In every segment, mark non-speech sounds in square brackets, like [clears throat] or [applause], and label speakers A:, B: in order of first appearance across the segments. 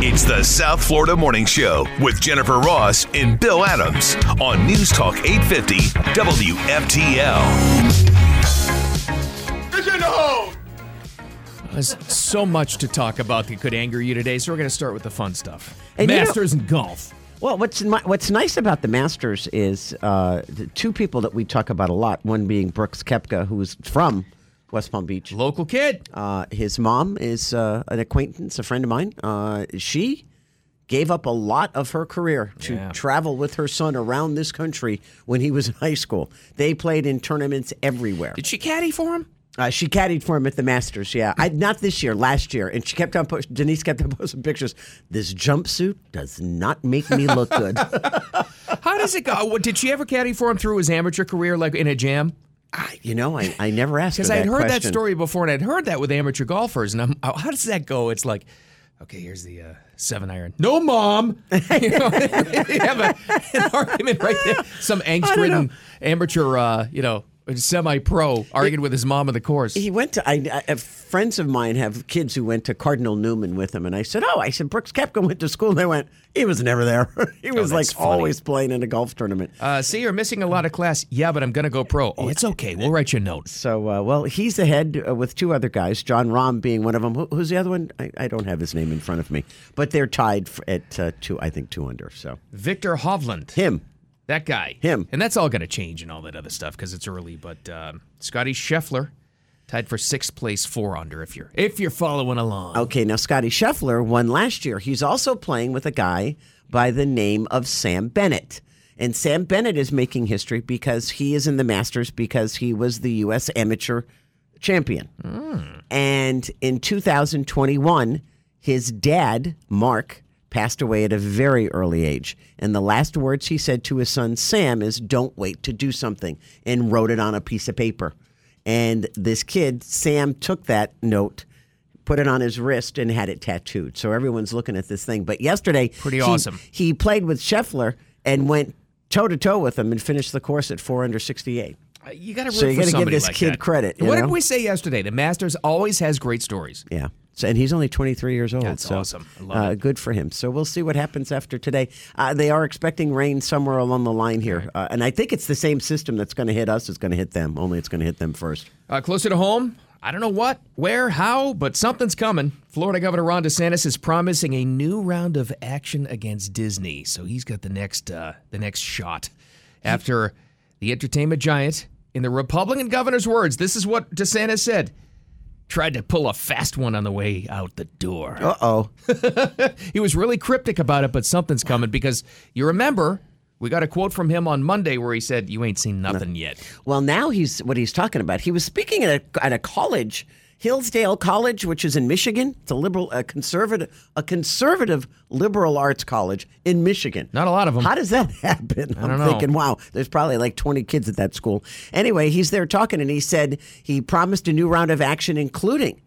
A: It's the South Florida Morning Show with Jennifer Ross and Bill Adams on News Talk 850 WFTL.
B: There's so much to talk about that could anger you today, so we're going to start with the fun stuff.
C: And you know-
B: Masters and golf.
C: Well, what's ni- what's nice about the Masters is uh, the two people that we talk about a lot. One being Brooks Kepka, who's from West Palm Beach.
B: Local kid.
C: Uh, his mom is uh, an acquaintance, a friend of mine. Uh, she gave up a lot of her career to
B: Yeah.
C: travel with her son around this country when he was in high school. They played in tournaments everywhere.
B: Did she caddy for him?
C: Uh, she caddied for him at the Masters. Yeah, I, not this year, last year, and she kept on post- Denise kept on posting pictures. This jumpsuit does not make me look good.
B: How does it
C: [laughs]
B: go? What- Did she ever caddy for him through his amateur career, like in a jam?
C: I, you know, I, I never asked her
B: Because I had heard that
C: question.
B: story before, and I'd heard that with amateur golfers. And I'm, how how does that go? It's like, okay, here's the uh, seven iron. No, mom. [laughs] you know, they have a, an argument right there. Some angst-ridden amateur, uh, you know, semi-pro arguing with his mom on the course.
C: He went to. I, I friends of mine have kids who went to Cardinal Newman with him, and I said, "Oh, I said Brooks Kepka went to school." And they went, "He was never there. [laughs] he was like
B: that's funny.
C: always playing in a golf tournament."
B: Uh, see, you're missing a lot of class. Yeah, but I'm going to go pro. Oh, it's okay. We'll write you a note.
C: So, uh, well, he's ahead uh, with two other guys, John Rahm being one of them. Who, who's the other one? I, I don't have his name in front of me, but they're tied f at uh, two, I think, two under. So,
B: Victor Hovland.
C: him.
B: That guy.
C: Him.
B: And that's all going to change and all that other stuff because it's early. But um, Scotty Scheffler tied for sixth place, four under. If you're if you're following along,
C: Okay, now Scotty Scheffler won last year. He's also playing with a guy by the name of Sam Bennett. And Sam Bennett is making history because he is in the Masters because he was the U.S. amateur champion. And in 2021, his dad, Mark, passed away at a very early age. And the last words he said to his son, Sam, is don't wait to do something, and wrote it on a piece of paper. And this kid, Sam, took that note, put it on his wrist, and had it tattooed. So everyone's looking at this thing. But yesterday,
B: Pretty
C: he-
B: awesome.
C: He played with Scheffler and went toe to toe with him and finished the course at four under 68.
B: Uh, you got to
C: So you
B: got
C: gotta
B: to
C: give this kid credit, you
B: What
C: know?
B: did we say yesterday? The Masters always has great stories.
C: Yeah. So, and he's only 23 years old.
B: That's
C: so,
B: awesome. I love
C: uh, Good for him. So we'll see what happens after today. Uh, they are expecting rain somewhere along the line here. Uh, and I think it's the same system that's going to hit us is going to hit them, only it's going to hit them first.
B: Uh, closer to home, I don't know what, where, how, but something's coming. Florida Governor Ron DeSantis is promising a new round of action against Disney, so he's got the next uh, the next shot after the entertainment giant. In the Republican governor's words, this is what DeSantis said. Tried to pull a fast one on the way out the door.
C: Uh oh.
B: He was really cryptic about it, but something's coming because you remember we got a quote from him on Monday where he said, "You ain't seen nothing yet."
C: well, now he's what he's talking about. He was speaking at a, at a college, Hillsdale College, which is in Michigan. It's a liberal, a conservative, a conservative liberal arts college in Michigan.
B: Not a lot of them.
C: How does that [laughs] happen? I am
B: don't know.
C: thinking, wow, there's probably like 20 kids at that school. Anyway, he's there talking, and he said he promised a new round of action, including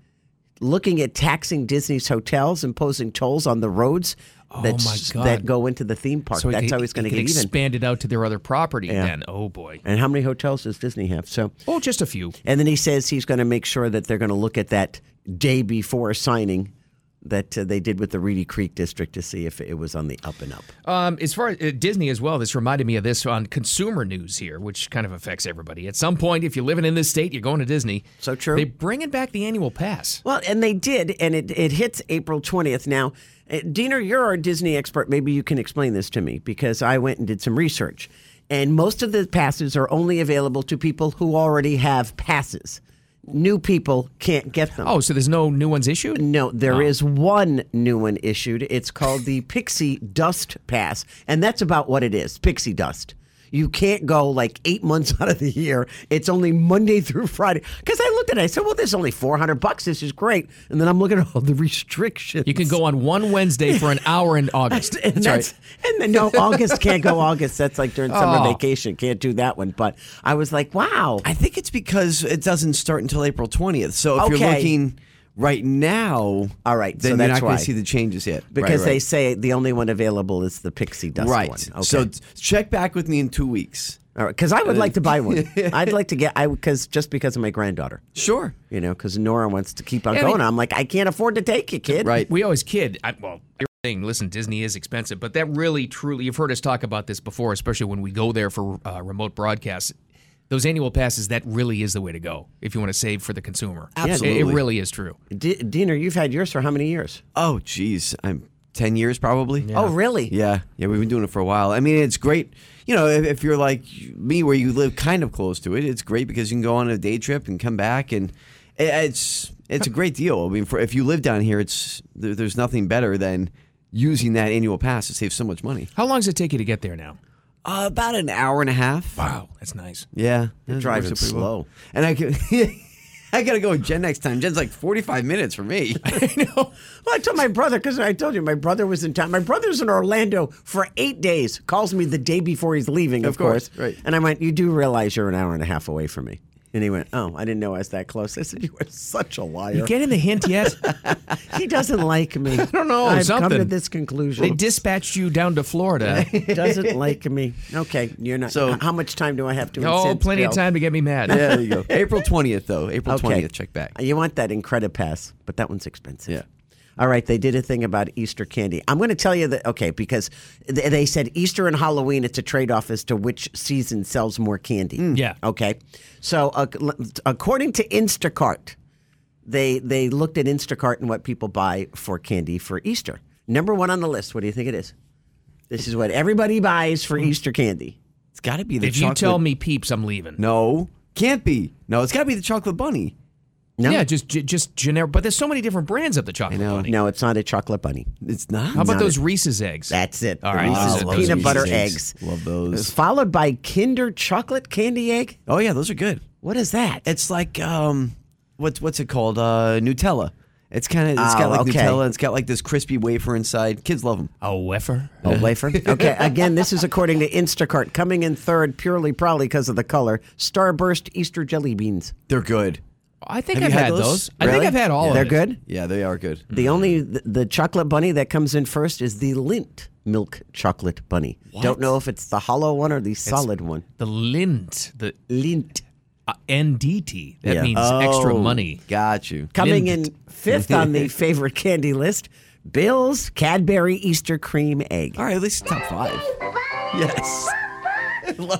C: looking at taxing Disney's hotels, imposing tolls on the roads that's-
B: Oh my God.
C: that go into the theme park.
B: he
C: that's
B: could-
C: how he's going to
B: he
C: get
B: could
C: even.
B: expand it out to their other property. Then, oh boy,
C: And how many hotels does Disney have? So,
B: oh just a few.
C: and then he says he's going to make sure that they're going to look at that day before signing that uh, they did with the Reedy Creek district to see if it was on the up and up.
B: Um, as far as uh, Disney as well, this reminded me of this on consumer news here, which kind of affects everybody. At some point, if you're living in this state, you're going to Disney.
C: So true.
B: They're bringing back the annual pass.
C: Well, and they did, and it, it hits April 20th. Now, uh, Diener, you're our Disney expert. Maybe you can explain this to me because I went and did some research. And most of the passes are only available to people who already have passes. New people can't get them.
B: Oh, so there's no new ones issued?
C: No, there is one new one issued. It's
D: [laughs]
C: called the Pixie Dust Pass, and that's about what it is pixie dust. You can't go like eight months [laughs] out of the year. It's only Monday through Friday. Because I looked at it, I said, well, this is only 400 bucks. This is great. And then I'm looking at all the [laughs] restrictions.
B: You can go on one Wednesday for an hour
C: [laughs]
B: in August.
C: And,
B: That's right.
C: that's- and then, no, August can't
D: [laughs]
C: go August. That's like during summer
B: Oh.
C: vacation. Can't do that one. But I was like, wow.
D: I think it's because it doesn't start until April 20th. So if you're
C: Okay.
D: looking right now,
C: All right, so
D: then you're
C: that's
D: not going
C: why.
D: to see the changes yet. Right,
C: because they
D: right.
C: say the only one available is the pixie dust
D: right.
C: one.
D: So t- check back with me in two weeks.
C: All right, because I would like to buy one. I'd like to get I because just because of my granddaughter,
D: Sure.
C: you know, because Nora wants to keep on
B: Yeah, I
C: going.
B: mean-
C: I'm like, I can't afford to take you, kid.
D: Right.
B: We always kid. I, well, thing. Listen, Disney is expensive, but that really, truly, you've heard us talk about this before, especially when we go there for uh, remote broadcasts. Those annual passes, that really is the way to go if you want to save for the consumer.
D: Absolutely.
B: It, it really is true.
C: D- Diener, you've had yours for how many years?
D: Oh, geez, I'm ten years probably.
C: Oh, really?
D: Yeah, yeah, we've been doing it for a while. I mean, it's great. You know, if, if you're like me, where you live kind of close to it, it's great because you can go on a day trip and come back, and it, it's it's a great deal. I mean, for, if you live down here, it's there, there's nothing better than using that annual pass to save so much money.
B: How long does it take you to get there now?
D: Uh, about an hour and a half.
B: Wow, that's nice.
D: Yeah, you're
C: driving slow.
D: and I can. [laughs] I gotta go with Jen next time. Jen's like forty-five minutes for [laughs] me.
C: Well, [laughs] I told my brother because I told you my brother was in town. My brother's in Orlando for eight days. Calls me the day before he's leaving, of,
D: Of course, right.
C: And I went, "You do realize you're an hour and a half away from me?" And he went, "Oh, I didn't know I was that close." I said, "You are such a liar."
B: You getting the
D: [laughs]
B: hint yet?
C: he doesn't like me. [laughs] I
B: don't know,
C: I've come
B: something.
C: to this conclusion.
B: they dispatched you down to Florida.
C: doesn't like me. Okay, you're not.
D: So-
C: So, how much time do I have to?
B: [laughs] oh,
C: insist,
B: plenty of
C: Bill?
B: time to get me mad.
D: yeah, there you go. April twentieth, though. April twentieth. Check back.
C: You want that in credit pass, but that one's expensive.
D: Yeah.
C: All right, they did a thing about Easter candy. I'm going to tell you that okay, because th- they said Easter and Halloween. It's a trade-off as to which season sells more candy.
B: Mm. Yeah.
C: Okay. So uh, according to Instacart, they they looked at Instacart and what people buy for candy for Easter. Number one on the list. What do you think it is? This is what everybody buys
B: Mm.
C: for Easter candy.
D: It's got to be the
B: If you
D: chocolate.
B: tell me peeps, I'm leaving.
D: no, can't be. No, it's got to be the chocolate bunny.
C: No.
B: Yeah, just j- just generic. But there's so many different brands of the chocolate
D: know.
B: bunny.
C: No, it's not a chocolate bunny.
D: It's not.
B: How about those Reese's eggs?
C: That's it.
B: All right,
C: Reese's
B: those are- those
C: peanut
B: are
C: butter
B: easy
D: eggs.
C: eggs.
D: Love those.
C: Followed by Kinder chocolate candy egg.
D: oh yeah, those are good.
C: What is that?
D: It's like um, what's what's it called? Uh, Nutella. It's kind of it's
C: Oh,
D: got like
C: okay.
D: Nutella. and It's got like this crispy wafer inside. Kids love them.
B: a wafer.
C: a [laughs] wafer. okay. Again, this is according to Instacart. Coming in third, purely probably because of the color. Starburst Easter jelly beans.
D: They're good.
B: I think
D: Have
B: I've
D: you had
B: had,
D: those?
B: those. I think
D: Really?
B: I've had all of
C: They're
B: it.
C: good.
D: Yeah, they are good.
C: The only the, the chocolate bunny that comes in first is the Lindt milk chocolate bunny. Don't know if it's the hollow one or the solid one.
B: The lint, the
C: Lindt.
B: uh, NDT. That
C: Yeah.
B: means extra
D: Oh,
B: money.
D: Got you.
C: Coming
B: Lindt.
C: in fifth
D: [laughs]
C: on the favorite candy list, Bill's Cadbury Easter cream egg.
D: All right, at least top five. Yes.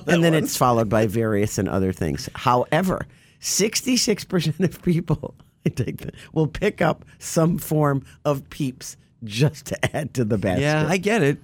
C: and then it's followed by various and other things. However, 66% of people [laughs] I take that, will pick up some form of peeps just to add to the basket.
D: Yeah, I get it.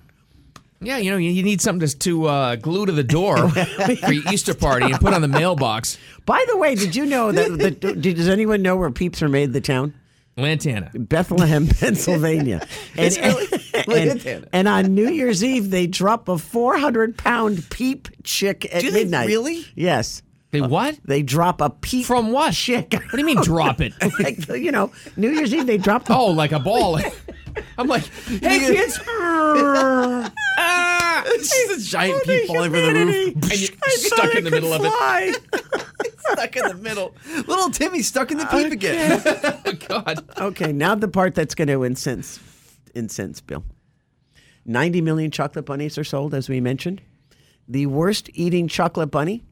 B: Yeah, you know, you, you need something just to uh, glue to the door for your Easter party and put on the mailbox.
C: By the way, did you know that? The,
D: [laughs]
C: did- does anyone know where peeps are made? The town
B: Lantana. [laughs]
C: Bethlehem, Pennsylvania. And, and,
D: Lantana.
C: and on New Year's Eve, they drop a 400 pound peep chick at
D: Do they
C: midnight.
D: really?
C: Yes.
B: They what?
C: They drop a peep
B: From what?
C: chick.
B: What do you mean drop it?
C: [laughs] like, you know, New Year's Eve, they drop the
B: Oh, like a ball. [laughs] I'm like, hey
D: [laughs]
B: kids. Ah!
D: It's just a giant peep falling from the roof. [laughs]
B: And you're stuck in the middle of it. [laughs]
C: of
D: stuck in the middle. Little Timmy stuck in the peep again.
B: Oh, God.
C: it. Okay, now the part that's going to incense, incense Bill. 90 million chocolate bunnies are sold, as we mentioned. The worst eating chocolate bunny?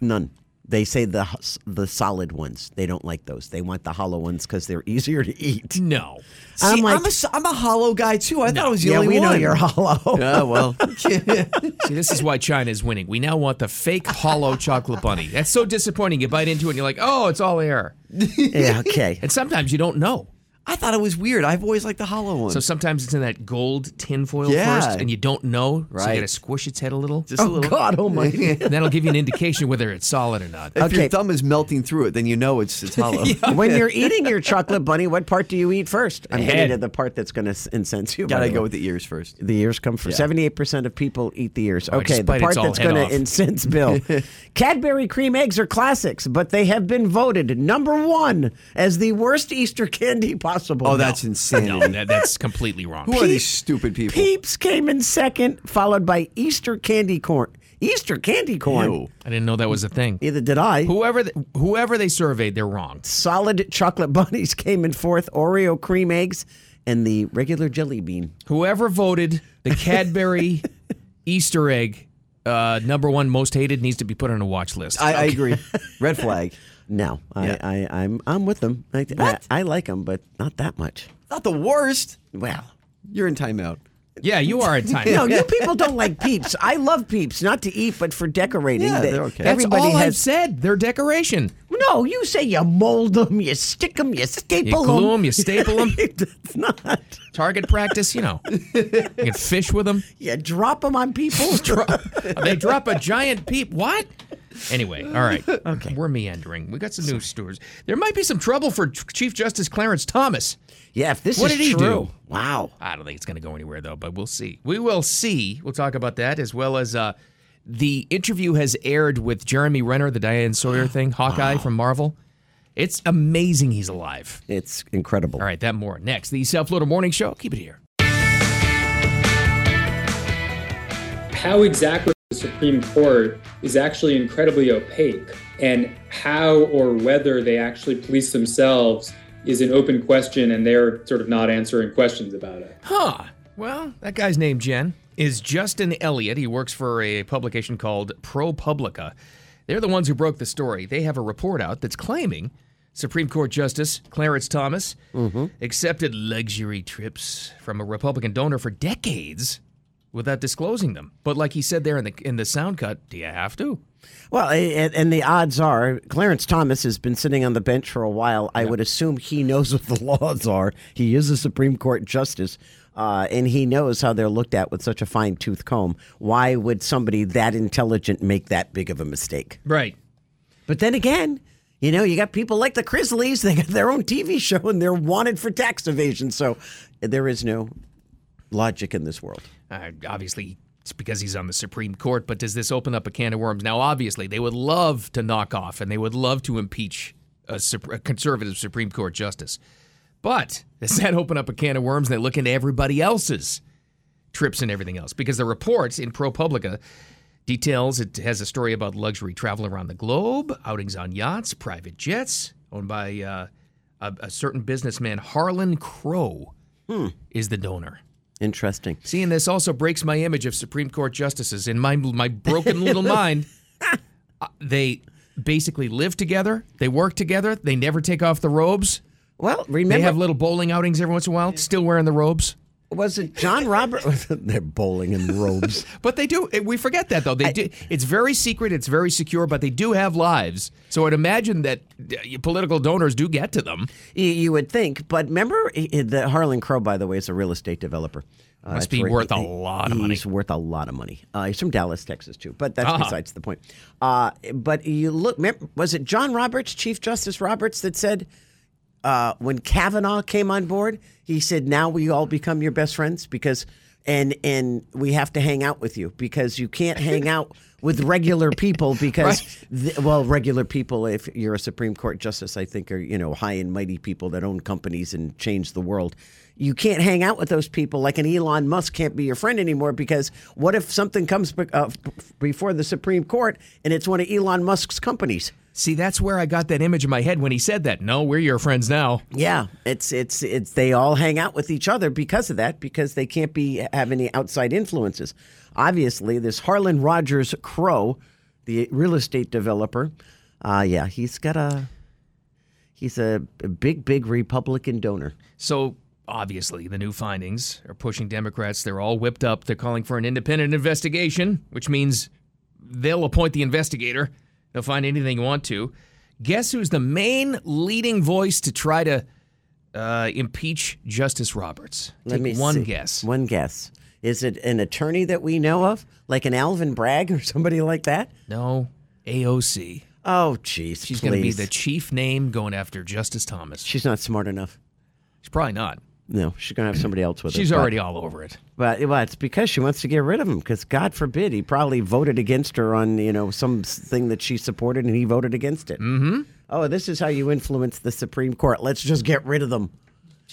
C: None. They say the h- the solid ones. They don't like those. They want the hollow ones because they're easier to eat.
B: No.
D: See,
C: I'm
D: I'm,
C: like-
D: a s I'm a hollow guy too. I thought I was the
C: yeah,
D: only
C: we
D: one.
C: know you're hollow.
D: [laughs] Yeah,
C: [laughs]
D: well,
B: See, this is why China is winning. We now want the fake hollow chocolate bunny. That's so disappointing. You bite into it and you're like, oh, it's all air.
C: yeah, okay.
B: And sometimes you don't know.
D: I thought it was weird. I've always liked the hollow one.
B: So sometimes it's in that gold tinfoil
D: Yeah.
B: first and you don't know. So you
D: Right.
B: got to squish its head a little.
D: Just a little.
C: Oh, God
D: [laughs]
B: oh
C: almighty.
B: And that'll give you an indication whether it's solid or not.
D: If
C: Okay.
D: your thumb is melting through it, then you know it's it's
B: [laughs]
D: hollow.
C: when you're eating your chocolate bunny, what part do you eat first? I'm
B: head.
C: getting to the part that's going to incense you. by
D: Gotta
C: the
D: go
C: way.
D: with the ears first.
C: The ears come first. Seventy-eight percent of people eat the ears.
B: I
C: Okay,
B: just
C: the
B: bite
C: part
B: its all
C: that's
B: head
C: going
B: off.
C: to
D: [laughs]
C: incense Bill. Cadbury cream eggs are classics, but they have been voted number one as the worst Easter candy possible.
D: Oh, that's
B: No,
D: insanity.
B: that, that's completely wrong.
D: Who are these stupid people?
C: Peeps came in second, followed by Easter candy corn. Easter candy corn.
D: Ew.
B: I didn't know that was a thing.
C: Neither did I.
B: Whoever th- whoever they surveyed, they're wrong.
C: Solid chocolate [laughs] bunnies came in fourth. Oreo cream eggs and the regular jelly bean.
B: Whoever voted the
D: [laughs]
B: Cadbury Easter egg uh, number one most hated needs to be put on a watch list. [laughs]
D: I, I agree. Red flag.
C: No, I,
D: Yeah.
C: I, I'm I'm with them. I,
D: What?
C: I, I like them, but not that much.
D: Not the worst.
C: Well,
D: You're in timeout.
B: Yeah, you are a
D: [laughs]
B: timeout.
C: no, you people don't like peeps. I love peeps, not to eat, but for decorating.
D: Yeah,
C: They-
D: they're okay.
B: That's
C: Everybody
B: all I've
C: has.
B: said. Their decoration.
C: No, you say you mold them, you stick them, you
B: You
C: staple
B: glue them,
C: [laughs] them.
B: you staple them.
C: It's not.
B: Target practice, you know. You can fish with them.
C: You drop them on people.
B: They [laughs] drop a giant peep. What? Anyway, all right. Okay. We're meandering. We got some news stories. There might be some trouble for Chief Justice Clarence Thomas.
C: [laughs] yeah, if this
B: What
C: is
B: did he
C: true,
B: do?
C: wow.
B: I don't think it's going to go anywhere though, but we'll see. We will see. We'll talk about that as well as uh, the interview has aired with Jeremy Renner, the Diane Sawyer
C: [gasps]
B: thing, Hawkeye from Marvel. It's amazing he's alive.
C: It's incredible.
B: All right, that and more next. The South Florida Morning Show. Keep it here.
E: how exactly the Supreme Court is actually incredibly opaque, and how or whether they actually police themselves is an open question, and they're sort of not answering questions about it.
B: Huh. Well, that guy's name, Jen, is Justin Elliott. He works for a publication called ProPublica. They're the ones who broke the story. They have a report out that's claiming Supreme Court Justice Clarence Thomas accepted luxury trips from a Republican donor for decades without disclosing them. But like he said there in the in the sound cut, do you have to?
C: Well, and, and the odds are Clarence Thomas has been sitting on the bench for a while. I would assume he knows what the [laughs] laws are. He is a Supreme Court justice, uh, and he knows how they're looked at with such a fine tooth comb. Why would somebody that intelligent make that big of a mistake?
B: Right.
C: But then again, you know, you got people like the Grizzlies. They got their own TV show, and they're wanted for tax evasion. So there is no logic in this world.
B: Uh, obviously, it's because he's on the Supreme Court, but does this open up a can of worms? Now, obviously, they would love to knock off and they would love to impeach a, sup- a conservative Supreme Court justice. But does that open up a can of worms? They look into everybody else's trips and everything else because the report in ProPublica details it has a story about luxury travel around the globe, outings on yachts, private jets owned by uh, a, a certain businessman, Harlan Crow, is the donor.
C: Interesting.
B: Seeing this also breaks my image of Supreme Court justices in my my broken little mind. uh, They basically live together. They work together. They never take off the robes.
C: Well,
B: They
C: remember,
B: have little bowling outings every once in a while, still wearing the robes.
C: was it John Robert? [laughs] they're bowling in robes.
B: But they do. We forget that though. They do. It's very secret. It's very secure. But they do have lives. So I'd imagine that uh, political donors do get to them.
C: You, you would think, but remember i- i- that Harlan Crow, by the way, is a real estate developer. Uh,
B: Must
C: that's
B: be
C: where
B: worth a lot of money.
C: He's worth a lot of money. Uh, he's from Dallas, Texas, too. But that's
B: Ah.
C: besides the point. Uh, but you look. remem- Was it John Roberts, Chief Justice Roberts, that said uh, when Kavanaugh came on board, he said, "Now we all become your best friends because." And, and we have to hang out with you because you can't hang out with regular people because th- well, regular people, if you're a Supreme Court justice, I think are, you know, high and mighty people that own companies and change the world. You can't hang out with those people like an Elon Musk can't be your friend anymore because what if something comes be- uh, before the Supreme Court and it's one of Elon Musk's companies?
B: See, that's where I got that image in my head when he said that. No, we're your friends now.
C: Yeah, it's it's it's they all hang out with each other because of that because they can't be have any outside influences. Obviously, this Harlan Rogers Crow, the real estate developer, uh, yeah, he's got a he's a, a big big Republican donor.
B: So obviously, the new findings are pushing Democrats. They're all whipped up. They're calling for an independent investigation, which means they'll appoint the investigator. They'll find anything you want to. Guess who's the main leading voice to try to uh, impeach Justice Roberts? Take one
C: see.
B: guess.
C: One guess. Is it an attorney that we know of, like an Alvin Bragg or [laughs] somebody like that?
B: No, AOC.
C: Oh,
B: She's
C: jeez, please.
B: going to be the chief name going after Justice Thomas. She's
C: She's not smart enough.
B: probably not.
C: No, she's gonna have somebody else with her.
B: She's
C: but-
B: already all over it.
C: But well, it's because she wants to get rid of him. Because God forbid he probably voted against her on you know some s- thing that she supported, and he voted against it. Mm-hmm. Oh, this is how you influence the Supreme Court. Let's just get rid of them.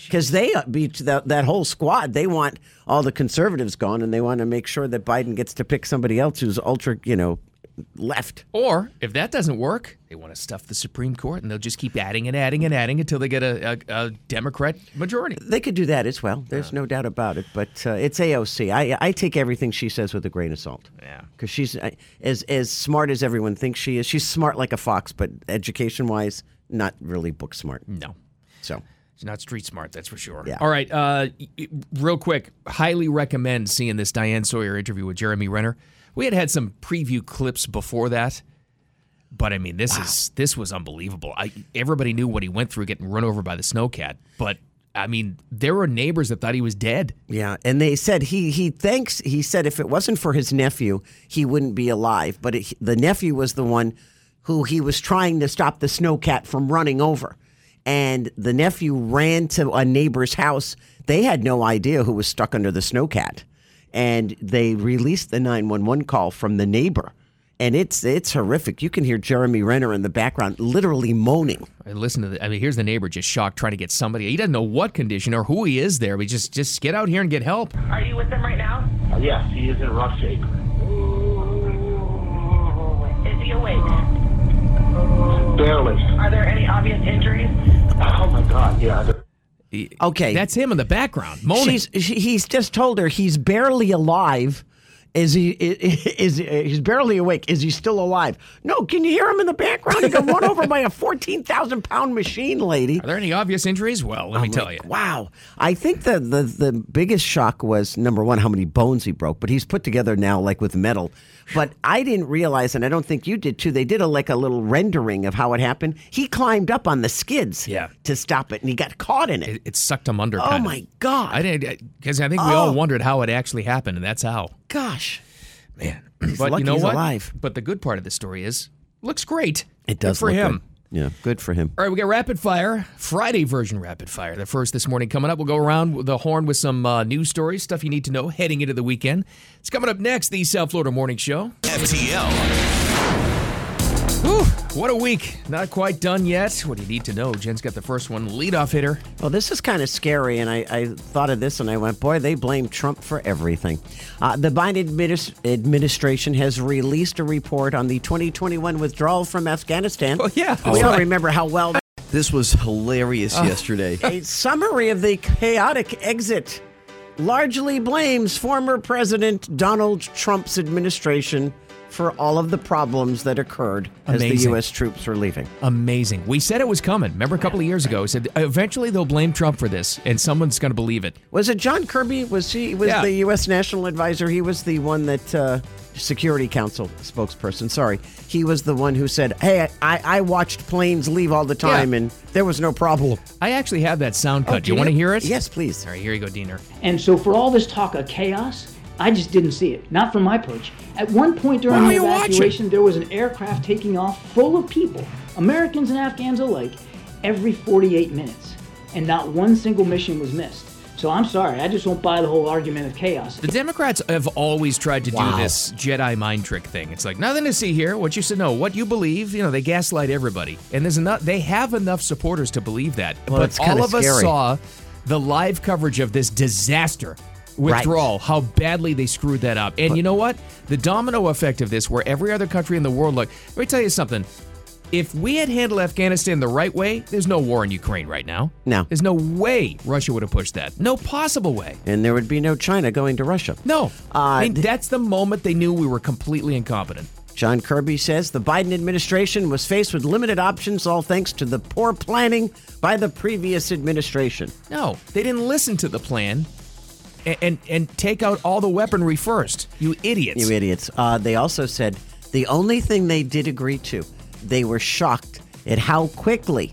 C: Because they uh, beat that, that whole squad. They want all the conservatives gone, and they want to make sure that Biden gets to pick somebody else who's ultra, you know, left.
B: Or if that doesn't work, they want to stuff the Supreme Court, and they'll just keep adding and adding and adding until they get a, a, a Democrat majority.
C: They could do that as well. There's no doubt about it. But uh, it's AOC. I, I take everything she says with a grain of salt.
B: Yeah.
C: Because she's uh, as as smart as everyone thinks she is. She's smart like a fox, but education wise, not really book smart.
B: No,
C: So
B: it's not street smart, that's for sure.
C: Yeah.
B: All right, uh, y- y- real quick, highly recommend seeing this Diane Sawyer interview with Jeremy Renner. We had had some preview clips before that, but I mean, this is this was unbelievable. I, everybody knew what he went through getting run over by the snowcat, but I mean, there were neighbors that thought he was dead.
C: yeah, and they said he he thanks. He said if it wasn't for his nephew, he wouldn't be alive. But it, the nephew was the one who he was trying to stop the snowcat from running over, and the nephew ran to a neighbor's house. They had no idea who was stuck under the snowcat, and they released the nine one one call from the neighbor. And it's it's horrific. You can hear Jeremy Renner in the background literally moaning.
B: And listen to the, I mean, here's the neighbor just shocked trying to get somebody. He doesn't know what condition or who he is there, but just just get out here and get help.
F: Are you with them right now?
G: Uh, Yes, he is in rough shape.
F: Is he awake?
G: Barely.
F: Are there any obvious injuries?
G: Oh my God, yeah.
C: Okay,
B: That's him in the background moaning.
C: She's, she, he's just told her he's barely alive. Is he is, is he's barely awake? Is he still alive? No, can you hear him in the background? He got run over by a fourteen thousand pound machine, lady.
B: Are there any obvious injuries? Well, let me tell you.
C: Wow. I think the, the the biggest shock was number one, how many bones he broke, but he's put together now like with metal. But I didn't realize, and I don't think you did too. They did a like a little rendering of how it happened. He climbed up on the skids,
B: Yeah.
C: to stop it, and he got caught in it.
B: It, it sucked him under.
C: Oh,
B: kinda.
C: my God. Oh.
B: I didn't because I think we all wondered how it actually happened, and that's how.
C: Gosh,
B: Man, but
C: But lucky
B: you know
C: [clears throat] he's
B: what?
C: alive.
B: But the good part of the story is looks great.
C: it does
B: good for
C: look
B: him.
C: good. Yeah, good for him.
B: All right, we got rapid fire Friday version rapid fire. The first this morning coming up. We'll go around with the horn with some uh, news stories, stuff you need to know heading into the weekend. It's coming up next. The South Florida Morning Show.
A: FTL.
B: Whew, what a week! Not quite done yet. What do you need to know? Jen's got the first one. Leadoff hitter.
C: Well, this is kind of scary, and I, I thought of this and I went, boy, they blame Trump for everything. Uh, the Biden adminis- administration has released a report on the 2021 withdrawal from Afghanistan.
B: Oh, yeah.
C: We
B: Oh,
C: all
B: right.
C: remember how well
D: This was hilarious yesterday.
C: a summary of the chaotic exit largely blames former President Donald Trump's administration for all of the problems that occurred as the
B: Amazing.
C: U.S. troops were leaving.
B: Amazing. We said it was coming. Remember a couple of years ago, we said eventually they'll blame Trump for this, and someone's going to believe it.
C: Was it John Kirby? Was he was
B: Yeah.
C: the U.S. National Advisor? He was the one that uh, Security Council spokesperson. Sorry, he was the one who said, "Hey, I, I watched planes leave all the time,
B: Yeah.
C: and there was no problem."
B: I actually have that sound cut. Oh, do you
C: Dina?
B: want to hear it?
C: Yes, please.
B: All right, here you go, Diener.
H: And so for all this talk of chaos, I just didn't see it. Not from my perch. At one point during
B: Why
H: the
B: were you watching?
H: evacuation, there was an aircraft taking off full of people, Americans and Afghans alike, every 48 minutes. And not one single mission was missed. So I'm sorry, I just won't buy the whole argument of chaos.
B: The Democrats have always tried to do this Jedi mind trick thing. It's like nothing to see here. What you should know, what you believe. You know, they gaslight everybody, and there's enough. They have enough supporters to believe that. but
C: it's kinda
B: all of us
C: scary.
B: saw the live coverage of this disaster withdrawal. How badly they screwed that up. And you know what? The domino effect of this, where every other country in the world look. Let me tell you something. If we had handled Afghanistan the right way, there's no war in Ukraine right now.
C: No.
B: There's no way Russia would have pushed that. No possible way.
C: And there would be no China going to Russia.
B: No. I mean,
C: Uh,
B: that's the moment they knew we were completely incompetent.
C: John Kirby says the Biden administration was faced with limited options, all thanks to the poor planning by the previous administration.
B: No, they didn't listen to the plan and and, and take out all the weaponry first. You idiots.
C: You idiots. Uh, they also said the only thing they did agree to, they were shocked at how quickly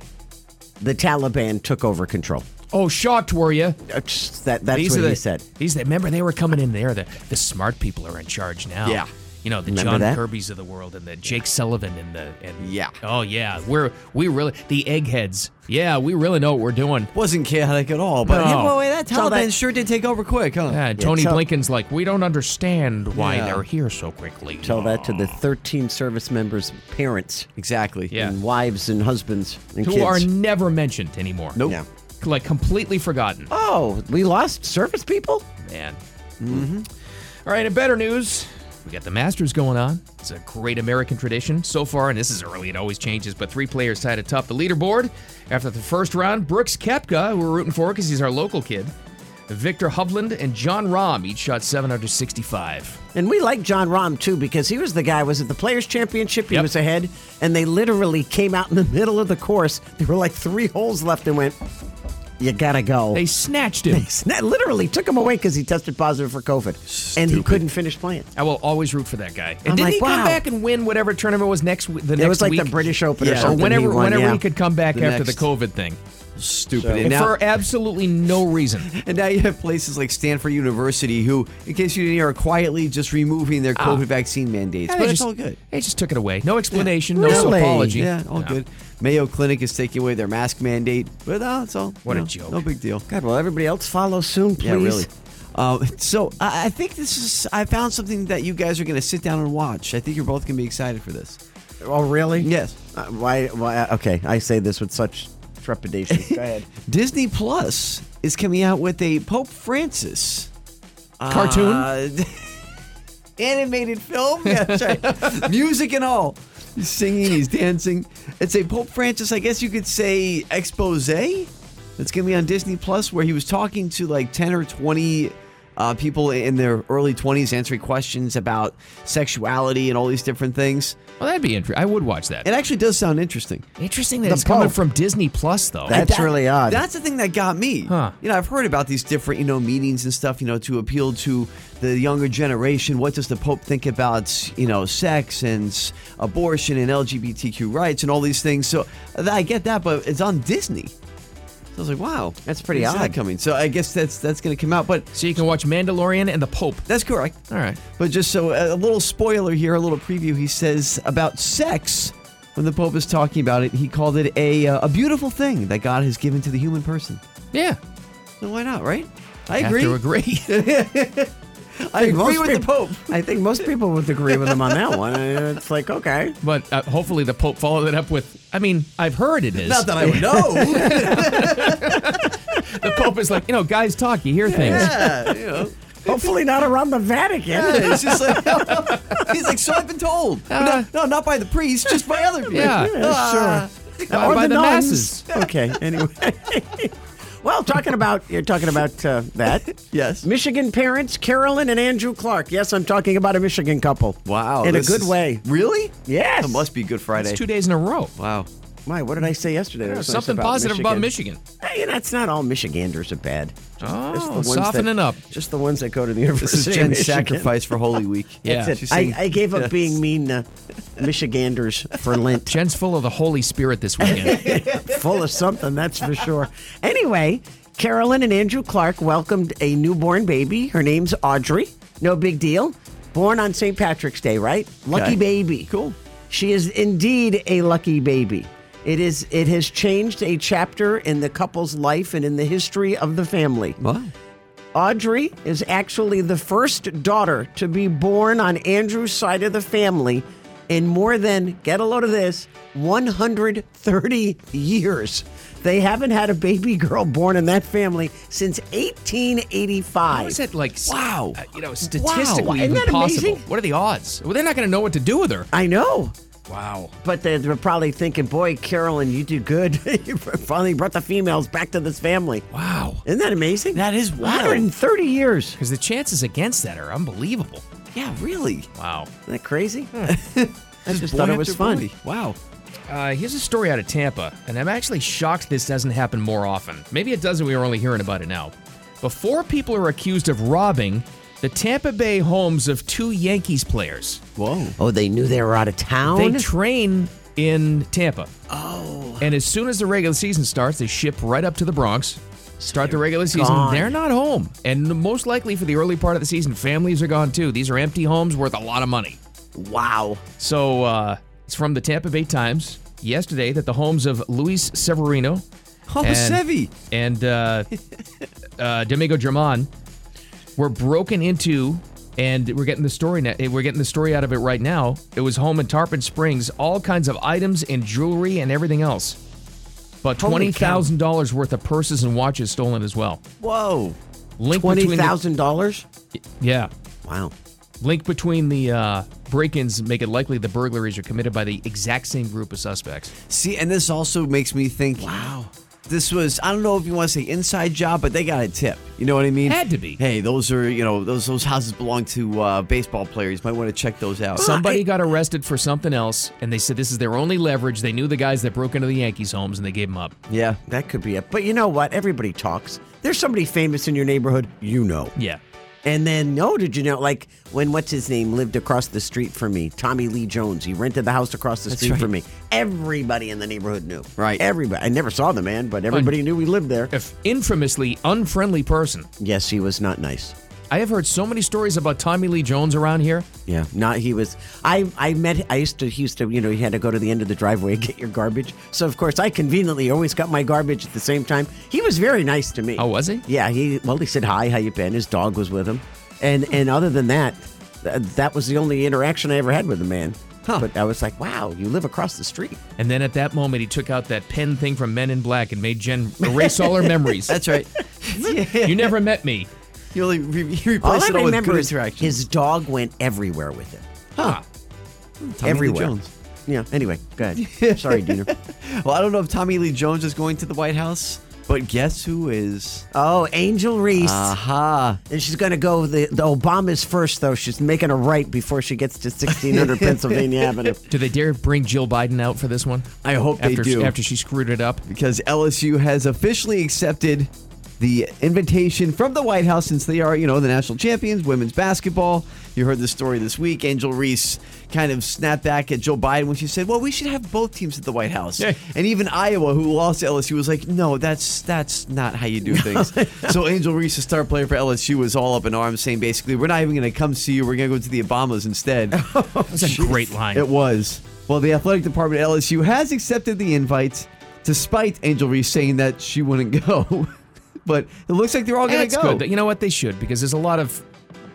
C: the Taliban took over control.
B: oh, shocked were you?
C: Uh, just That, that's
B: These
C: what
B: are the,
C: he said.
B: These remember they were coming in there. The the smart people are in charge now.
D: Yeah.
B: You know the
C: Remember
B: John
C: that?
B: Kirby's of the world and the Jake Sullivan and the and
D: Yeah.
B: Oh yeah, we're we really the eggheads. Yeah, we really know what we're doing.
D: Wasn't chaotic at all, but
B: No.
D: hey, boy, that
C: It's all
D: Taliban
C: that-
D: sure did take over quick, huh?
B: Yeah, Uh, Tony
C: tell-
B: Blinken's like, we don't understand why
D: Yeah.
B: they're here so quickly.
C: Tell that to the 13 service members' parents
D: Exactly.
B: Yeah.
C: and wives and husbands and
B: who
C: kids.
B: are never mentioned anymore.
D: Nope.
C: No.
B: Like completely forgotten.
C: Uh, Oh, we lost service people?
B: Man. All right, in better news, We got the Masters going on. It's a great American tradition so far, and this is early. It always changes, but three players tied atop the leaderboard. After the first round, Brooks Kepka, who we're rooting for because he's our local kid, Victor Hovland, and John Rahm each shot 765.
C: And we like John Rahm too because he was the guy. Was it the Players Championship? He
B: Yep.
C: was ahead, and they literally came out in the middle of the course. There were like three holes left, and went, "You gotta go."
B: They snatched him.
C: that literally took him away because he tested positive for COVID, and he couldn't finish playing.
B: I will always root for that guy. And
C: I'm
B: didn't
C: like,
B: he come
C: wow.
B: back and win whatever tournament was next? w- The
C: it
B: next
C: was like the
B: week?
C: British Open
D: Yeah.
C: or
D: Or
C: something.
B: whenever,
C: he won,
B: whenever
C: yeah.
B: he could come back
D: The
B: after
D: next-
B: the COVID thing
D: Stupid. and now,
B: for absolutely no reason.
D: and now you have places like Stanford University who, in case you didn't hear, are quietly just removing their COVID vaccine mandates.
B: Ah. Yeah,
D: but
B: they
D: it's
B: just-
D: all good.
B: They just took it away. No explanation. No
C: Really?
B: apology.
D: Yeah, all
B: No.
D: good. Mayo Clinic is taking away their mask mandate, but uh, it's all
B: What
D: you
B: a
D: know,
B: joke.
D: No big deal.
C: God, will everybody else follow soon, please?
D: Yeah, really. Um, so I, I think this is. I found something that you guys are going to sit down and watch. I think you're both going to be excited for this.
C: Oh, really?
D: Yes.
C: Uh, why? Why? Okay, I say this with such [laughs] trepidation. Go ahead.
D: Disney Plus is coming out with a Pope Francis
B: Cartoon?
D: Uh, [laughs] animated film. Yeah, that's right. [laughs] Music and all. He's singing. He's dancing. It's a Pope Francis. I guess you could say expose. That's gonna be on Disney Plus, where he was talking to like ten or twenty. Uh, people in their early 20s answering questions about sexuality and all these different things.
B: Well, that'd be interesting. I would watch that.
D: It actually does sound interesting.
B: interesting that
C: The
B: it's coming
C: Pope.
B: from Disney Plus, though.
C: That's
D: That-
C: really odd.
D: That's the thing that got me.
B: Huh.
D: You know, I've heard about these different, you know, meetings and stuff, you know, to appeal to the younger generation. What does the Pope think about, you know, sex and s- abortion and LGBTQ rights and all these things? So th- I get that, but it's on Disney. So I was like, wow,
C: That's pretty
D: when's that
C: odd.
D: coming. So I guess that's that's going to come out, but
B: so you can watch Mandalorian and the Pope.
D: that's correct.
B: All right.
D: But just so a little spoiler here, a little preview. He says about sex when the Pope is talking about it. He called it a uh, a beautiful thing that God has given to the human person.
B: Yeah.
D: So why not, right? I
B: Have
D: agree.
B: to agree. [laughs]
D: I agree
C: Most
D: with the
C: people-
D: Pope.
C: I think most people would agree with him on that one. Uh, It's like okay.
B: but uh, hopefully the Pope followed it up with. I mean, I've heard it is.
D: Not that I would know.
B: the Pope is like, you know, guys talk. You hear things.
D: yeah, you know.
C: Hopefully not around
D: Yeah,
C: the Vatican.
D: it's just like [laughs] he's like, so I've been told. But
B: Uh,
D: no, no, not by the priest, just by other people.
B: Yeah.
D: Ah.
B: By, by the masses.
C: nuns. Okay. Anyway. [laughs] well, talking about you're talking about uh, that.
D: Yes.
C: Michigan parents Carolyn and Andrew Clark. Yes, I'm talking about a Michigan couple.
D: Wow.
C: In a
D: this
C: good
D: is-
C: way.
D: Really?
C: Yes.
D: It must be Good Friday.
B: It's two days in a row.
D: wow.
C: Why? What did I say yesterday? that was nice
B: Something
C: about
B: positive about Michigan.
C: Hey, that's not all Michiganders are bad. Just,
B: Oh,
C: just the ones
B: softening
C: that,
B: up.
C: Just the ones that go to the university.
D: This is
C: of
D: Jen's
C: Michigan.
D: sacrifice for Holy Week.
B: Yeah.
C: That's
D: She's
C: it. I,
D: saying-
C: I gave up
D: Yes.
C: being mean to Michiganders for Lent.
B: Jen's full of the Holy Spirit this
C: [laughs]
B: weekend.
C: full of something, that's for sure. Anyway, Carolyn and Andrew Clark welcomed a newborn baby. Her name's Audrey. No big deal. Born on St. Patrick's Day, right? Lucky
D: Okay.
C: baby.
D: Cool.
C: She is indeed a lucky baby. It is. It has changed a chapter in the couple's life and in the history of the family.
D: Wow.
C: Audrey is actually the first daughter to be born on Andrew's side of the family in more than, get a load of this, 130 years. They haven't had a baby girl born in that family since 1885.
B: How is that like? s-
D: Wow.
B: uh, you know, statistically
C: Wow. Isn't
B: even
C: that
B: possible.
C: amazing?
B: What are the odds? Well, they're not going to know what to do with her.
C: I know.
B: Wow.
C: But they're, they're probably thinking, boy, Carolyn, you do good. [laughs] you finally brought the females back to this family.
B: Wow.
C: Isn't that amazing?
D: That is wild.
C: 130 years.
B: Because the chances against that are unbelievable.
D: Yeah, really.
B: Wow.
C: Isn't that crazy? Hmm. [laughs] I just thought
D: Boy
C: it was
D: after
C: fun.
D: boy. Wow.
B: Uh, here's a story out of Tampa, and I'm actually shocked this doesn't happen more often. Maybe it doesn't, we are only hearing about it now. Before people are accused of robbing the Tampa Bay homes of two Yankees players,
D: Whoa.
C: Oh, they knew they were out of town.
B: they train in Tampa. Oh. And as soon as the regular season starts, they ship right up to the Bronx. Start the regular season.
C: gone.
B: They're not home. And most likely for the early part of the season, families are gone too. These are empty homes worth a lot of money.
C: wow.
B: So uh, it's from the Tampa Bay Times yesterday that the homes of Luis Severino
D: Oh, Sevi.
B: and uh, uh, Domingo German were broken into, and we're getting the story. Now, we're getting the story out of it right now. It was home in Tarpon Springs, all kinds of items and jewelry and everything else. But
C: Holy
B: twenty
C: cow.
B: thousand dollars worth of purses and watches stolen as well.
D: Whoa.
B: Link
C: Twenty
B: between the-
C: thousand dollars.
B: yeah,
C: Wow.
B: Link between the uh, break-ins make it likely the burglaries are committed by the exact same group of suspects.
D: See, and this also makes me think. Wow. This was I don't know if you want to say inside job, but they got a tip. You know what I mean?
B: Had to be.
D: Hey, those are you know those those houses belong to uh, baseball players. Might want to check those out.
B: Somebody got arrested for something else, and they said this is their only leverage. They knew the guys that broke into the Yankees' homes, and they gave them up.
D: yeah.
C: That could be it. But you know what? Everybody talks. There's somebody famous in your neighborhood, you know.
B: Yeah.
C: And then, no, did you know? Like when what's his name lived across the street from me, Tommy Lee Jones. He rented the house across the street from me. Everybody in the neighborhood knew.
D: Right.
C: Everybody. I never saw the man, but everybody knew he lived there.
B: A f- infamously unfriendly person.
C: Yes, he was not nice.
B: I have heard so many stories about Tommy Lee Jones around here.
C: Yeah, not he was. I I met. I used to. He used to. You know, you had to go to the end of the driveway and get your garbage. So of course, I conveniently always got my garbage at the same time. He was very nice to me.
B: Oh, was he?
C: Yeah. He well, he said hi. How you been? His dog was with him, and and other than that, th- that was the only interaction I ever had with the man. But I was like, wow, you live across the street.
B: And then at that moment, he took out that pen thing from Men in Black and
D: [laughs]
B: made Jen erase all her memories.
D: That's right. yeah.
B: You never met me.
D: You only re- you
C: All
D: replace
C: I
D: it all with
C: remember
D: good
C: is
D: interaction.
C: his dog went everywhere with him.
B: Huh.
D: Tommy Lee
C: everywhere.
D: Jones.
C: Yeah. Anyway, go ahead. Sorry, Diener.
D: Well, I don't know if Tommy Lee Jones is going to the White House, but guess who is?
C: Oh, Angel Reese.
B: Uh-huh.
D: Aha.
C: And she's going to go the, the Obama's first, though. She's making a right before she gets
B: [laughs]
C: to 1600 Pennsylvania Avenue.
B: Do they dare bring Jill Biden out for this one?
D: I hope they
B: after,
D: do.
B: After she screwed it up.
D: because LSU has officially accepted the invitation from the White House since they are, you know, the national champions, women's basketball. You heard the story this week. Angel Reese kind of snapped back at Joe Biden when she said, "Well, we should have both teams at the White House."
B: Yeah.
D: And even Iowa, who lost to LSU, was like, "No, that's that's not how you do things." so Angel Reese, a star player for LSU, was all up in arms, saying basically, "We're not even going to come see you. We're going to go to the Obamas instead."
B: That's a great line.
D: It was. Well, the athletic department at LSU has accepted the invite, despite Angel Reese saying that she wouldn't [laughs] go. but it looks like they're all going
B: That's
D: to go.
B: good. You know what? They should because there's a lot of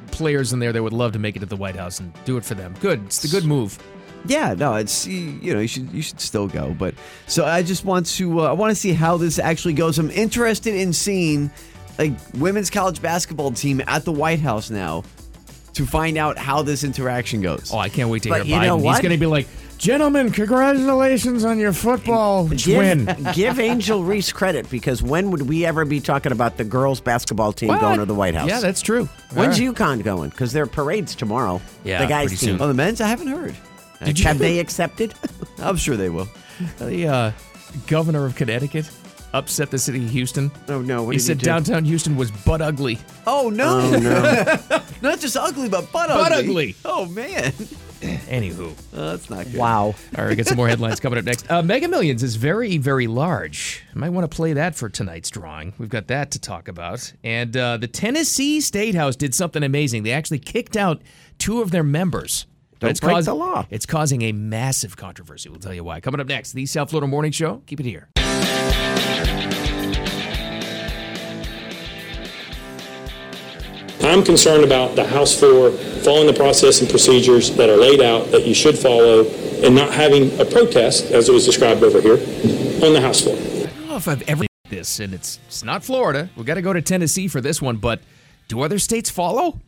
B: players in there that would love to make it to the White House and do it for them. Good. It's the good move.
D: Yeah, no, it's you know you should you should still go. But so I just want to uh, I want to see how this actually goes. I'm interested in seeing a women's college basketball team at the White House now to find out how this interaction goes.
B: Oh, I can't wait to
C: But
B: hear
C: you
B: Biden.
C: know
B: He's
C: what?
B: going to be like, gentlemen, congratulations on your football win.
C: Give, give Angel Reese credit because when would we ever be talking about the girls' basketball team [laughs] going to the White House?
B: Yeah, that's true.
C: When's
B: All right.
C: UConn going? Because their parade's tomorrow.
B: Yeah,
C: the guys'
B: pretty
C: team.
B: soon.
D: Oh, the men's I haven't heard.
B: Oh, Did you-
C: Have they
B: [laughs]
C: accepted?
D: I'm sure they will.
B: the uh, governor of Connecticut upset the city of Houston?
C: Oh, no.
B: he
C: What did he
B: said
C: do?
B: downtown Houston was butt ugly.
D: Oh no!
C: Oh, [laughs] no.
D: [laughs] Not just ugly, but butt
B: Butt ugly.
D: ugly. Oh man,
B: Anywho.
D: Oh, that's not good.
C: wow.
B: All right, we got some more headlines coming up next. Uh, Mega Millions is very, very large. Might want to play that for tonight's drawing. We've got that to talk about. And uh, the Tennessee State House did something amazing. They actually kicked out two of their members.
C: Don't break the law.
B: It's causing a massive controversy. We'll tell you why. Coming up next, the South Florida Morning Show. Keep it here.
I: I'm concerned about the House floor following the process and procedures that are laid out that you should follow and not having a protest, as it was described over here, on the House floor.
B: I don't know if I've ever this, and it's it's not Florida. We've got to go to Tennessee for this one. But do other states follow?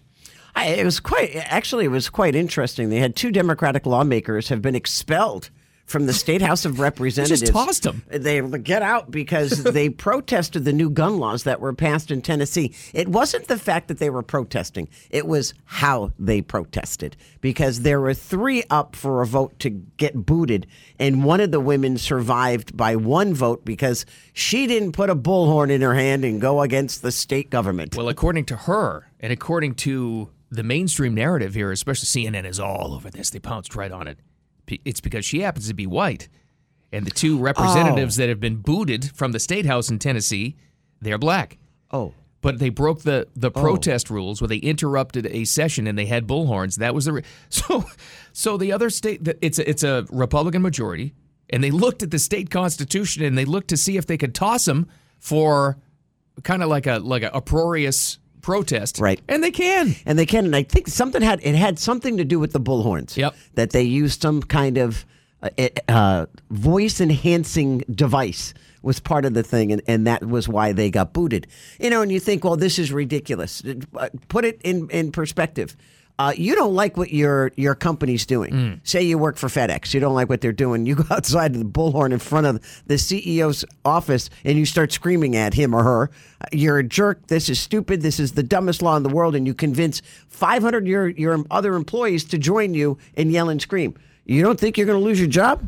C: I, it was quite actually it was quite interesting. They had two Democratic lawmakers have been expelled from the state
B: [laughs]
C: house of representatives.
B: tossed 'em.
C: They were- get out
B: [laughs]
C: because they protested the new gun laws that were passed in Tennessee. It wasn't the fact that they were protesting; it was how they protested. Because there were three up for a vote to get booted, and one of the women survived by one vote because she didn't put a bullhorn in her hand and go against the state government.
B: Well, according to her, and according to the mainstream narrative here, especially CNN is all over this. They pounced right on it. P- It's because she happens to be white, and the two representatives that have been booted from the state house in Tennessee, they're black.
C: oh.
B: But they broke the, the protest rules where they interrupted a session and they had bullhorns. That was the re- [laughs] so so the other state that it's a, it's a Republican majority, and they looked at the state constitution and they looked to see if they could toss them for kind of like a like a uproarious protest,
C: Right.
B: And they can.
C: and they can. And I think something had it had something to do with the bullhorns.
B: Yep.
C: That they used some kind of uh, uh, voice enhancing device was part of the thing, and, and that was why they got booted. You know, and you think, well, this is ridiculous. Uh, Put it in in perspective. uh, you don't like what your your company's doing. Say you work for FedEx, you don't like what they're doing. You go [laughs] outside to the bullhorn in front of the CEO's office and you start screaming at him or her. You're a jerk. This is stupid. This is the dumbest law in the world. And you convince 500 your your other employees to join you and yell and scream. You don't think you're going to lose your job?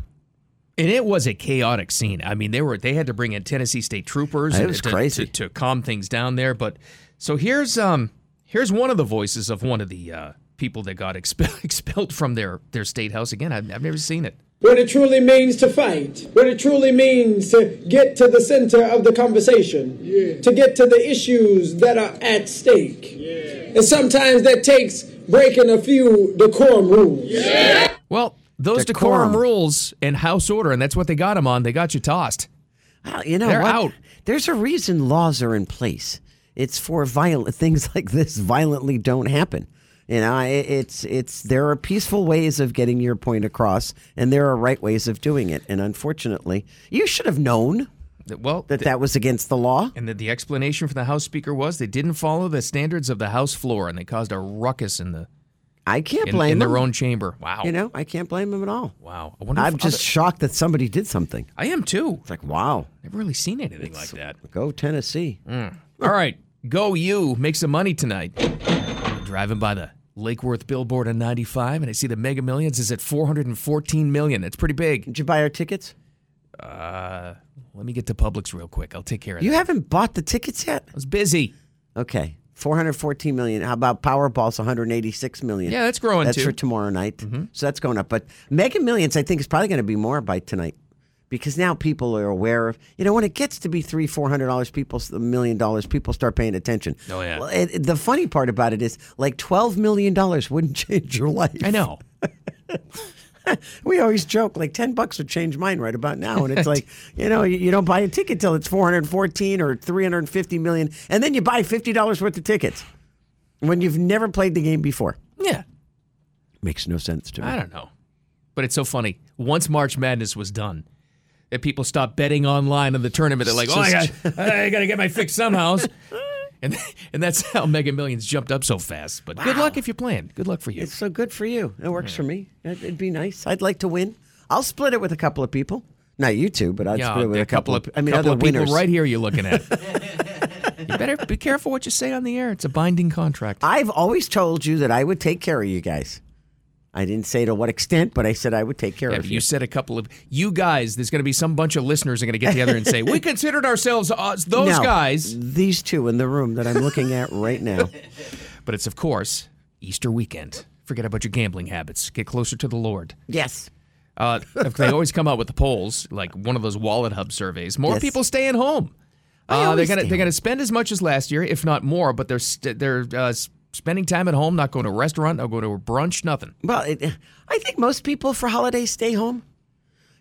B: And it was a chaotic scene. I mean, they were they had to bring in Tennessee State troopers.
C: It was
B: to,
C: crazy.
B: to, to calm things down there. But so here's um here's one of the voices of one of the uh, people that got [laughs] expe- expelled from their their state house. Again, I've, I've never seen it.
J: what it truly means to fight, what it truly means to get to the center of the conversation, to get to the issues that are at stake. And sometimes that takes breaking a few decorum rules.
B: Well, those decorum,
C: Decorum.
B: rules and house order, and that's what they got them on. They got you tossed.
C: Well, you know
B: They're
C: what?
B: out.
C: There's a reason laws are in place. It's for violent [laughs] things like this violently don't happen. You know, I- it's it's there are peaceful ways of getting your point across, and there are right ways of doing it. And unfortunately, you should have known
B: Well,
C: that that was against the law.
B: And that the explanation from the House Speaker was they didn't follow the standards of the House floor and they caused a ruckus in the
C: I can't
B: in,
C: blame
B: in their
C: them.
B: own chamber. Wow.
C: You know, I can't blame them at all.
B: wow. I wonder if
C: I'm just
B: other-
C: shocked that somebody did something.
B: I am too.
C: It's like, wow,
B: Never really seen anything like that.
C: go Tennessee.
B: Mm. All right. Go you. Make some money tonight. Driving by the Lake Worth billboard on 95 and I see the Mega Millions is at 414 million. That's pretty big.
C: Did you buy our tickets?
B: Uh, let me get to Publix real quick. I'll take care of
C: You
B: that.
C: haven't bought the tickets yet.
B: I was busy.
C: Okay. 414 million. How about Powerball's 186 million?
B: Yeah, that's growing
C: That's
B: too. Mm-hmm.
C: for tomorrow night. So that's going up. But Mega Millions, I think, is probably going to be more by tonight because now people are aware of, you know, when it gets to be three, $400, people, a million dollars, people start paying attention.
B: Oh, yeah.
C: Well, it, it- the funny part about it is like $12 million wouldn't [laughs] change your life.
B: I know.
C: We always joke like 10 bucks would change mine right about now. And it's like, you know, you, you don't buy a ticket till it's 414 or 350 million. And then you buy $50 worth of tickets when you've never played the game before.
B: Yeah.
C: Makes no sense to me.
B: I don't know. But it's so funny. Once March Madness was done, that people stopped betting online on the tournament. They're like, oh, I got, I got to get my fix somehow. And, and that's how Mega Millions jumped up so fast. But good luck if you're playing. Good luck for you.
C: It's so good for you. It works for me. It- It'd be nice. I'd like to win. I'll split it with a couple of people. Not you two, but I'd
B: Yeah,
C: split it with a couple, of, I mean,
B: couple
C: other
B: of people
C: winners.
B: right here you're looking
C: [laughs]
B: at. you better be careful what you say on the air. It's a binding contract.
C: I've always told you that I would take care of you guys. I didn't say to what extent, but I said I would take care of
B: If
C: you.
B: you said a couple of you guys, there's going to be some bunch of listeners are going to get together and say we considered ourselves uh, those
C: No,
B: guys.
C: These two in the room that I'm looking at right now.
B: But it's, of course, Easter weekend. Forget about your gambling habits. Get closer to the Lord.
C: Yes.
B: Uh, they always come out with the polls, like one of those Wallet Hub surveys. More
C: Yes.
B: people staying home. Uh, they're
C: always
B: gonna
C: stay
B: they're gonna spend as much as last year, if not more. But they're st- they're uh, s- spending time at home, not going to a restaurant, not going to a brunch, nothing.
C: Well, it, I think most people for holidays stay home.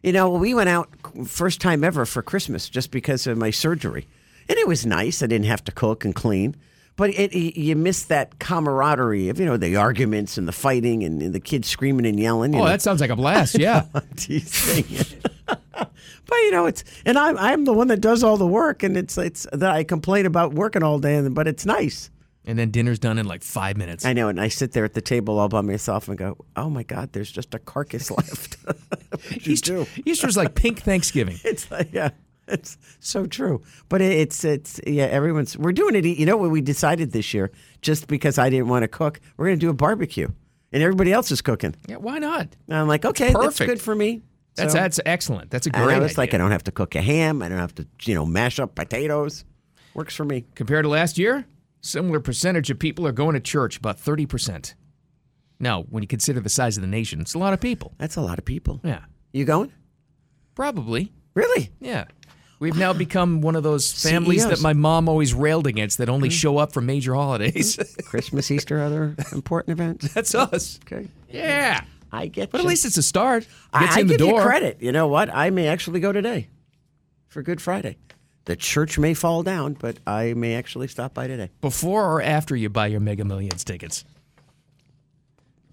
C: You know, we went out first time ever for Christmas just because of my surgery, and it was nice. I didn't have to cook and clean, but it, y- you miss that camaraderie of you know the arguments and the fighting and, and the kids screaming and yelling. You
B: Oh,
C: know. [laughs]
B: that sounds like a blast! Yeah, [laughs]
C: teasing it. but you know, it's and I'm I'm the one that does all the work, and it's it's that I complain about working all day, and but it's nice.
B: and then dinner's done in like five minutes.
C: I know, and I sit there at the table all by myself and go, "Oh my God, there's just
B: [laughs]
C: a carcass left." [laughs] What'd you
B: Easter,
C: do?
B: Easter's like pink Thanksgiving.
C: It's like, yeah, it's so true. But it, it's it's yeah, everyone's we're doing it. You know what we decided this year? Just because I didn't want to cook, we're going to do a barbecue, and everybody else is cooking.
B: Yeah, why not?
C: And I'm like, okay, that's
B: perfect.
C: good for me.
B: That's
C: So-
B: that's excellent. That's a
C: And
B: great.
C: I was like, I
B: idea.
C: don't have to cook a ham. I don't have to you know mash up potatoes. Works for me.
B: compared to last year, similar percentage of people are going to church, about 30%. Now, when you consider the size of the nation, it's a lot of people.
C: That's a lot of people.
B: Yeah.
C: You going?
B: Probably.
C: Really?
B: Yeah. We've now become one of
C: [laughs]
B: those families
C: CEOs.
B: that my mom always railed against that
C: Mm-hmm.
B: only show up for major holidays.
C: Christmas, Easter, [laughs] other important
B: [laughs]
C: events.
B: That's us.
C: Okay.
B: Yeah.
C: I get.
B: But at
C: you.
B: least it's a start. Gets you
C: I, I
B: in the
C: give
B: door.
C: you credit. You know what? I may actually go today for Good Friday. The church may fall down, but I may actually stop by today
B: Before or after you buy your Mega Millions tickets.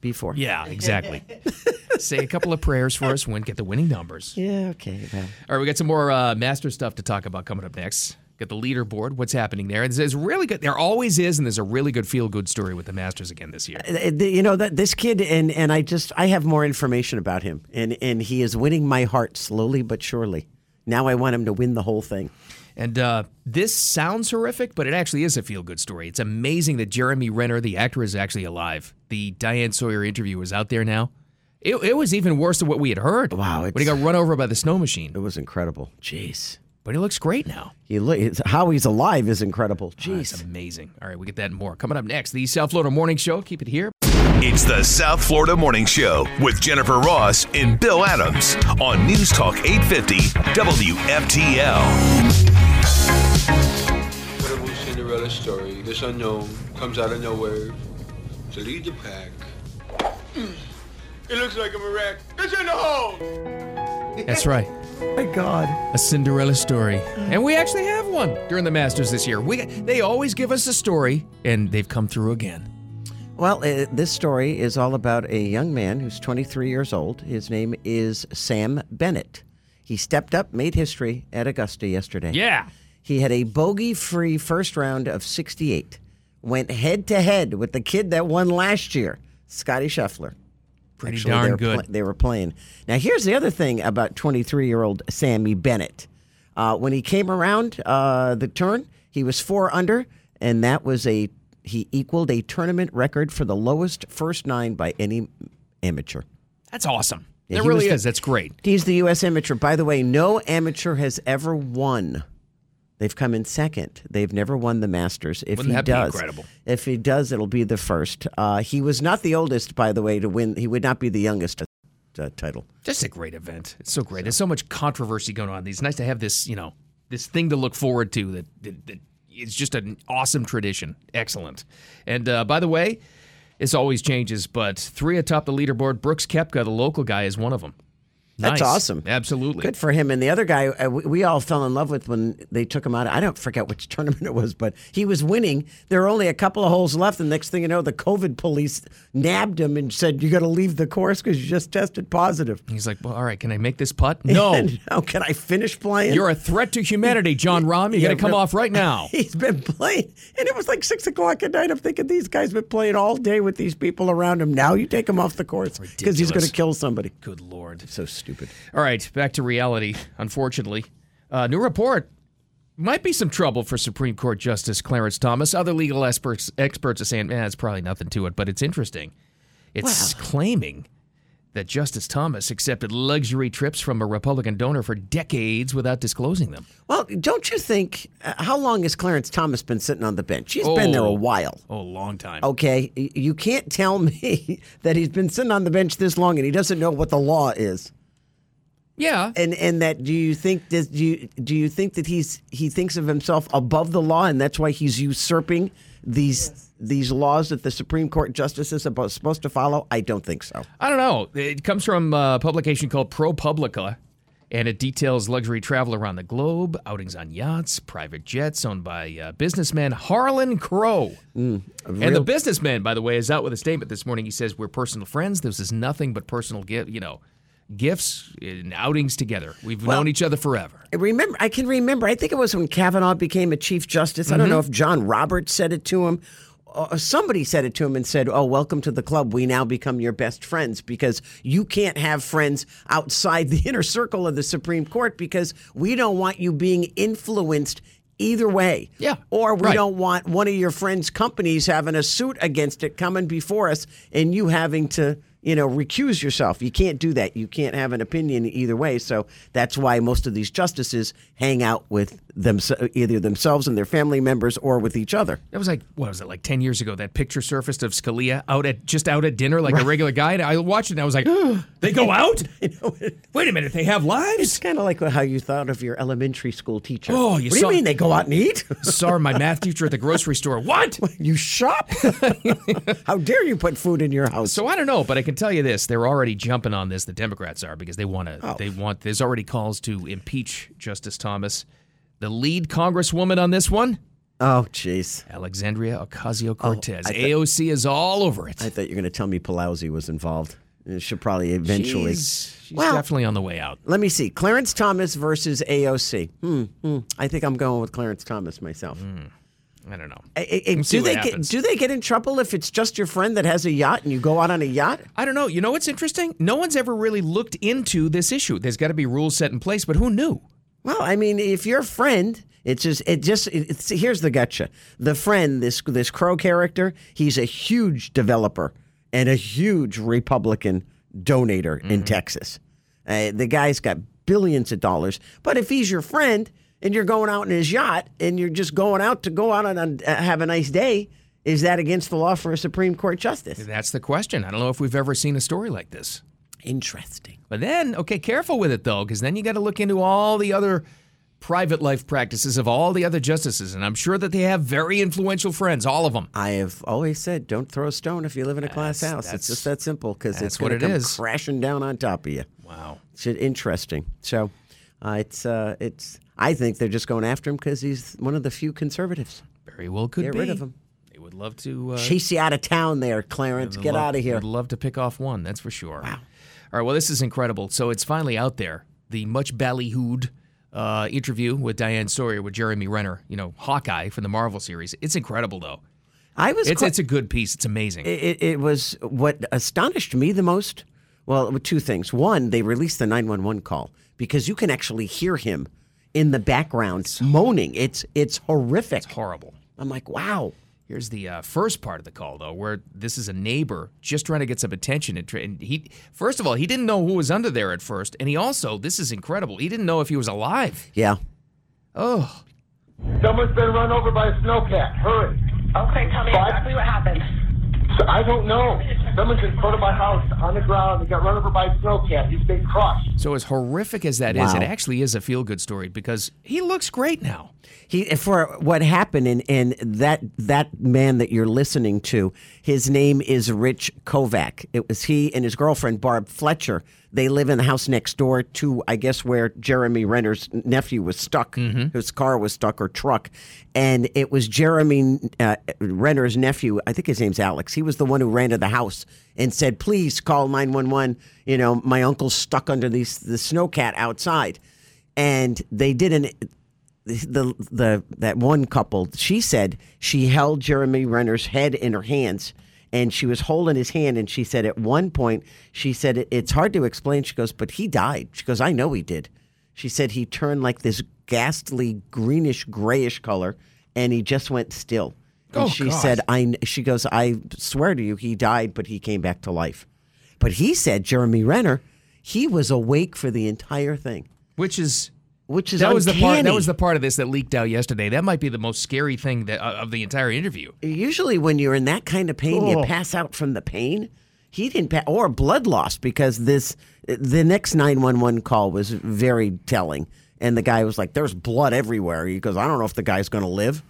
C: before.
B: Yeah, exactly. [laughs] Say a couple of prayers for us, win, get the winning numbers.
C: Yeah. Okay. Well,
B: All right, we got some more uh, master stuff to talk about coming up next. Got the leaderboard. What's happening there? And there's really good. There always is, and there's a really good feel-good story with the Masters again this year.
C: Uh, the- you know that this kid and and I just I have more information about him and and he is winning my heart slowly but surely. Now I want him to win the whole thing.
B: And uh, this sounds horrific, but it actually is a feel good story. It's amazing that Jeremy Renner, the actor, is actually alive. The Diane Sawyer interview is out there now. It, it was even worse than what we had heard.
C: Wow,
B: When he
C: it's-
B: got run over by the snow machine.
C: It was incredible. Jeez.
B: But he looks great now. Oh,
C: He look it's- how he's alive is incredible.
B: That's
C: Jeez.
B: amazing. All right, we get that and more. Coming up next, the South Florida Morning Show. Keep it here.
A: It's the South Florida Morning Show with Jennifer Ross and Bill Adams on News Talk 850 WFTL.
K: Incredible Cinderella story. This unknown comes out of nowhere to lead the pack. Mm. It looks like I'm a wreck. It's in the hole!
B: That's right.
C: My God.
B: a Cinderella story. And we actually have one during the Masters this year. We They always give us a story, and they've come through again.
C: Well, uh, this story is all about a young man who's 23 years old. His name is Sam Bennett. He stepped up, made history at Augusta yesterday.
B: Yeah.
C: He had a bogey free first round of 68, went head to head with the kid that won last year, Scotty Scheffler.
B: Pretty
C: Actually,
B: darn
C: they were
B: good.
C: pla- they were playing. Now, here's the other thing about 23 year old Sammy Bennett. Uh, when he came around uh, the turn, he was four under, and that was a he equaled a tournament record for the lowest first nine by any amateur.
B: That's awesome.
C: Yeah,
B: That
C: he
B: really
C: was the-
B: is. That's great.
C: He's the U.S. amateur. By the way, no amateur has ever won. They've come in second. They've never won the Masters. If
B: Wouldn't
C: he
B: that be
C: does,
B: incredible?
C: if he does, it'll be the first. Uh, he was not the oldest, by the way, to win. He would not be the youngest to uh, title.
B: Just a great event. It's so great. There's so much controversy going on. It's nice to have this, you know, this thing to look forward to that, that, that it's just an awesome tradition. Excellent. And uh, by the way, this always changes, but three atop the leaderboard, Brooks Kepka, the local guy, is one of them.
C: That's
B: Nice.
C: awesome.
B: Absolutely.
C: Good for him. And the other guy, uh, we, we all fell in love with when they took him out. I don't forget which [laughs] tournament it was, but he was winning. There were only a couple of holes left. And next thing you know, the COVID police nabbed him and said, "You got to leave the course because you just tested positive." [laughs]
B: He's like, well, all right, can I make this putt? No.
C: How can I finish playing?
B: You're a threat to humanity, John Rahm. You got to
C: [laughs] Yeah,
B: come
C: but-
B: off right
C: [laughs]
B: now.
C: He's been playing, and it was like six o'clock at night. I'm thinking these guys been playing all day with these people around him. Now you take him off the course because he's going
B: Ridiculous.
C: to kill somebody.
B: Good lord.
C: So stupid.
B: All right, back to reality, unfortunately. Uh, new report might be some trouble for Supreme Court Justice Clarence Thomas. Other legal experts, experts are saying, eh, it's probably nothing to it, but it's interesting. It's claiming that Justice Thomas accepted luxury trips from a Republican donor for decades without disclosing them.
C: Well, don't you think? Uh, how long has Clarence Thomas been sitting on the bench? He's been there a
B: Oh.
C: while.
B: Oh, long time.
C: Okay, Y- you can't tell [laughs] me that he's been sitting on the bench this long and he doesn't know what the law is.
B: Yeah.
C: And and that do you think does, do you do you think that he's he thinks of himself above the law and that's why he's usurping these these laws that the Supreme Court justices are bo- supposed to follow? I don't think so.
B: I don't know. It comes from a publication called ProPublica, and it details luxury travel around the globe, outings on yachts, private jets owned by uh, businessman Harlan Crow. and the businessman, by the way, is out with a statement this morning. He says, "We're personal friends. This is nothing but personal gift. You know." Gifts and outings together. We've known each other forever.
C: I remember I can remember. I think it was when Kavanaugh became a chief justice. I don't know
B: Mm-hmm.
C: if John Roberts said it to him. Or somebody said it to him and said, "Oh, welcome to the club. We now become your best friends because you can't have friends outside the [laughs] inner circle of the Supreme Court because we don't want you being influenced either way.
B: Yeah,
C: or we
B: right.
C: don't want one of your friends' companies having a suit against it coming before us and you having to, you know, recuse yourself. You can't do that. You can't have an opinion either way. So that's why most of these justices hang out with them either themselves and their family members or with each other.
B: That was like what was it like ten years ago? That picture surfaced of Scalia out at just out at dinner like a regular guy, and I watched it and I was like, [gasps] they go out? Wait a minute, they have lives?
C: It's kind of like how you thought of your elementary school teacher.
B: Oh, you
C: what do
B: saw-
C: you mean they go out and eat? [laughs]
B: saw my math teacher at the grocery store. What?
C: you shop? how dare you put food in your
B: [laughs]
C: house?
B: So I don't know, but I can tell you this: they're already jumping on this. The Democrats are because they want to.
C: Oh.
B: They want. There's already calls to impeach Justice Thomas. The lead Congresswoman on this one,
C: oh, jeez.
B: Alexandria Ocasio Cortez.
C: Oh, I thi-
B: AOC is all over it.
C: I thought you were going to tell me Pelosi was involved. It should probably eventually.
B: She's, she's definitely on the way out.
C: Let me see. Clarence Thomas versus AOC. Hmm. hmm. I think I'm going with Clarence Thomas myself.
B: I don't know.
C: I- I- I-
B: Hmm. We'll see
C: do
B: what
C: they
B: happens.
C: get do they get in trouble if it's just your friend that has a yacht and you go out on a yacht?
B: I don't know. You know what's interesting? No one's ever really looked into this issue. There's got to be rules set in place, but who knew?
C: Well, I mean, if your friend, it's just it just it's, here's the gotcha. The friend, this this crow character, he's a huge developer and a huge Republican donator in Texas. Uh, the guy's got billions of dollars, but if he's your friend and you're going out in his yacht and you're just going out to go out and uh, have a nice day, is that against the law for a Supreme Court justice?
B: That's the question. I don't know if we've ever seen a story like this.
C: Interesting.
B: But then, okay, careful with it though, because then you got to look into all the other private life practices of all the other justices, and I'm sure that they have very influential friends, all of them.
C: I have always said, don't throw a stone if you live in a class
B: That's-
C: house.
B: that's-
C: It's just that simple because
B: that's
C: it's
B: what
C: going
B: it
C: to come
B: is.
C: crashing down on top of you.
B: Wow.
C: It's interesting. So, uh, it's uh, it's. I think they're just going after him because he's one of the few conservatives.
B: Very well could
C: Get
B: be.
C: rid of him.
B: They would love to uh,
C: Chase you out of town, there, Clarence.
B: I'd
C: Get
B: love-
C: out of here.
B: I'd love to pick off one, that's for sure. Wow. All right, well, this is incredible. So it's finally out there. The much ballyhooed uh, interview with Diane Sawyer with Jeremy Renner, you know, Hawkeye from the Marvel series. It's incredible, though.
C: I was.
B: It's,
C: qui-
B: it's a good piece. It's amazing.
C: it, it- it was what astonished me the most. Well, it were two things. One, they released the 911 call because you can actually hear him in the background moaning. It's it's horrific.
B: Horrible.
C: I'm like, wow.
B: Here's the uh, first part of the call, though, where this is a neighbor just trying to get some attention. And, tra- and he, first of all, he didn't know who was under there at first, and he also, this is incredible. He didn't know if he was alive.
C: Yeah.
B: Oh,
G: Someone's been run over by a snowcat. Hurry.
F: Okay, tell me
G: Five-
F: exactly what happened.
G: So I don't know. Someone's in front of my house on the ground. He got run over by a snowcat. He's been crushed.
B: so as horrific as that is,
C: Wow.
B: it actually is a feel-good story because he looks great now.
C: He for what happened and and that that man that you're listening to, his name is Rich Kovac. It was he and his girlfriend Barb Fletcher. They live in the house next door to I guess where Jeremy Renner's nephew was stuck, his car was stuck or truck, and it was Jeremy uh, Renner's nephew. I think his name's Alex. He was the one who ran to the house and said, "Please call 911. You know, my uncle's stuck under these the snowcat outside." And they did an the the that one couple she said she held Jeremy Renner's head in her hands and she was holding his hand and she said at one point she said "It- it's hard to explain she goes but he died she goes I know he did she said he turned like this ghastly greenish grayish color and he just went still and
B: Oh,
C: she
B: God.
C: said I kn- she goes I swear to you he died but he came back to life but he said Jeremy Renner he was awake for the entire thing
B: which is
C: which is
B: that was the part that
C: uncanny.
B: was the part of this that leaked out yesterday. That might be the most scary thing that, uh, of the entire interview.
C: usually when you're in that kind of pain, you pass out from the pain. He didn't pass, or blood loss because this the next nine one one call was very telling, and the guy was like, "There's blood everywhere." He goes, "I don't know if the guy's going to live."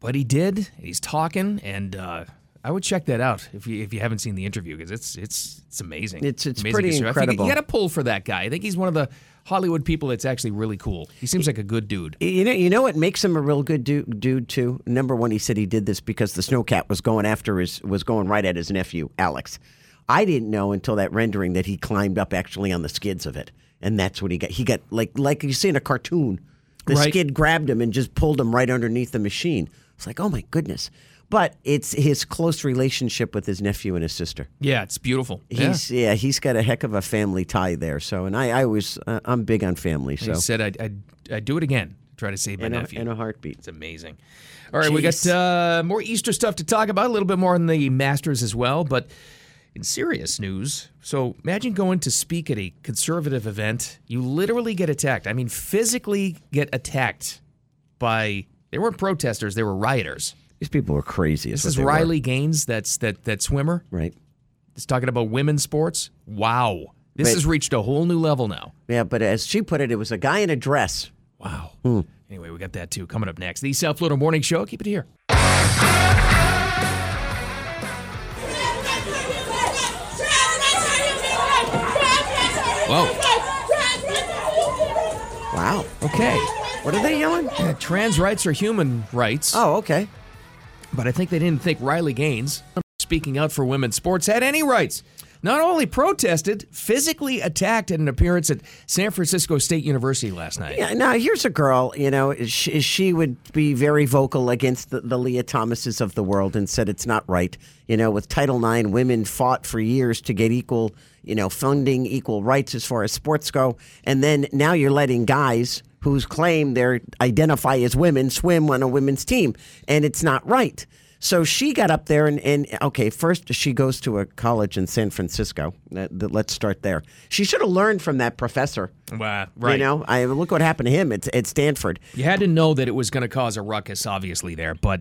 B: But he did. He's talking, and uh, I would check that out if you if you haven't seen the interview because it's it's it's amazing.
C: It's- it's
B: amazing
C: pretty
B: history. I think
C: incredible.
B: You got to pull for that guy. I think he's one of the Hollywood people that's actually really cool. He seems like a good dude.
C: You know, you know what makes him a real good dude, dude too. Number one, he said he did this because the snowcat was going after his was going right at his nephew Alex. I didn't know until that rendering that he climbed up actually on the skids of it, and that's what he got. He got like like you see in a cartoon, the
B: Right.
C: skid grabbed him and just pulled him right underneath the machine. It's like oh my goodness, but it's his close relationship with his nephew and his sister.
B: Yeah, it's beautiful. Yeah.
C: He's yeah, he's got a heck of a family tie there. So, and I I always uh, I'm big on family. So
B: He said, "I'd I'd, I'd do it again. Try to save my
C: in a,
B: nephew."
C: in a heartbeat.
B: It's amazing. All right, we got
C: Jeez.
B: uh, more Easter stuff to talk about, a little bit more on the Masters as well. But in serious news, so imagine going to speak at a conservative event. You literally get attacked. I mean, physically get attacked by. They weren't protesters; they were rioters.
C: These people were crazy.
B: This
C: what
B: is
C: they were.
B: Riley Gaines, that's that that swimmer.
C: Right.
B: That's talking about women's sports. Wow, this
C: But-
B: has reached a whole new level now.
C: Yeah, but as she put it, it was a guy in a dress.
B: Wow. Hmm. Anyway, we got that too coming up next. The South Florida Morning Show. Keep it here.
L: Whoa.
C: Wow.
B: Okay.
C: What are they yelling?
B: Trans rights are human rights.
C: Oh, okay.
B: But I think they didn't think Riley Gaines, speaking out for women's sports, had any rights. not only protested, physically attacked at an appearance at San Francisco State University last night.
C: Yeah, now here's a girl, you know, she, she would be very vocal against the, the Leah Thomases of the world and said it's not right. You know, with Title IX, women fought for years to get equal, you know, funding, equal rights as far as sports go. And then now you're letting guys whose claim they identify as women swim on a women's team, and it's not right. So she got up there and, and okay, first she goes to a college in San Francisco. That- that- Let's start there. She should have learned from that professor.
B: Wow, right.
C: You know, I look what happened to him at, at Stanford.
B: You had to know that it was going to cause a ruckus, obviously, there, but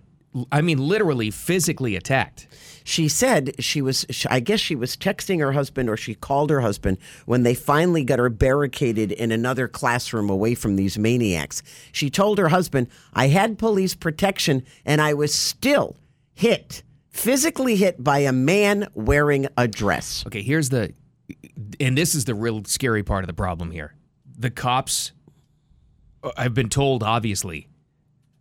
B: I mean, literally physically attacked.
C: She said she was, sh I guess she was texting her husband or she called her husband when they finally got her barricaded in another classroom away from these maniacs. She told her husband, I had police protection and I was still hit, physically hit by a man wearing a dress.
B: Okay, here's the, and this is the real scary part of the problem here. The cops uh, have been told, obviously,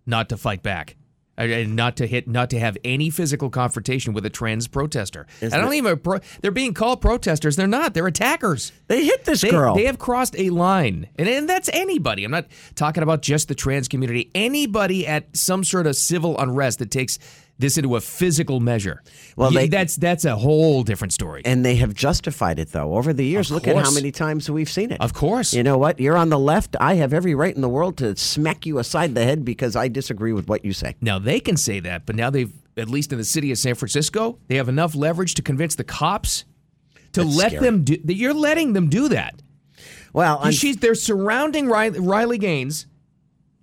B: not to fight back. uh, And not to hit, not to have any physical confrontation with a trans protester. I don't even. Pro- they're being called protesters. They're not. They're attackers.
C: They hit this
B: They-
C: girl.
B: They have crossed a line, and, and that's anybody. I'm not talking about just the trans community. Anybody at some sort of civil unrest that takes this into a physical measure.
C: Well,
B: Yeah,
C: they-
B: that's that's a whole different story.
C: And they have justified it, though. Over the years,
B: Of
C: look at how
B: course.
C: many times we've seen it.
B: Of course.
C: You know what? You're on the left. I have every right in the world to smack you aside the head because I disagree with what you say.
B: Now they can say that, but now they've at least in the city of San Francisco, they have enough leverage to convince the cops to
C: That's
B: let
C: scary.
B: them do that you're letting them do that.
C: Well, I'm,
B: She's they're surrounding Riley, Riley Gaines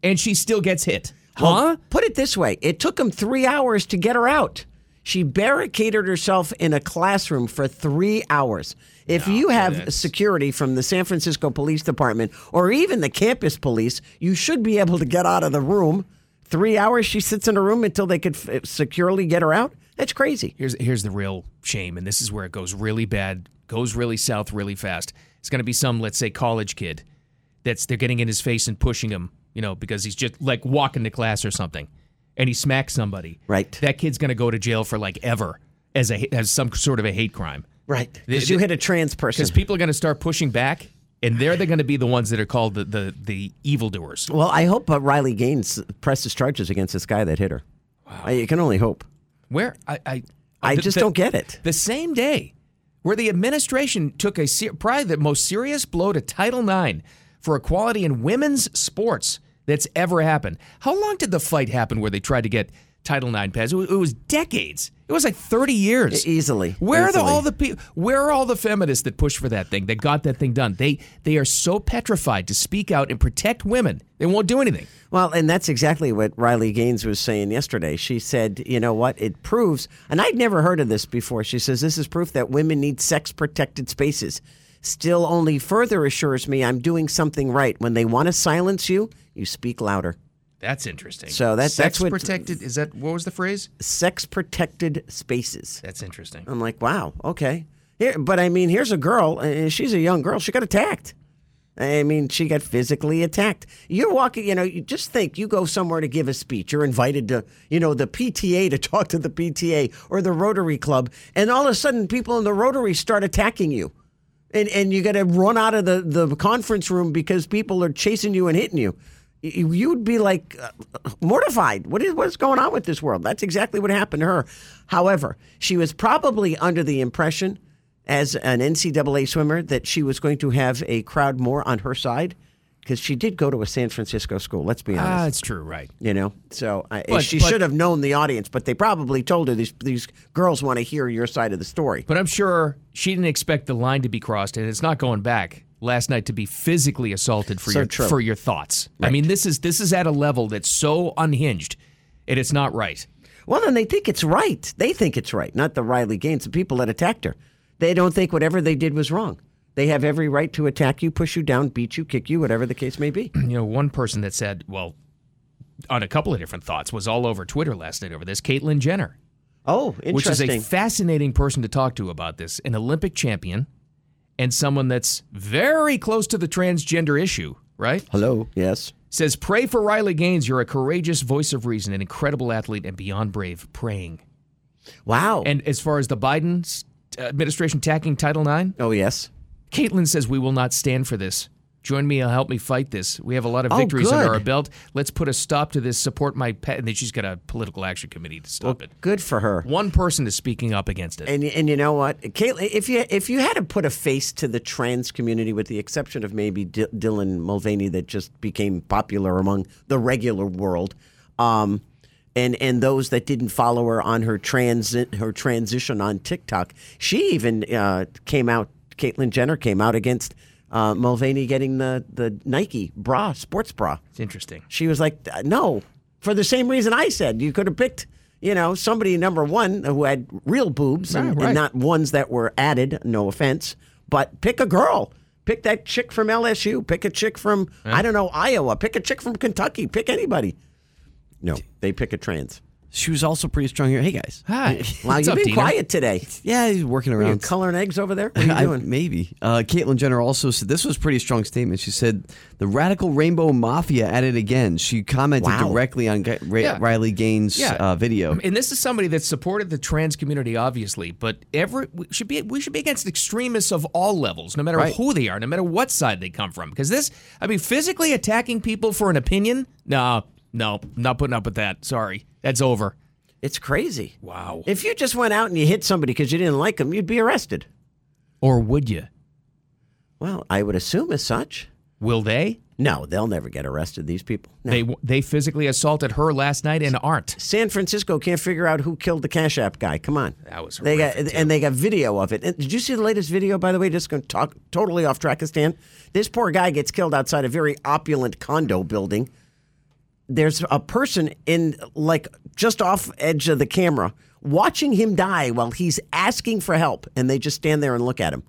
B: and she still gets hit.
C: well,
B: Huh?
C: Put it this way it took them three hours to get her out. She barricaded herself in a classroom for three hours. If you have security from the San Francisco Police Department or even the campus police, you should be able to get out of the room. Three hours she sits in a room until they could f- securely get her out? That's crazy.
B: Here's here's the real shame, and this is where it goes really bad, goes really south really fast. It's gonna be some, let's say, college kid that's they're getting in his face and pushing him, you know, because he's just like walking to class or something. And he smacks somebody.
C: Right.
B: That kid's gonna go to jail for like ever as a as some sort of a hate crime.
C: Right.
B: The-
C: Because you
B: the-
C: hit a trans person.
B: because people are going to start pushing back, and they're they're going to be the ones that are called the the, the evildoers.
C: Well, I hope uh, Riley Gaines presses charges against this guy that hit her. I, you can only hope.
B: Where I I,
C: I
B: the-
C: just
B: the-
C: don't get it.
B: The same day, where the administration took a ser- probably the most serious blow to Title IX for equality in women's sports that's ever happened. How long did the fight happen where they tried to get Title IX passed? It was, it was decades. It was like thirty years.
C: E, Easily.
B: Where are the,
C: Easily.
B: all the people? Where are all the feminists that pushed for that thing? That got that thing done? They they are so petrified to speak out and protect women. They won't do anything.
C: Well, and that's exactly what Riley Gaines was saying yesterday. She said, you know what? It proves, and I'd never heard of this before. She says, this is proof that women need sex protected spaces. Still only further assures me I'm doing something right. When they want to silence you, you speak louder.
B: That's interesting.
C: So that-
B: Sex
C: that's what-
B: protected. Is that what was the phrase?
C: Sex protected spaces.
B: That's interesting.
C: I'm like, wow, okay. Here, but I mean, here's a girl, and she's a young girl. She got attacked. I mean, she got physically attacked. You're walking, you know, you just think you go somewhere to give a speech. You're invited to, you know, the PTA to [laughs] talk to the PTA or the Rotary Club, and all of a sudden, people in the Rotary start attacking you. And, and you got to run out of the, the conference room because people are chasing you and hitting you. You- You'd be like uh, mortified. What is what's going on with this world? That's exactly what happened to her. However, she was probably under the impression, as an NCAA swimmer, that she was going to have a crowd more on her side because she did go to a San Francisco school. Let's be honest.
B: Ah, it's true, right?
C: you know, so I,
B: But-
C: she
B: but-
C: should have known the audience, but they probably told her these these girls want to hear your side of the story.
B: But I'm sure she didn't expect the line to be crossed, and it's not going back last night to be physically assaulted for
C: So
B: your
C: true.
B: for your thoughts. I mean, this is this is at a level that's so unhinged, and it's not right. [clears throat]
C: Well, then they think it's right. They think it's right, not the Riley Gaines, the people that attacked her. They don't think whatever they did was wrong. They have every right to attack you, push you down, beat you, kick you, whatever the case may be.
B: you know, one person that said, well, on a couple of different thoughts was all over Twitter last night over this, Caitlyn Jenner,
C: Oh,
B: which is
C: interesting.
B: a fascinating person to talk to about this, an Olympic champion and someone that's very close to the transgender issue, right?
D: Hello.
C: yes.
B: Says, pray for Riley Gaines. You're a courageous voice of reason, an incredible athlete, and beyond brave. Praying.
C: Wow.
B: And as far as the Bidens, administration tacking Title IX?
C: Oh, yes.
B: Caitlin says we will not stand for this. Join me and help me fight this. We have a lot of
C: Oh,
B: victories
C: good.
B: under our belt. Let's put a stop to this. Support my pet. And then she's got a political action committee to stop it.
C: Good for her.
B: One person is speaking up against it.
C: And and you know what, Caitlin, if you if you had to put a face to the trans community, with the exception of maybe D- Dylan Mulvaney, that just became popular among the regular world, um, and and those that didn't follow her on her transit her transition on TikTok, she even uh, came out. Caitlyn Jenner came out against uh, Mulvaney getting the the Nike bra, sports bra.
B: It's interesting.
C: She was like, uh, no, for the same reason I said. You could have picked, you know, somebody number one who had real boobs and,
B: Ah,
C: and
B: right.
C: not ones that were added, no offense, but pick a girl. Pick that chick from LSU. Pick a chick from, I don't know, Iowa. Pick a chick from Kentucky. Pick anybody. No, they pick a trans.
D: She was also pretty strong here. Hey guys.
B: [laughs] Hi.
C: Wow,
B: What's
C: you've
B: up,
C: been
B: Dina?
C: quiet today.
D: Yeah, he's working
C: Are you
D: around.
C: coloring eggs over there?
B: [laughs]
C: What are
D: I-
C: you doing?
D: maybe. Uh, Caitlyn Jenner also said this was a pretty strong statement. She said the radical rainbow mafia at it again. She commented
C: Wow.
D: directly on Ga- Ra-
B: Yeah.
D: Riley Gaines'
B: Yeah.
D: uh, video.
B: And this is somebody that supported the trans community, obviously, but every we should be we should be against extremists of all levels, no matter
D: Right.
B: who they are, no matter what side they come from. Because this, I mean, physically attacking people for an opinion, no, no, not putting up with that. Sorry, that's over.
C: It's crazy.
B: Wow.
C: If you just went out and you hit somebody because you didn't like them, you'd be arrested.
B: Or would you?
C: Well, I would assume as such.
B: Will they?
C: No, they'll never get arrested, these people. No.
B: They they physically assaulted her last night and aren't.
C: San Francisco can't figure out who killed the Cash App guy. Come on.
B: That was
C: they got
B: horrific, too.
C: and they got video of it. And did you see the latest video by the way? Just going to talk totally off track of Stan. This poor guy gets killed outside a very opulent condo building. There's a person in like just off edge of the camera watching him die while he's asking for help and they just stand there and look at him.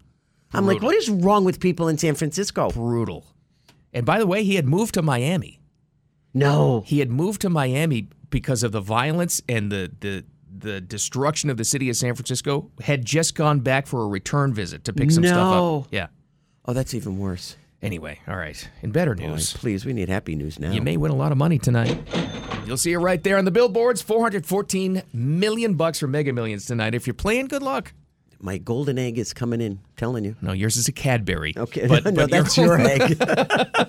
C: I'm like, what is wrong with people in San Francisco?
B: Brutal. And by the way, he had moved to Miami.
C: No.
B: He had moved to Miami because of the violence and the the the destruction of the city of San Francisco. Had just gone back for a return visit to pick some stuff
C: No.
B: up. Yeah.
C: Oh, that's even worse.
B: Anyway, all right. In better news,
C: Please, we need happy news now.
B: you may win a lot of money tonight. You'll see it right there on the billboards. 414 million bucks for Mega Millions tonight. If you're playing, good luck.
C: My golden egg is coming in, telling you.
B: No, yours is a Cadbury.
C: Okay,
B: but,
C: [laughs] no,
B: but
C: that's
B: your
C: your egg.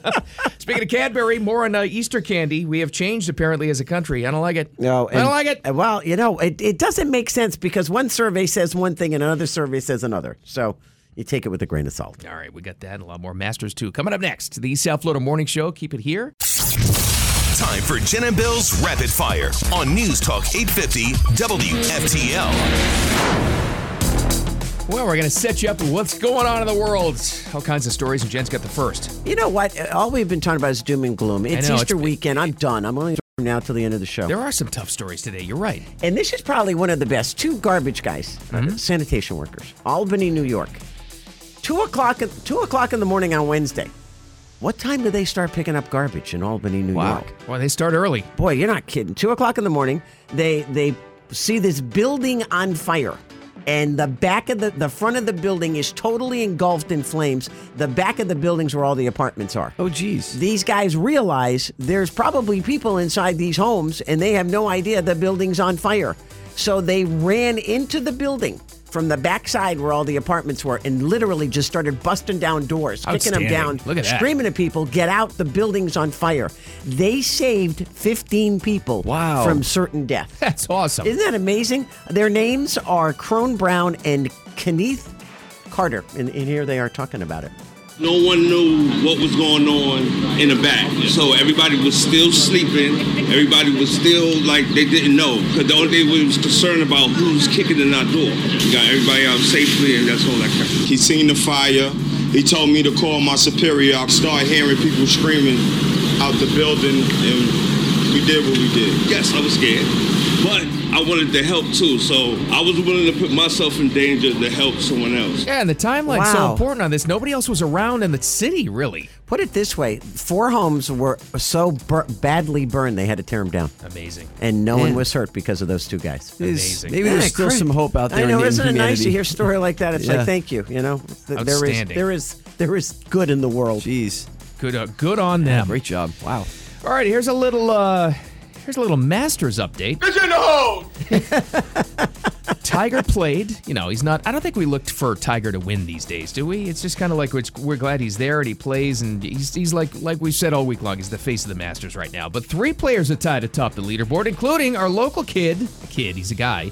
B: [laughs] Speaking of Cadbury, more on uh, Easter candy. We have changed apparently as a country. I don't like it.
C: No,
B: I don't like it.
C: and- Well, you know, it, it doesn't make sense because one survey says one thing and another survey says another. So you take it with a grain of salt.
B: All right, we got that and a lot more Masters too. Coming up next, the South Florida Morning Show. Keep it here.
A: Time for Jen and Bill's Rapid Fire on News Talk 850 WFTL.
B: Well, we're going to set you up with what's going on in the world. All kinds of stories, and Jen's got the first.
C: You know what? Uh, All we've been talking about is doom and gloom. It's
B: know,
C: Easter
B: it's-
C: weekend. I'm done. I'm only from now till the end of the show.
B: There are some tough stories today. You're right.
C: And this is probably one of the best. Two garbage guys,
B: Mm-hmm.
C: uh, sanitation workers, Albany, New York. Two o'clock, two o'clock in the morning on Wednesday. What time do they start picking up garbage in Albany, New
D: Wow.
C: York?
B: Well, they start early.
C: boy, you're not kidding. Two o'clock in the morning, they they see this building on fire. And the back of the the front of the building is totally engulfed in flames. The back of the buildings where all the apartments are.
D: Oh, geez.
C: These guys realize there's probably people inside these homes and they have no idea the building's on fire. So they ran into the building from the backside where all the apartments were and literally just started busting down doors, kicking them
B: Outstanding.
C: down,
B: Look at that.
C: screaming at people, get out, the building's on fire. They saved 15 people
D: Wow.
C: from certain death.
B: [laughs] That's awesome.
C: Isn't that amazing? Their names are Crone Brown and Kenneth Carter. And, and here they are talking about it.
L: No one knew what was going on in the back. So everybody was still sleeping. Everybody was still like they didn't know. Because the only thing we was concerned about who's kicking in our door. We got everybody out safely and that's all that counts. He seen the fire. He told me to call my superior. I started hearing people screaming out the building and we did what we did. Yes, I was scared. But I wanted to help too. So I was willing to put myself in danger to help someone else.
B: Yeah, and the timeline's so
C: Wow.
B: important on this. Nobody else was around in the city, really.
C: Put it this way: four homes were so bur- badly burned they had to tear them down,
B: Amazing.
C: and no one
D: Man.
C: was hurt because of those two guys.
D: There's-
B: Amazing.
D: Maybe there's still some hope out there.
C: I know,
D: in
C: isn't it
D: humanity.
C: nice to hear a story like that? It's
D: Yeah.
C: like, thank you. You know, Th- there is
B: Outstanding.
C: there is there is good in the world. [laughs]
D: Jeez.
B: Good, uh, good on them.
D: Great job. Wow.
B: All right, here's a little, uh, here's a little Masters update.
K: It's in the hole.
B: Tiger played. You know, he's not. I don't think we looked for Tiger to win these days, do we? It's just kind of like we're, we're glad he's there and he plays, and he's, he's like like we've said all week long. He's the face of the Masters right now. But three players are tied atop the leaderboard, including our local kid. Kid, he's a guy.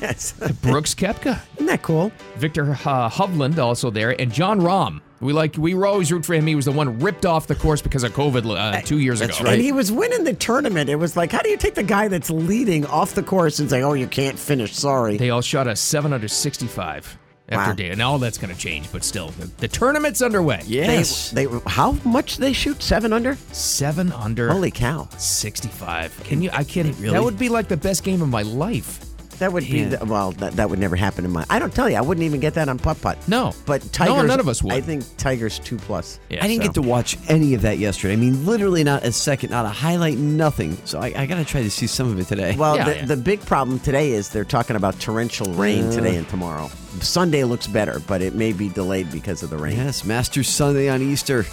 B: Yes. Brooks Kepka.
C: Isn't that cool?
B: Victor uh, Hovland also there, and John Rahm. We like we were always root for him. He was the one ripped off the course because of COVID uh, two years ago.
C: And he was winning the tournament. It was like, how do you take the guy that's leading off the course and say, oh, you can't finish? Sorry.
B: They all shot a 7 under 65 after
C: Wow.
B: day. And all that's going to change, but still, the, the tournament's underway.
C: They, they how much they shoot? Seven under?
B: Seven under.
C: Holy cow!
B: Sixty-five. Can you? I can't. That would be like the best game of my life.
C: That would be
B: Man.
C: the, well. That, that would never happen in my. I don't tell you. I wouldn't even get that on putt putt.
B: No,
C: but Tiger's.
D: none of us would.
C: I think Tiger's two plus.
D: I didn't get to watch any of that yesterday. I mean, literally not a second, not a highlight, nothing. So I, I got to try to see some of it today.
C: Well, the, the big problem today is they're talking about torrential rain
D: Uh.
C: today and tomorrow. Sunday looks better, but it may be delayed because of the rain.
D: Yes, Masters Sunday on Easter.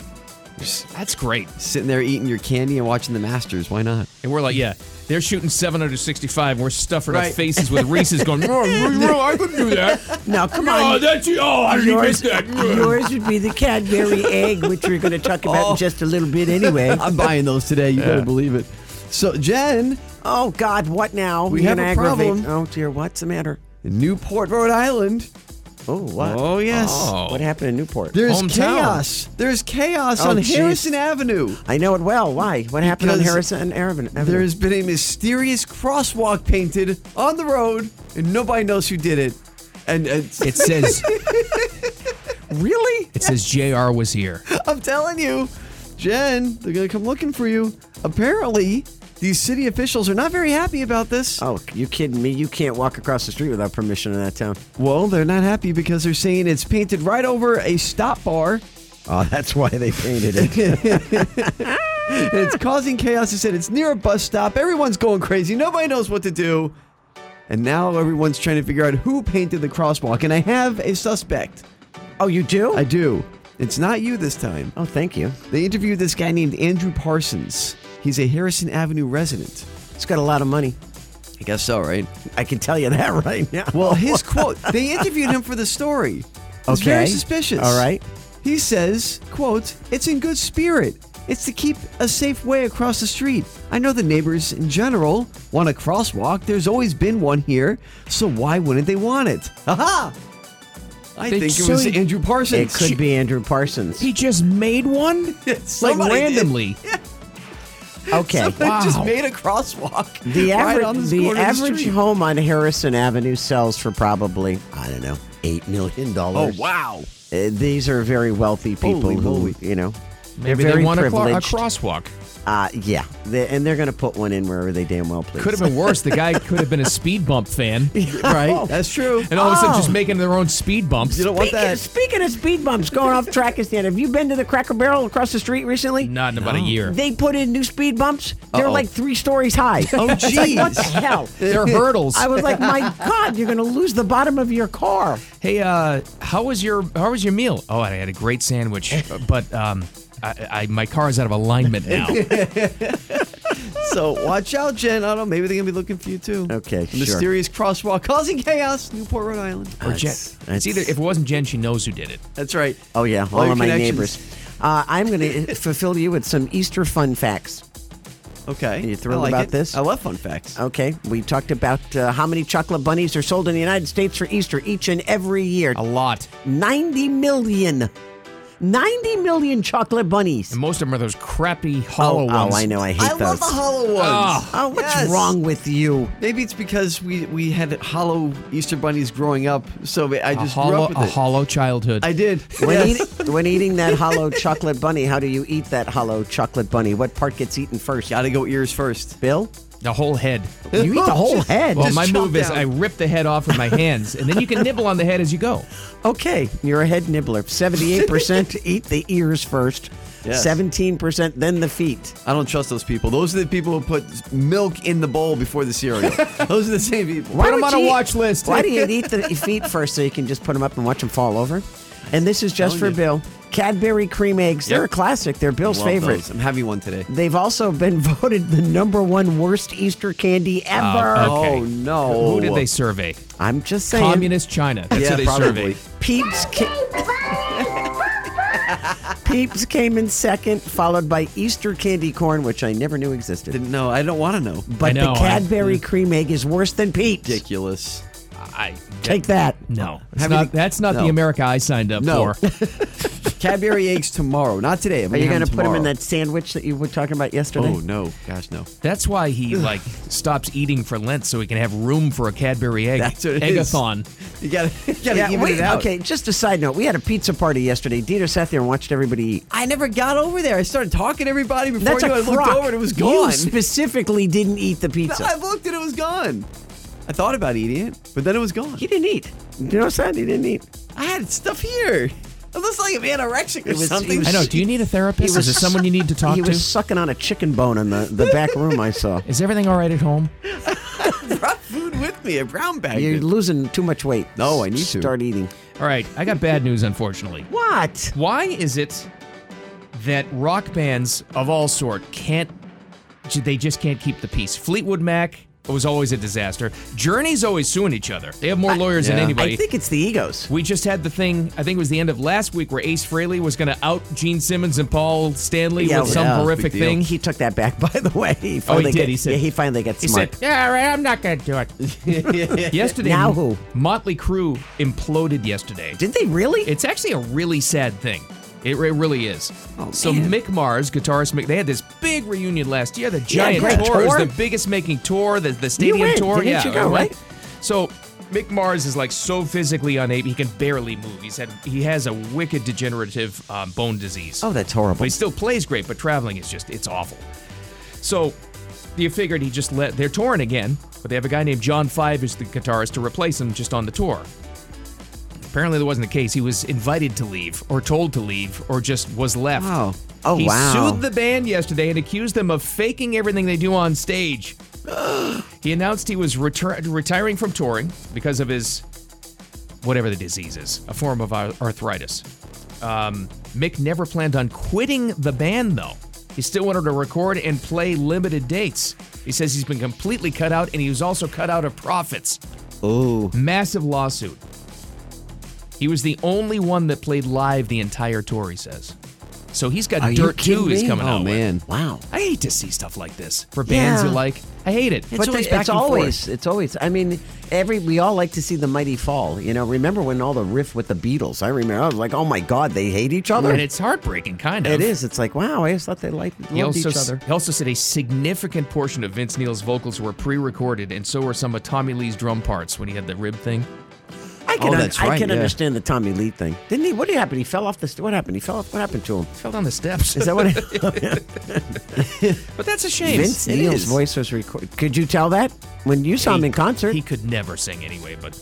B: That's great.
D: Sitting there eating your candy and watching the Masters. Why not?
B: And we're like, yeah, they're shooting seven under sixty-five. We're stuffing our
D: Right.
B: faces with Reese's, going, oh, oh, I could do that.
C: Now, come
B: No,
C: on.
B: that's- oh, I didn't
C: yours,
B: get that.
C: yours would be the Cadbury egg, which we're going to talk about
D: Oh.
C: in just a little bit anyway.
D: [laughs]
C: [laughs]
D: I'm buying those today. You
C: Yeah.
D: better believe it. So, Jen,
C: Oh God, what now?
D: We
C: You're
D: have
C: gonna
D: a
C: aggravate-
D: problem.
C: Oh dear, what's the matter?
D: Newport, Rhode Island.
C: Oh what?
D: Oh, yes.
C: What happened in Newport?
D: There's chaos. There's chaos
C: Oh,
D: on
C: jeez.
D: Harrison Avenue.
C: I know it well. Why? What happened on
D: Because
C: Harrison Avenue?
D: There has been a mysterious crosswalk painted on the road, and nobody knows who did it. And it's,
B: It says-
D: [laughs] really?
B: It says Jr. was here.
D: I'm telling you, Jen, they're gonna come looking for you. Apparently, these city officials are not very happy about this.
C: Oh, you kidding me? You can't walk across the street without permission in that town.
D: Well, they're not happy because they're saying it's painted right over a stop bar.
C: Oh, that's why they painted it.
D: And [laughs] it's causing chaos. They said it's near a bus stop. Everyone's going crazy. Nobody knows what to do. And now everyone's trying to figure out who painted the crosswalk. And I have a suspect.
C: oh, you do?
D: I do. It's not you this time.
C: oh, thank you.
D: They interviewed this guy named Andrew Parsons. He's a Harrison Avenue resident.
C: It's got a lot of money.
D: I guess so, right?
C: I can tell you that [laughs] right now.
D: Well, his quote, they interviewed him for the story. It's very
C: Okay.
D: suspicious.
C: All right.
D: He says, quote, it's in good spirit. It's to keep a safe way across the street. I know the neighbors in general want a crosswalk. There's always been one here, so why wouldn't they want it? Aha! I
B: They-
D: think it
B: so
D: was
B: he-
D: Andrew
C: it
D: Parsons.
C: could be Andrew Parsons.
B: He just made one, like
D: [laughs] Somebody did.
B: randomly.
C: [laughs]
D: [laughs]
C: Okay.
D: Somebody [laughs] just
B: Wow.
D: made a crosswalk.
C: The
D: right
C: average,
D: on this
C: the
D: corner of
C: average
D: street.
C: home on Harrison Avenue sells for probably I don't know eight million
D: Oh
C: dollars.
D: wow!
C: Uh, these are very wealthy people
D: Holy
C: who
D: moly.
C: you know
B: Maybe
C: they're
B: they
C: very
B: want a, cro- a
C: privileged.
B: crosswalk.
C: uh, yeah, they, and they're going to put one in wherever they damn well please.
B: Could have been worse. The guy could have been a speed bump fan,
D: Right, that's true.
B: and all of a sudden just
C: Oh.
B: making their own speed bumps.
D: You don't want
C: Speaking,
D: that.
C: speaking of speed bumps, going off track [laughs] is the end. Have you been to the Cracker Barrel across the street recently?
B: Not in about a year.
C: They put in new speed bumps. They're
D: Uh-oh.
C: like three stories high.
D: Oh,
C: [laughs] It's like, what the
D: jeez.
C: hell?
B: They're hurdles.
C: I was like, my God, you're going to lose the bottom of your car.
B: Hey, uh, how was your how was your meal? Oh, I had a great
C: [laughs]
B: sandwich, but um, I, I my car is out of alignment
C: [laughs]
B: now.
D: So watch out, Jen. I don't know. Maybe they're gonna be looking for you too.
C: Okay,
D: A
C: sure.
D: Mysterious crosswalk causing chaos, Newport, Rhode Island.
B: or Jen, it's either if it wasn't Jen, she knows who did it.
D: That's right.
C: Oh yeah, all,
D: your
C: of my
D: connections.
C: neighbors. Uh, I'm
B: [laughs]
C: going to fulfill you with some Easter fun facts.
D: Okay.
C: you
D: I
C: thrilled
D: like
C: about
D: it.
C: this?
D: I love fun facts.
C: Okay, we talked about uh, how many chocolate bunnies are sold in the United States for Easter each and every year.
B: A lot,
C: 90 million. 90 million chocolate bunnies.
B: and most of them are those crappy hollow
C: Oh, oh,
B: ones.
C: I know, I hate
D: I
C: those.
D: love the hollow ones.
B: Oh.
C: Oh, what's
D: Yes.
C: wrong with you?
D: Ah. Maybe it's because we we had hollow Easter bunnies growing up, so I
B: A
D: just grew
B: hollow,
D: up with
B: a
D: it.
B: hollow childhood.
D: I did.
C: When,
D: Yes.
C: eat, when eating that
B: [laughs]
C: hollow chocolate bunny, how do you eat that hollow chocolate bunny? What part gets eaten first?
D: Gotta go ears first.
C: Bill?
B: the whole head.
C: [laughs] You eat the whole head.
B: Well,
D: Just
B: my
D: chop
B: move is
D: down.
B: I rip the head off
C: [laughs]
B: with my hands, and then you can nibble on the head as you go.
C: Okay, you're a head
D: [laughs]
C: nibbler. 78% eat the ears first,
D: Yes.
C: 17% then the feet.
D: I don't trust those people. Those are the people who put milk in the bowl before the
C: [laughs]
D: cereal. those are the same people.
C: Why
B: Put 'em
C: would
B: on a
C: you-
B: watch
D: [laughs]
B: list.
C: Why do you eat the feet first so you can just put them up and watch them fall over? And this is just
D: Telling
C: for
D: you.
C: Bill. Cadbury cream eggs. They're
D: Yep.
C: a classic. They're Bill's
D: Love
C: favorite.
D: those. I'm having one today.
C: They've also been [laughs] voted the number one worst Easter candy
D: Ah,
C: ever.
B: Oh, okay.
D: no.
B: Who did they survey?
C: I'm just saying.
B: Communist China. That's
C: Yeah,
B: who they
C: probably.
B: surveyed.
C: Peeps [laughs] Peeps came in second, followed by Easter candy corn, which I never knew existed.
D: no, I don't want to know.
C: But
B: I know,
C: the
B: I-
C: Cadbury cream egg is worse than Peeps.
D: Ridiculous.
B: I
C: Take that.
B: No, It's
D: Having
B: not-
D: to-
B: that's not
D: no.
B: the America I signed up
D: No. [laughs]
B: for.
D: Cadbury eggs tomorrow, not today. I'm
C: Are you
D: going
C: going
D: to
C: to put them in that sandwich that you were talking about yesterday?
D: Oh no, gosh no.
B: That's why he like stops eating for Lent so he can have room for a Cadbury egg.
D: That's what it is.
B: Eggathon.
D: [laughs] You got to
C: Yeah,
D: even
C: we-
D: it out.
C: okay, just a side note. We had a pizza party yesterday. Dieter sat there and watched everybody eat.
D: I never got over there. I started talking to everybody before
C: That's
D: you.
C: a
D: I
C: crock.
D: looked over and it was
C: You
D: gone. [laughs]
C: specifically didn't eat the pizza.
D: I looked and it was gone. I thought about eating it, but then it was gone.
C: He didn't eat. You know what I'm saying? He didn't eat.
D: I had stuff here. I was like an anorexic or
C: It was-
D: something.
C: he was-
B: I know. Do you need a therapist?
C: was-
B: is there someone you need to talk
C: he
B: to?
C: was sucking on a chicken bone in the, the back room
B: [laughs]
C: I saw.
B: is everything all right at home?
D: brought food with me, a brown bag.
C: You're losing too much weight.
D: No, I need
C: Start
D: to.
C: Start eating.
B: All right, I got bad news, unfortunately.
C: What?
B: Why is it that rock bands of all sort can't? They just can't keep the peace. Fleetwood Mac was always a disaster. Journey's always suing each other. They have more lawyers than
D: yeah.
B: anybody.
C: I think it's the egos.
B: We just had the thing, I think it was the end of last week, where Ace Frehley was going to out Gene Simmons and Paul Stanley
C: Yeah,
B: with some
D: yeah, big
B: horrific
D: deal.
B: thing.
C: He took that back, [laughs] by the way. He finally
B: did.
C: Got,
B: Oh, He said-
C: yeah, he finally got
B: He
C: smart.
B: said, "Yeah, all right, I'm not going to do
C: [laughs]
B: it." yesterday,
C: Now who?
B: Motley Crue imploded yesterday.
C: Did they really?
B: It's actually a really sad thing. It, re- really is.
C: Oh,
B: so Mick Mars, guitarist Mick, they had this big reunion last year. The giant
C: great
B: tour, It was
C: tour.
B: the biggest making tour, the, the stadium
C: went,
B: tour.
C: didn't
B: yeah,
C: you go,
B: I went.
C: right?
B: So Mick Mars is like so physically unable, he can barely move. He's had he has a wicked degenerative um, bone disease.
C: oh, that's horrible.
B: But he still plays great, but traveling is just, it's awful. So you figured he just let, they're touring again, but they have a guy named John Five who's the guitarist to replace him just on the tour. Apparently that wasn't the case. He was invited to leave, or told to leave, or just was left.
D: Wow.
C: Oh,
B: he
C: wow.
B: sued the band yesterday and accused them of faking everything they do on stage. [gasps] he announced he was retur- retiring from touring because of his whatever the disease is, a form of ar- arthritis. Um, Mick never planned on quitting the band, though. He still wanted to record and play limited dates. He says he's been completely cut out, and he was also cut out of profits.
D: Oh,
B: Massive lawsuit. He was the only one that played live the entire tour, he says. So he's got
C: Are you
B: Dirt 2
C: kidding
B: he's
C: me?
B: coming out
D: oh
B: with.
D: man.
C: wow.
B: I hate to see stuff like this for bands
C: Yeah.
B: you like. I hate it.
C: but they- it's always, it's always. I mean, every we all like to see the mighty fall. You know, remember when all the riff with the Beatles? I remember. I was like, oh my god, they hate each other.
B: And it's heartbreaking, kind of.
C: It is. It's like, wow, I just thought they liked
B: He
C: loved
B: also,
C: each other.
B: he also said a significant portion of Vince Neil's vocals were pre-recorded, and so were some of Tommy Lee's drum parts when he had the rib thing.
C: I can,
D: Oh,
C: un-
D: that's
C: I
D: right,
C: can
D: yeah.
C: understand the Tommy Lee thing. Didn't he? What happened? He fell off the. St- what happened? He fell off. What happened to him?
B: He fell down the steps.
C: Is that what?
B: [laughs] but that's a shame.
C: Vince
D: It
C: Neil's
D: is.
C: voice was recorded. Could you tell that when you saw him in concert?
B: He could never sing anyway, but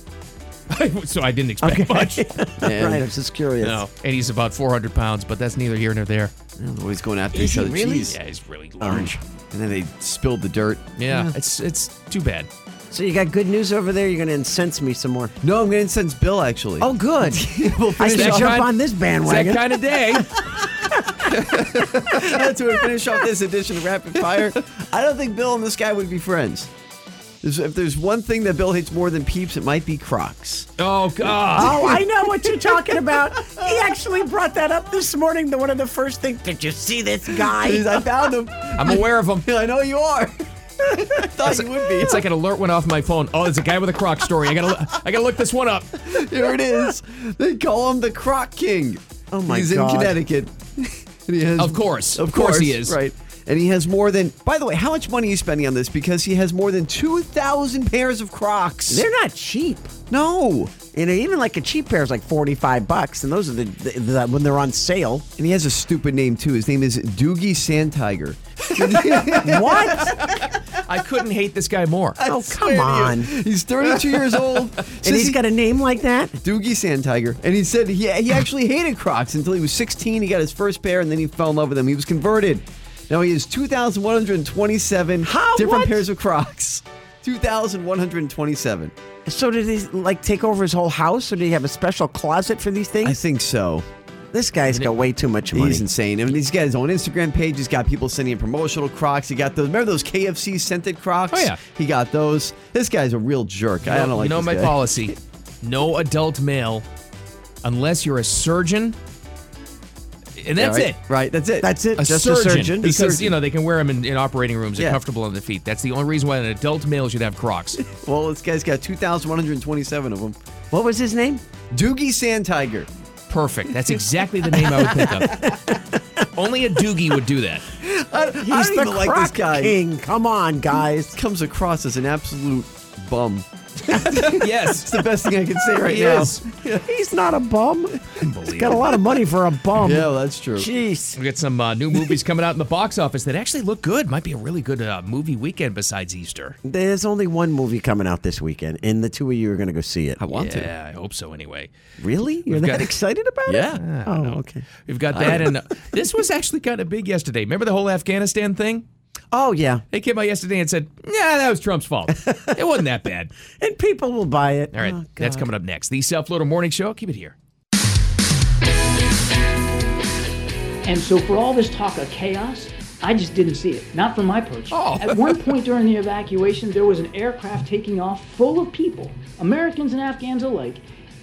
B: [laughs] so I didn't expect
C: Okay. [laughs]
B: much.
D: Man.
C: [laughs] right. I was just curious.
B: No, and he's about 400 pounds, but that's neither here nor there.
D: Always going after
C: Is
D: each
C: he
D: other.
C: really?
D: Jeez.
B: Yeah, he's really large.
D: And then they spilled the dirt.
B: yeah, Mm. it's it's too bad.
C: So you got good news over there. You're going to incense me some more.
D: No, I'm going to send Bill actually.
C: Oh, [laughs] good. I
B: Is that
C: can jump
B: kind-
C: on this bandwagon.
B: It's that kind of
D: [laughs]
B: day.
D: That's where we finish off this edition of Rapid Fire. I don't think Bill and this guy would be friends. There's- If there's one thing that Bill hates more than peeps, it might be Crocs.
B: oh God.
C: Oh, I know what you're talking about. He actually brought that up this morning. The one of the first things. Did you see this
D: Jeez, [laughs]
C: guy?
D: I found him.
B: I'm aware of him.
D: I know you are. [laughs] I thought you would be.
B: It's like an alert went off my phone. Oh, there's a guy with a croc story. I gotta lo- I gotta look this one up.
D: [laughs] Here it is. They call him the Croc King.
C: Oh, my
D: He's
C: God.
D: in
B: [laughs]
D: Connecticut. And he has-
B: Of course. Of course he is.
D: Right. And he has more than. By the way, how much money are you spending on this? Because he has more than two thousand pairs of Crocs.
C: They're not cheap.
D: no.
C: You know, even like a cheap pair is like 45 bucks, and those are the, the, the when they're on [laughs] sale.
D: And he has a stupid name too. His name is Doogie
C: [laughs]
D: Sandtiger.
C: What?
B: I couldn't hate this guy more.
C: oh,
D: Swear to
C: come
D: you.
C: on.
D: He's 32 years old.
C: [laughs] And he's got a name like that?
D: Doogie Sandtiger, and he said he, he actually hated Crocs until he was 16. He got his first pair, and then he fell in love with them. He was converted. Now he has 2,127
C: How?
D: different
C: What?
D: pairs of Crocs. 2,127.
C: So did he like take over his whole house, or did he have a special closet for these
D: I
C: things?
D: think so.
C: This guy's got way too much money.
D: He's insane. I mean, he's got his own Instagram page. He's got people sending him promotional Crocs. He got those. Remember those KFC scented Crocs?
B: Oh, yeah.
D: He got those. This guy's a real jerk. I
B: You know-
D: don't like.
B: You know
D: this
B: my
D: guy.
B: policy: no adult male, unless you're a surgeon. And
D: Yeah,
B: that's
D: right.
B: it.
D: Right, that's it. That's it,
B: A
D: just a
B: surgeon,
D: surgeon.
B: because
D: A surgeon.
B: you know they can wear them in, in operating rooms. They're
D: Yeah.
B: comfortable on the feet. That's the only reason why an adult male should have Crocs.
D: Well, this guy's got 2,127 of them.
C: What was his name?
D: Doogie Sand Tiger.
B: Perfect. That's exactly the name I would think of. Only a doogie would do that.
D: I, He's
C: He's the
D: like this
C: Croc
D: guy.
C: King. Come on, guys.
D: Comes across as an absolute bum.
B: yes,
D: it's the best thing I can
B: [laughs]
D: say right
C: He
D: now.
C: is. He's not a bum. He's got a lot of money for a bum.
D: Yeah, that's true.
C: Jeez.
B: We got some uh, new movies coming out in the box office that actually look good. Might be a really good uh, movie weekend besides Easter.
C: There's only one movie coming out this weekend, and the two of you are going to go see it.
D: I want to.
B: Yeah, I hope so. Anyway,
C: Really? You're
B: We've
C: that
B: got-
C: excited about it?
D: Yeah.
C: Oh, okay.
B: we've got that, and uh, this was actually kind of big yesterday. Remember the whole Afghanistan thing?
C: Oh, yeah.
B: They came out yesterday and said, "Yeah, that was Trump's fault. It wasn't that bad."
C: And people will buy it.
B: All right,
C: Oh,
B: that's
C: God.
B: coming up next. The South Florida Morning Show. Keep it here.
H: And so for all this talk of chaos, I just didn't see it. Not from my perch.
B: Oh.
H: At one point during the evacuation, there was an aircraft taking off full of people, Americans and Afghans alike,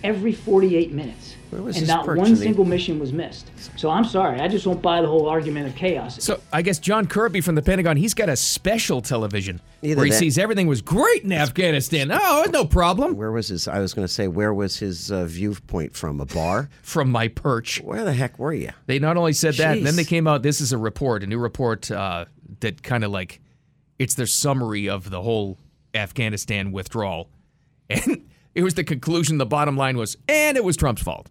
H: every 48 minutes.
C: Where was
H: and
C: this
H: not
C: perch?
H: one
C: Is he-
H: single mission was missed. So I'm sorry, I just won't buy the whole argument of chaos.
B: So I guess John Kirby from the Pentagon, he's got a special television
C: Either
B: where he
C: that-
B: sees everything was great in Afghanistan.
C: [laughs]
B: Oh, it was no problem.
C: Where was his? I was going to say, where was his uh, viewpoint from? A bar? [laughs]
B: From my perch.
C: where the heck were you?
B: They not only said that, and then
C: Jeez.
B: they came out. This is a report, a new report uh, that kind of like it's their summary of the whole Afghanistan withdrawal, [laughs] and it was the conclusion. The bottom line was, and it was Trump's fault.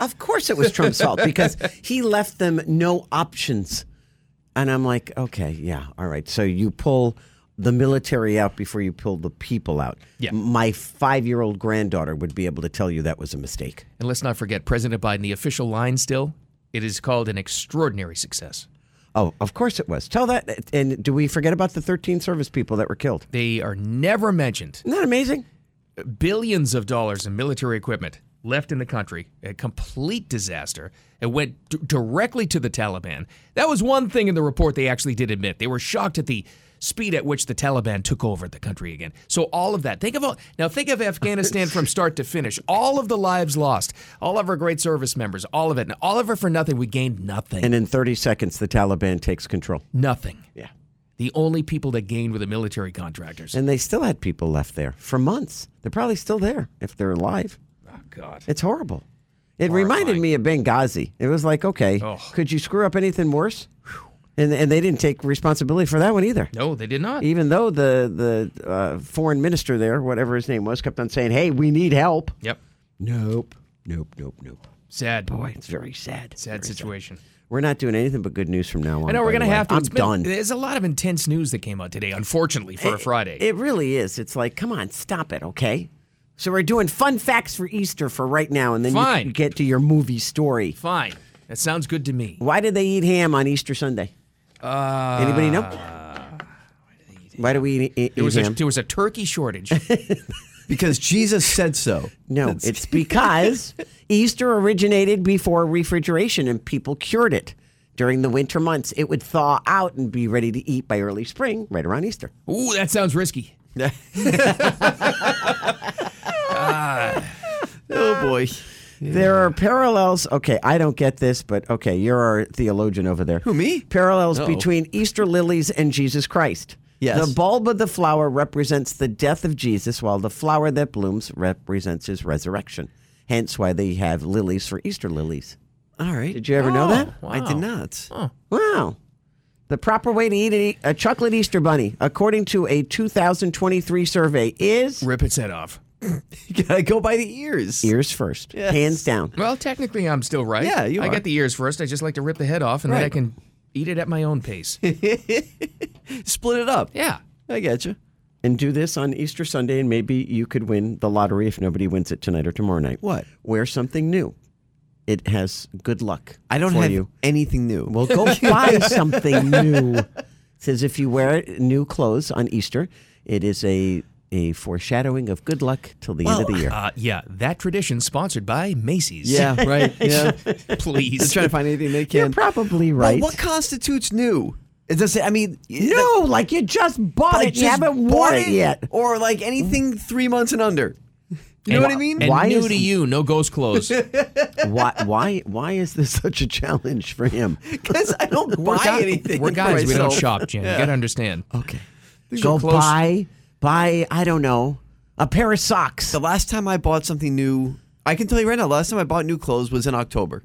C: Of course it was Trump's fault
B: [laughs]
C: because he left them no options. And I'm like, okay, yeah, all right. So you pull the military out before you pull the people out.
B: Yeah.
C: My five year old granddaughter would be able to tell you that was a mistake.
B: And let's not forget President Biden. The official line still, it is called an extraordinary success.
C: Oh, of course it was. Tell that. And do we forget about the 13 service people that were killed?
B: They are never mentioned.
C: Isn't that amazing?
B: Billions of dollars in military equipment left in the country, a complete disaster. It went d- directly to the Taliban. That was one thing in the report they actually did admit. They were shocked at the speed at which the Taliban took over the country again. So all of that. Think of all, now think of Afghanistan from start to finish. All of the lives lost, all of our great service members, all of it. And all of it for nothing. We gained nothing.
C: And in 30 seconds, the Taliban takes control.
B: nothing.
C: Yeah.
B: The only people that gained were the military contractors.
C: And they still had people left there for months. They're probably still there if they're alive.
B: oh God.
C: It's horrible. It reminded me of Benghazi. It was like, okay,
B: Ugh.
C: could you screw up anything worse? And, and they didn't take responsibility for that one either.
B: No, they did not.
C: Even though the the uh, foreign minister there, whatever his name was, kept on saying, "Hey, we need help."
B: Yep.
C: Nope, nope, nope, nope.
B: Sad.
C: Boy, it's very sad.
B: Sad situation.
C: We're not doing anything but good news from now on.
B: I know we're
C: by the
B: gonna
C: way.
B: have to.
C: I'm
B: it's been-
C: done.
B: There's a lot of intense news that came out today, unfortunately, for a Friday.
C: It really is. It's like, come on, stop it, okay? So we're doing fun facts for Easter for right now, and then you
B: Fine.
C: can get to your movie story.
B: Fine, that sounds good to me.
C: Why did they eat ham on Easter Sunday? Uh, Anybody know? Why do we eat, eat,
B: There was
C: eat
B: a
C: ham?
B: there was a turkey
C: [laughs]
B: shortage.
D: Because Jesus said so.
B: [laughs]
C: no, it's because Easter originated before refrigeration and people cured it during the winter months. It would thaw out and be ready to eat by early spring, right around Easter.
B: Ooh, that sounds risky.
D: Oh boy.
C: There are parallels. Okay, I don't get this, but okay, you're our theologian over there. Who,
D: me?
C: Parallels
D: Uh-oh.
C: between Easter lilies and Jesus Christ.
D: Yes.
C: The bulb of the flower represents the death of Jesus, while the flower that blooms represents his resurrection. Hence why they have lilies for Easter lilies.
D: All right. Oh,
C: Did you ever know that?
D: I did not.
C: Wow. The proper way to eat a- a chocolate Easter bunny, according to a 2023 survey, is
B: Rip its head off.
D: You [laughs] gotta go by the ears.
C: ears first,
D: Yes.
C: hands down.
B: Well, technically, I'm still right.
D: Yeah, you
B: I
D: are.
B: get the ears first. I just like to rip the head off, and then I
D: Right.
B: can eat it at my own
C: [laughs]
B: pace.
D: Split it up.
B: yeah.
D: I gotcha.
C: and do this on Easter Sunday, and maybe you could win the lottery if nobody wins it tonight or tomorrow night.
D: What?
C: Wear something new. It has good luck.
D: I don't
C: for
D: have
C: you.
D: anything new. [laughs]
C: Well, go buy something new. It says if you wear new clothes on Easter, it is a a foreshadowing of good luck till the end of the year.
D: [laughs]
B: Uh, yeah, that tradition sponsored by Macy's. [laughs]
C: Yeah, right, [laughs] yeah.
B: Please.
D: They're trying to find anything they can. You're
C: probably right.
D: what constitutes new? It does I mean,
C: no, like, you just bought it, you haven't worn it yet.
D: [laughs] or like anything three months and under. You know
B: And-
D: what I mean?
B: And new to you, no ghost
C: [laughs]
B: clothes.
C: why, why, why is this [laughs] such a challenge for
D: [laughs]
C: him?
D: Because I don't buy
C: guy-
D: anything.
B: We're
D: for
B: guys, we don't
D: myself.
B: shop, Jan. You
D: Yeah.
B: gotta understand.
C: Okay,
D: These
C: go
D: are close.
C: buy, buy. I don't know, a pair of socks.
D: The last time I bought something new, I can tell you right now. Last time I bought new clothes was in October.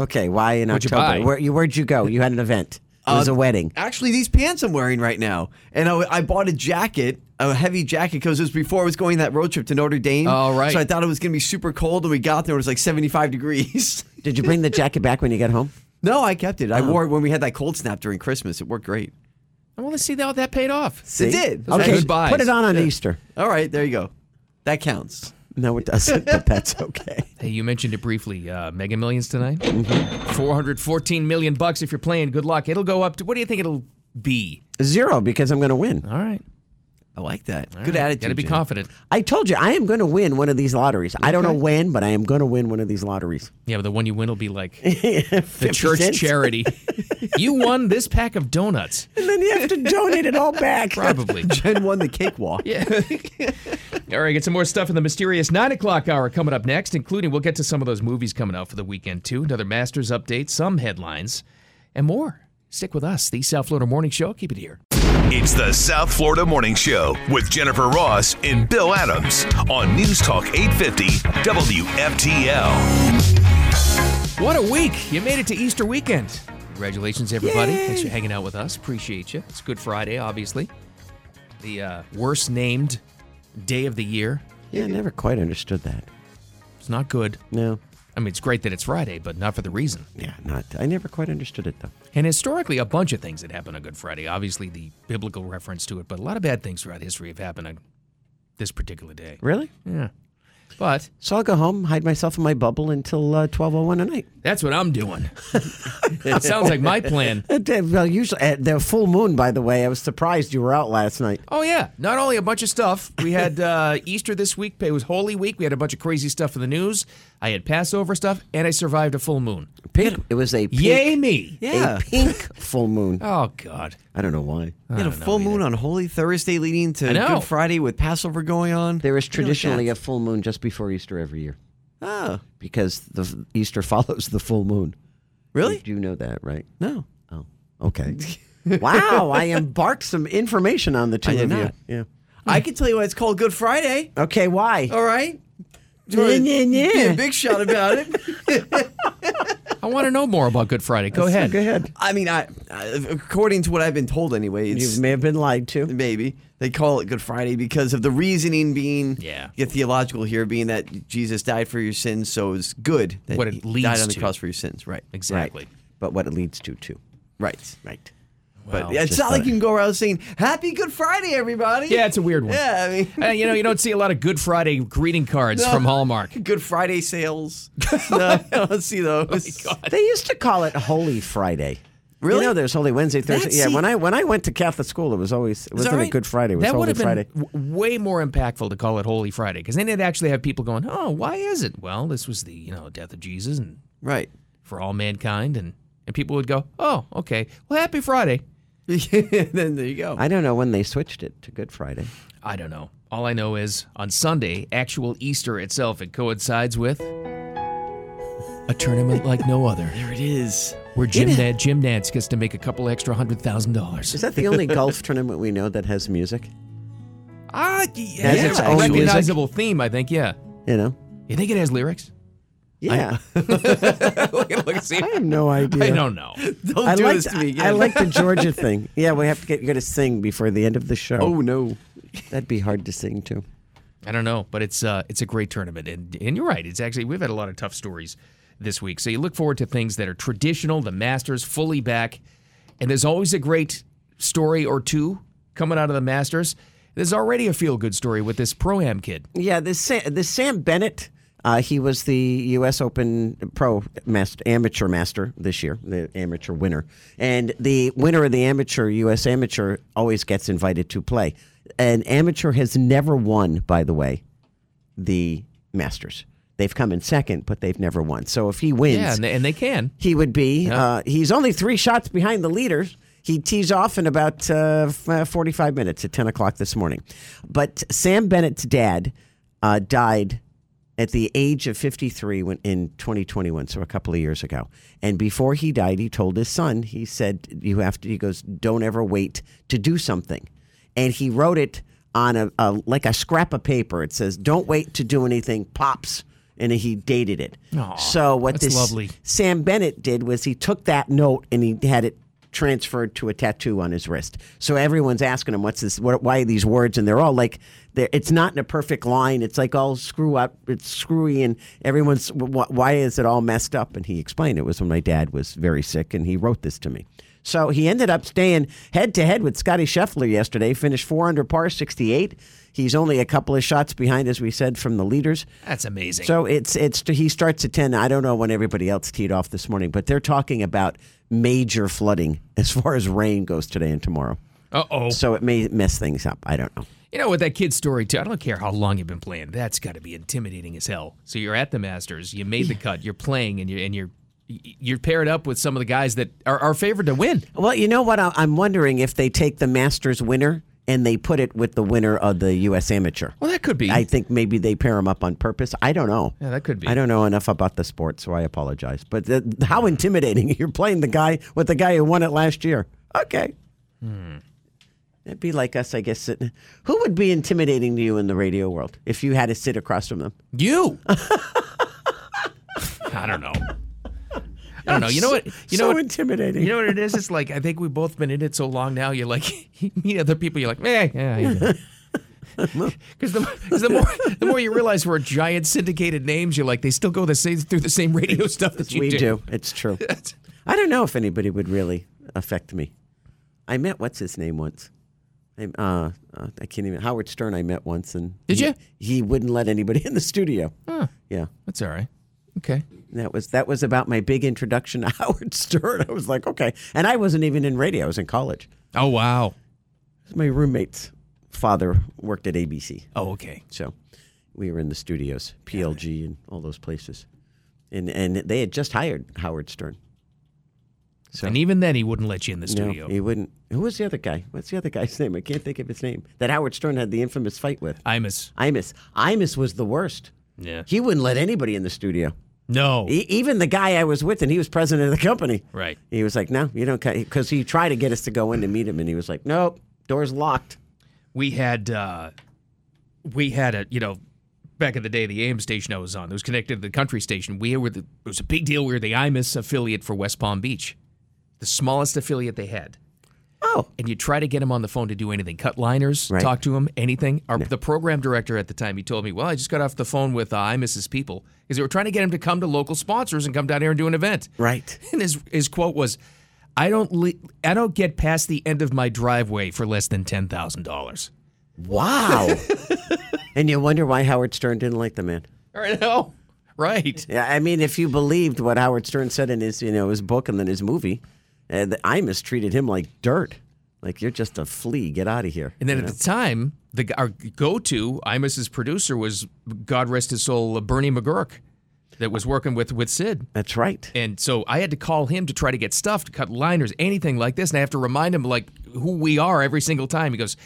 C: Okay, why in
B: What'd you
C: October?
B: buy?
C: Where, you, where'd you go? You had an event. It was
D: Uh,
C: a wedding.
D: Actually, these pants I'm wearing right now, and I, I bought a jacket, a heavy jacket, because it was before I was going that road trip to Notre Dame.
B: All right.
D: So I thought it was going to be super cold, and we got there, it was like 75 degrees. [laughs]
C: Did you bring the jacket back when you got home?
D: no, I kept [laughs] it. I
B: Oh.
D: wore it when we had that cold snap during Christmas. It worked great.
B: I want to see how that paid off.
D: It did. It was
C: Okay,
D: actually-
C: put it on on Easter.
D: All right, there you go. That counts.
C: No, it doesn't.
D: [laughs]
C: but that's okay.
B: Hey, you mentioned it briefly. Uh, Mega Millions tonight. Mm-hmm. 414 million bucks if you're playing. Good luck. It'll go up to what do you think it'll be?
C: Zero because I'm going to win.
B: All right.
D: I like that.
B: All
D: Good
B: right.
D: attitude.
B: Gotta be
D: Jim.
B: confident.
C: I told you I am going to win one of these lotteries. I don't know when, but I am going to win one of these lotteries.
B: Yeah, but the one you win will be [laughs] like the church
C: cents.
B: [laughs] charity. you won this pack of donuts.
C: And then you have to donate it all
D: [laughs]
B: [laughs]
C: back.
B: Probably.
D: Jen won the cakewalk.
B: [laughs] Yeah. All right, get some more stuff in the mysterious nine o'clock hour coming up next, including we'll get to some of those movies coming out for the weekend too. Another Masters update, some headlines, and more. Stick with us, the South Florida Morning Show. Keep it here.
A: It's the South Florida Morning Show with Jennifer Ross and Bill Adams on News Talk 850 WFTL.
B: What a week! You made it to Easter weekend. Congratulations, everybody! Thanks for hanging out with us. Appreciate you. It's Good Friday, obviously, the uh, worst named day of the year.
C: Yeah, I never quite understood that.
B: It's not good.
C: No.
B: I mean, it's great that it's Friday, but not for the reason.
C: Yeah, not. I never quite understood it though.
B: And historically, a bunch of things that happen on Good Friday. Obviously, the biblical reference to it, but a lot of bad things throughout history have happened on this particular day.
C: Really?
B: Yeah. But
C: So I'll go home, hide myself in my bubble until uh, twelve oh one at night.
B: that's what I'm doing. [laughs] it sounds like my plan.
C: Uh, d- Well, usually at the full moon. By the way, I was surprised you were out last night.
B: Oh, yeah. Not only a bunch of stuff, we had uh, [laughs] Easter this week, it was Holy Week. We had a bunch of crazy stuff in the news. I had Passover stuff, and I survived a full moon.
C: Pink. It was a pink,
B: Yay, me.
D: Yeah.
C: a pink full moon.
B: Oh, God.
C: I don't know why.
D: You had a full moon on Holy Thursday leading to
B: I know.
D: Good Friday with Passover going on.
C: There is
D: You know,
C: traditionally a full moon just before Easter every year
D: Oh,
C: because the f- Easter [laughs] follows the full moon.
D: really?
C: You do know that, right?
D: No.
C: Oh, okay.
D: [laughs]
C: wow, I embarked some information on the two
D: I did
C: of
D: not.
C: you.
D: I can tell you why it's called Good Friday.
C: Yeah. Okay, why?
D: All
B: [laughs]
D: right. Do you wanna
C: Yeah, yeah,
D: Be
C: yeah.
D: a big shot about it.
B: I want to know more about Good Friday. Go ahead.
C: Go ahead.
D: I mean, I, I according to what I've been told anyway, it's
C: You may have been lied to.
D: maybe they call it Good Friday because of the reasoning being
B: Yeah.
D: yeah, theological here being that Jesus died for your sins, so it's good that
B: What it
D: he
B: leads
D: died on the
B: to.
D: cross for your sins. Right.
B: Exactly.
C: But what it leads to, too.
D: Right.
C: Right.
D: But
B: Wow.
D: yeah, it's
C: Just
D: not like
C: thought-
D: you can go around saying Happy Good Friday, everybody.
B: Yeah, it's a weird one.
D: Yeah, I mean. [laughs]
B: Uh, you know, you don't see a lot of Good Friday greeting cards
D: No.
B: from Hallmark.
D: Good Friday
B: [laughs]
D: sales. no, I don't see those.
B: Oh
C: [laughs] They used to call it Holy Friday.
D: Really?
C: You know, there's Holy Wednesday, Thursday.
D: That's-
C: yeah,
D: see-
C: when I when I went to Catholic school, it was always it
D: that
C: wasn't a
D: right?
C: Good Friday. It was
B: That would
C: Holy
B: have been
C: Friday.
B: w- way more impactful to call it Holy Friday because then they'd actually have people going, "Oh, why is it?" Well, this was the you know death of Jesus and
D: right.
B: for all mankind, and and people would go, "Oh, okay, well, Happy Friday."
D: [laughs] then there you go.
C: I don't know when they switched it to Good Friday.
B: I don't know. All I know is on Sunday, actual Easter itself, it coincides with a tournament like no other,
D: there it is.
B: where Jim Nance, Jim Nance gets to make a couple extra hundred thousand dollars.
C: Is that the [laughs] only golf tournament we know that has music?
B: Ah, yeah,
C: Has its
B: a
C: own music?
B: recognizable theme, I think. Yeah,
C: You know?
B: you think it has lyrics? [laughs]
C: Yeah.
B: look, at- look, at- see,
C: [laughs] I have no idea.
B: I don't know.
D: Don't
C: I
D: do
C: like
D: this to me again.
C: I [laughs] like the Georgia thing. Yeah, we have to get you to sing before the end of the show.
D: Oh no.
C: That'd be hard to sing to.
B: I don't know, but it's uh, it's a great tournament, and and you're right. It's actually we've had a lot of tough stories this week, so you look forward to things that are traditional, the Masters fully back, and there's always a great story or two coming out of the Masters. There's already a feel good story with this pro am kid.
C: Yeah, this Sam, this Sam Bennett. Uh, he was the U.S. Open Pro master, Amateur Master this year, the amateur winner, and the winner of the Amateur U.S. Amateur always gets invited to play. An amateur has never won, by the way, the Masters. They've come in second, but they've never won. So if he wins,
B: Yeah, and they, and they can.
C: he would be. Uh, he's only three shots behind the leader. He tees off in about uh, f- uh, 45 minutes at 10 o'clock this morning. But Sam Bennett's dad uh, died at the age of 53 when, in 2021, so a couple of years ago. And before he died, he told his son, he said, You have to, he goes, don't ever wait to do something. And he wrote it on a, a like a scrap of paper. It says, Don't wait to do anything, pops. And he dated it.
B: Aw,
C: so what
B: that's
C: this
B: lovely.
C: Sam Bennett did was he took that note and he had it transferred to a tattoo on his wrist. So everyone's asking him, "What's this? What, why are these words?" And they're all like, they're, "It's not in a perfect line. It's like all screw up. It's screwy." And everyone's, "Wh- "Why is it all messed up?" And he explained, "It was when my dad was very sick, and he wrote this to me." So he ended up staying head to head with Scotty Scheffler yesterday. Finished four under par, sixty-eight. He's only a couple of shots behind, as we said, from the leaders.
B: That's amazing.
C: So it's it's he starts at ten. I don't know when everybody else teed off this morning, but they're talking about major flooding [laughs] as far as rain goes today and tomorrow.
B: Uh oh.
C: So it may mess things up. I don't know.
B: You know, with that kid's story, too, I don't care how long you've been playing. That's got to be intimidating as hell. So you're at the Masters, you made the cut, you're playing, and you're, and you're, you're paired up with some of the guys that are, are favored to win.
C: Well, you know what? I- I'm wondering if they take the Masters winner and they put it with the winner of the U.S. Amateur.
B: Well, that could be.
C: I think maybe they pair them up on purpose. I don't know.
B: Yeah, that could be.
C: I don't know enough about the sport, so I apologize. But th- how intimidating! [laughs] You're playing the guy with the guy who won it last year. Okay.
B: Hmm.
C: It'd be like us, I guess. Sitting. Who would be intimidating to you in the radio world if you had to sit across from them? [laughs]
B: You. I don't know. I don't know.
C: [laughs]
B: You know what? You know
C: so
B: what?
C: intimidating.
B: You know what it is? It's like I think we've both been in it so long now. You're like [laughs] you meet other people. You're like, eh, yeah,
C: [laughs]
B: because the, 'cause the more the more you realize we're giant syndicated names, you're like they still go the same through the same radio stuff that you
C: we
B: do.
C: do. It's true. I don't know if anybody would really affect me. I met what's his name once. I, uh, uh, I can't even. Howard Stern. I met once, and
B: Did
C: he-
B: you?
C: He wouldn't let anybody in the studio.
B: Huh.
C: Yeah,
B: That's all right. Okay.
C: that was that was about my big introduction to [laughs] Howard Stern. I was like, okay, and I wasn't even in radio. I was in college.
B: Oh wow.
C: My roommate's father worked at ABC.
B: Oh okay.
C: So we were in the studios, PLG, and all those places, and and they had just hired Howard Stern.
B: And even then, he wouldn't let you in the studio.
C: No, he wouldn't. Who was the other guy? What's the other guy's name? I can't think of his name. That Howard Stern had the infamous fight with.
B: Imus.
C: Imus. Imus was the worst.
B: Yeah.
C: He wouldn't let anybody in the studio.
B: No.
C: E- even the guy I was with, and he was president of the company.
B: right.
C: He was like, no, you don't, because he tried to get us to go in to meet him, and he was like, nope, door's locked.
B: we had uh, we had a you know back in the day the AM station I was on that was connected to the country station. We were the, it was a big deal. We were the IMUS affiliate for West Palm Beach, the smallest affiliate they had.
C: Oh,
B: And you try to get him on the phone to do anything, cut liners,
C: Right.
B: talk to him, anything. Our, The program director at the time he told me, "Well, I just got off the phone with uh, IMUS's people because they were trying to get him to come to local sponsors and come down here and do an event."
C: right.
B: And his his quote was. I don't le- I don't get past the end of my driveway for less than ten thousand dollars.
C: Wow. [laughs] and you wonder why Howard Stern didn't like the man.
B: I know. Right.
C: Yeah, I mean, if you believed what Howard Stern said in his, you know, his book and then his movie, uh, the Imus treated him like dirt. Like you're just a flea. Get out of here.
B: And then
C: you
B: at
C: know?
B: the time, the g- our go-to Imus's producer was God rest his soul Bernie McGurk, that was working with with Sid.
C: that's right.
B: And so I had to call him to try to get stuff to cut liners, anything like this, and I have to remind him like who we are every single time. He goes,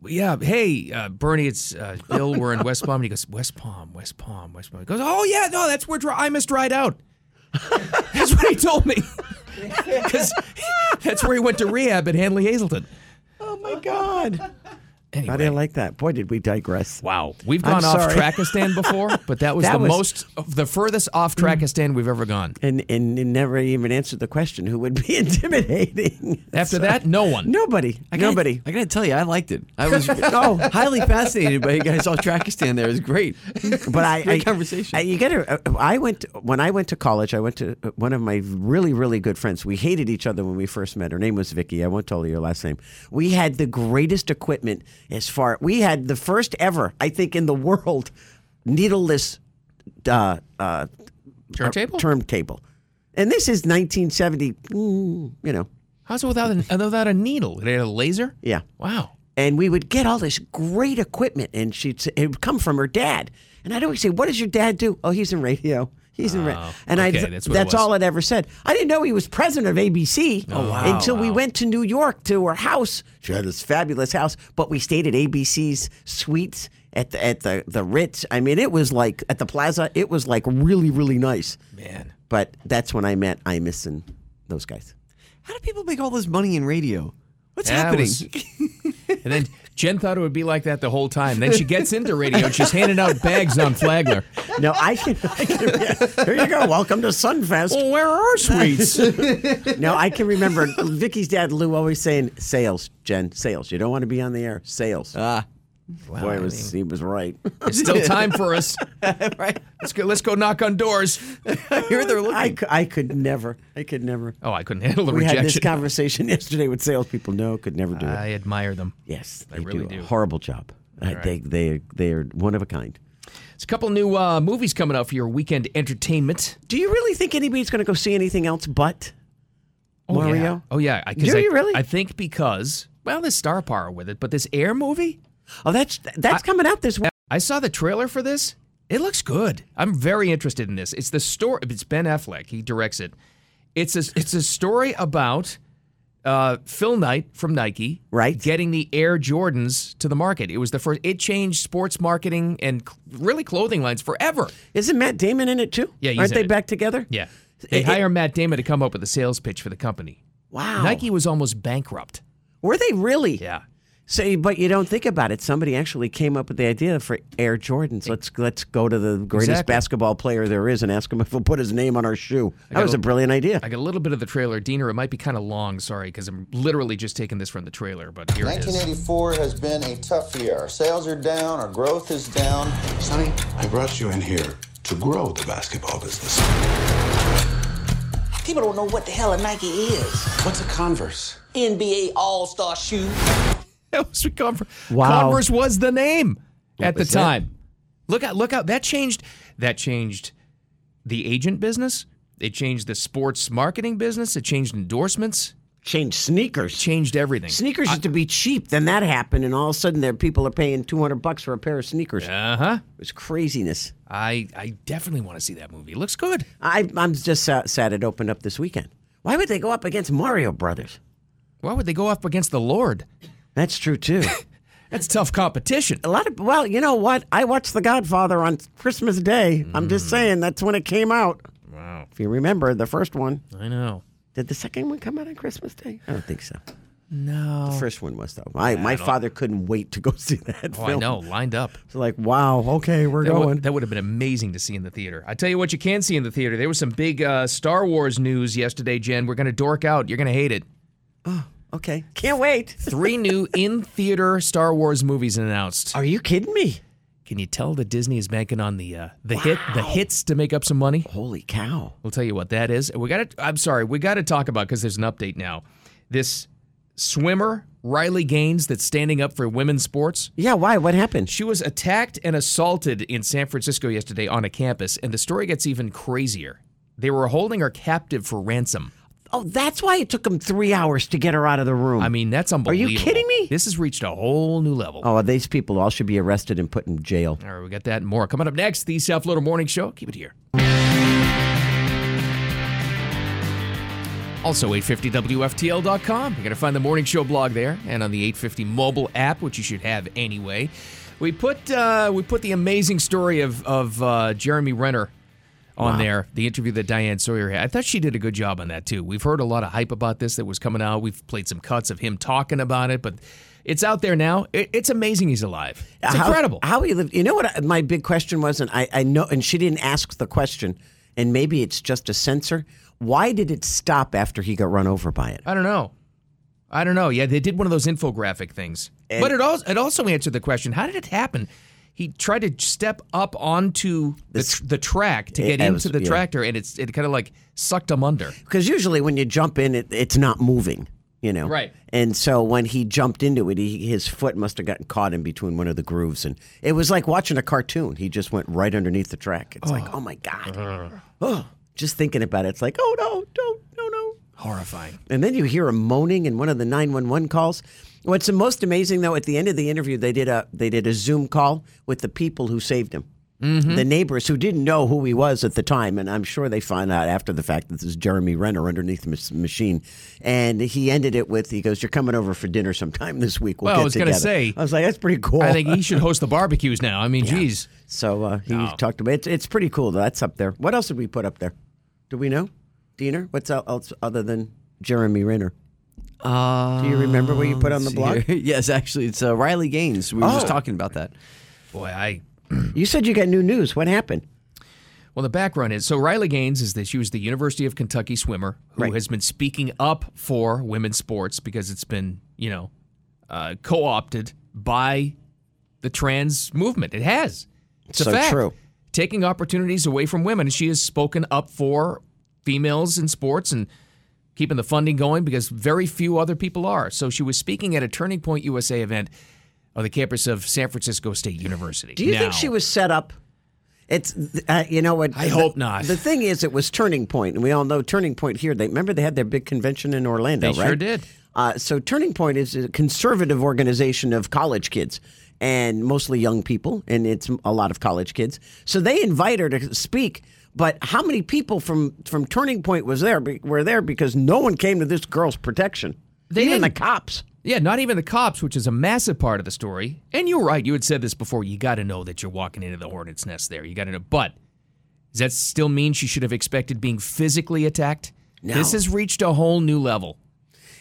B: "Well, "Yeah, hey uh, Bernie, it's uh, Bill. We're in West Palm." And he goes, "West Palm, West Palm, West Palm." He goes, "Oh yeah, no, that's where dri- Imus dried out." [laughs] that's what he told me. [laughs] 'Cause that's where he went to rehab at Hanley Hazelton.
C: Oh my God.
B: Anyway.
C: I didn't like that. Boy, did we digress.
B: Wow, we've
C: I'm
B: gone off
C: sorry.
B: Trackistan before, but that was
C: [laughs] That
B: the
C: was- Hmm.
B: most, the furthest off Trackistan we've ever gone.
C: And, and and never even answered the question. Who would be [laughs] intimidating?
B: After that, no one.
C: Nobody.
D: I gotta-
C: Nobody.
D: I gotta tell you, I liked it. I
B: [laughs]
D: was oh, highly fascinated by you guys all Trackistan there. It was
B: [laughs]
D: great.
C: but I,
D: Great
C: I-
D: conversation.
C: I- you gotta. I went when I went to college. I went to uh, one of my really really good friends. We hated each other when we first met. Her name was Vicky. I won't tell you her last name. We had the greatest equipment as far. We had the first ever, I think, in the world, needleless uh, uh,
B: Turntable?
C: Turntable. And this is 1970. mm, You know,
B: How's it without a, without a uh, needle? It had a laser.
C: yeah.
B: Wow.
C: and we would get all this great equipment, and she'd say, it would come from her dad. And I'd always say, "What does your dad do?" Oh, he's in radio. He's in radio.
B: Oh,
C: And
B: okay,
C: I
B: that's
C: that's,
B: what it was.
C: all I'd ever said. I didn't know he was president of ABC
B: Oh, wow.
C: until we went to New York to her house. She had this fabulous house, but we stayed at ABC's suites at the at the the Ritz. I mean, it was like at the Plaza. It was like really really nice.
B: Man.
C: But that's when I met Imus and those guys.
D: How do people make all this money in radio? What's
B: That
D: happening?
B: was- [laughs] and then Jen thought it would be like that the whole time. Then she gets into radio and she's handing out bags on Flagler.
C: No, I can. I can here you go. Welcome to Sunfest.
B: Well, where are sweets?
C: no, I can remember Vicky's dad Lou always saying sales, Jen, sales. You don't want to be on the air, sales. Ah,
B: Well,
C: boy,
B: I
C: it was, he
B: [laughs]
C: was right.
B: There's [laughs] still time for
C: [laughs]
B: us. right. Let's go. Let's go knock on doors.
C: Here they're looking. I, cou- I could never. I could never.
B: Oh, I couldn't handle the
C: we had this
B: rejection.
C: conversation [laughs] yesterday with salespeople. No, could never do it.
B: I admire them.
C: yes,
B: I
C: they
B: really
C: do.
B: do.
C: A horrible job. I-
B: right.
C: They they they are one of a kind.
B: There's a couple new uh, movies coming out for your weekend entertainment.
C: Do you really think anybody's going to go see anything else but Mario?
B: Yeah. Oh yeah. I, 'cause
C: Do
B: I-
C: you really?
B: I think because well, there's star power with it, but this Air movie.
C: Oh, that's that's coming out this week.
B: I saw the trailer for this. It looks good. I'm very interested in this. It's the story. It's Ben Affleck. He directs it. It's a it's a story about uh, Phil Knight from Nike,
C: Right.
B: getting the Air Jordans to the market. It was the first. It changed sports marketing and cl- really clothing lines forever.
C: Isn't Matt Damon in it too?
B: Yeah, he's
C: aren't
B: in
C: they
B: it.
C: back together?
B: Yeah, they
C: It- it-
B: hire Matt Damon to come up with a sales pitch for the company.
C: Wow.
B: Nike was almost bankrupt.
C: Were they really?
B: Yeah.
C: So, but you don't think about it. Somebody actually came up with the idea for Air Jordans. Let's let's go to the greatest
B: Exactly.
C: basketball player there is and ask him if he'll put his name on our shoe. That
B: got
C: was
B: a-
C: a brilliant idea.
B: I got a little bit of the trailer, Diener. It might be kind of long. Sorry, because I'm literally just taking this from the trailer. But here it is.
M: 1984 has been a tough year. Our sales are down, our growth is down.
N: Sonny, I brought you in here to grow the basketball business.
O: People don't know what the hell a Nike is.
N: What's a Converse?
O: NBA All Star shoe.
B: [laughs] That was Converse.
O: Wow.
B: Converse was the name at the
O: was it?
B: time. Look out! Look out! That changed. That changed the agent business. It changed the sports marketing business. It changed endorsements.
C: Changed sneakers.
B: Changed everything.
C: Sneakers used to be cheap. Then that happened, and all of a sudden, there people are paying two hundred bucks for a pair of sneakers.
B: Uh huh.
C: It was craziness.
B: I I definitely want to see that movie. It looks good.
C: I, I'm just sa- sad it opened up this weekend. Why would they go up against Mario Brothers?
B: Why would they go up against the Lord?
C: That's true too.
B: That's tough competition.
C: A lot of well, you know what? I watched The Godfather on Christmas Day. I'm just saying that's when it came out.
B: Mm. Wow.
C: If you remember the first one,
B: I know.
C: did the second one come out on Christmas Day? I don't think so. The
B: No.
C: first one was though. My
B: Yeah, I
C: my
B: don't-
C: father couldn't wait to go [laughs] see that
B: Oh,
C: film.
B: I know. Lined up.
C: It's like wow, okay, we're
B: That
C: going.
B: would, that would have been amazing to see in the theater. I tell you what, you can see in the theater. There was some big uh, Star Wars news yesterday, Jen. We're going to dork out. You're going to hate it.
C: okay, can't wait.
B: Three new in theater Star Wars movies announced.
C: Are you kidding me?
B: Can you tell that Disney is banking on the uh, the hit the hits to make up some money?
C: Holy cow!
B: We'll tell you what that is. We got to. I'm sorry, we got to talk about because there's an update now. This swimmer Riley Gaines that's standing up for women's sports.
C: Yeah, why? What happened?
B: She was attacked and assaulted in San Francisco yesterday on a campus, and the story gets even crazier. They were holding her captive for ransom.
C: Oh, that's why it took him three hours to get her out of the room.
B: I mean, that's
C: Are
B: unbelievable.
C: you kidding me?
B: This has reached a whole new level.
C: oh, these people all should be arrested and put in jail.
B: All right, we got that and more. Coming up next, the South Florida Morning Show. Keep it here. Also, 850WFTL.com. You're going to find the Morning Show blog there and on the 850 mobile app, which you should have anyway. We put uh, we put the amazing story of, of uh, Jeremy Renner on there, the interview that Diane Sawyer had. I thought she did a good job on that, too. We've heard a lot of hype about this that was coming out. We've played some cuts of him talking about it, but it's out there now. It, it's amazing he's alive. It's
C: how,
B: incredible.
C: How he lived. You know what I, my big question was, and I, I know, and she didn't ask the question, and maybe it's just a censor. Why did it stop after he got run over by it?
B: I don't know. I don't know. Yeah, they did one of those infographic things. but it also it also answered the question: How did it happen? He tried to step up onto the, tr- the track to
C: It-
B: get
C: I
B: into
C: was-
B: the
C: yeah.
B: tractor, and it's it kind of like sucked him under.
C: Because usually when you jump in, it, it's not moving. You know,
B: Right.
C: And so when he jumped into it, he, his foot must have gotten caught in between one of the grooves, and it was like watching a cartoon. He just went right underneath the track. It's like, oh my god. Oh, just thinking about it, it's like, oh no, don't, no, no.
B: Horrifying.
C: And then you hear him moaning in one of the 911 calls. What's the most amazing though? At the end of the interview, they did a they did a Zoom call with the people who saved him,
B: Mm-hmm.
P: Mhm.
C: the neighbors who didn't know who he was at the time, and I'm sure they found out after the fact that this is Jeremy Renner underneath the mas- machine. And he ended it with, "He goes, you're coming over for dinner sometime [laughs] this week. We'll
B: well,
C: get
B: I was
C: together."
B: to say,
C: I was like, that's pretty cool.
B: I think he should host the barbecues now. I mean,
C: Yeah.
B: geez.
C: So uh, he talked about it. It's, it's pretty cool. though. That's up there. What else did we put up there? Do we know, Diener? What's el- else other than Jeremy Renner?
D: Uh,
C: Do you remember what you put on the
D: let's see
C: blog?
D: here. [laughs] yes, actually, it's uh, Riley Gaines. We were
C: Oh.
D: just talking about that.
B: Boy, I.
C: You said you got new news. What happened?
B: Well, the background is so Riley Gaines is that she was the University of Kentucky swimmer who has been speaking up for women's sports because it's been, you know, uh, co opted by the trans movement. It has. It's
C: So
B: a fact.
C: true.
B: Taking opportunities away from women. And she has spoken up for females in sports and keeping the funding going because very few other people are. So she was speaking at a Turning Point USA event on the campus of San Francisco State University.
C: Do you
B: Now-
C: think she was set up? It's uh, you know what?
B: I hope not.
C: The thing is, it was Turning Point, and we all know Turning Point here. They remember they had their big convention in Orlando,
B: They
C: right?
B: sure did.
C: Uh, so Turning Point is a conservative organization of college kids and mostly young people, and it's a lot of college kids. So they invite her to speak, but how many people from from Turning Point was there? be- Were there because no one came to this girl's protection.
B: They
C: Even
B: didn't.
C: the cops.
B: Yeah, not even the cops, which is a massive part of the story. And you're right. You had said this before. You got to know that you're walking into the hornet's nest there. You got to know. But does that still mean she should have expected being physically attacked?
C: No.
B: This has reached a whole new level.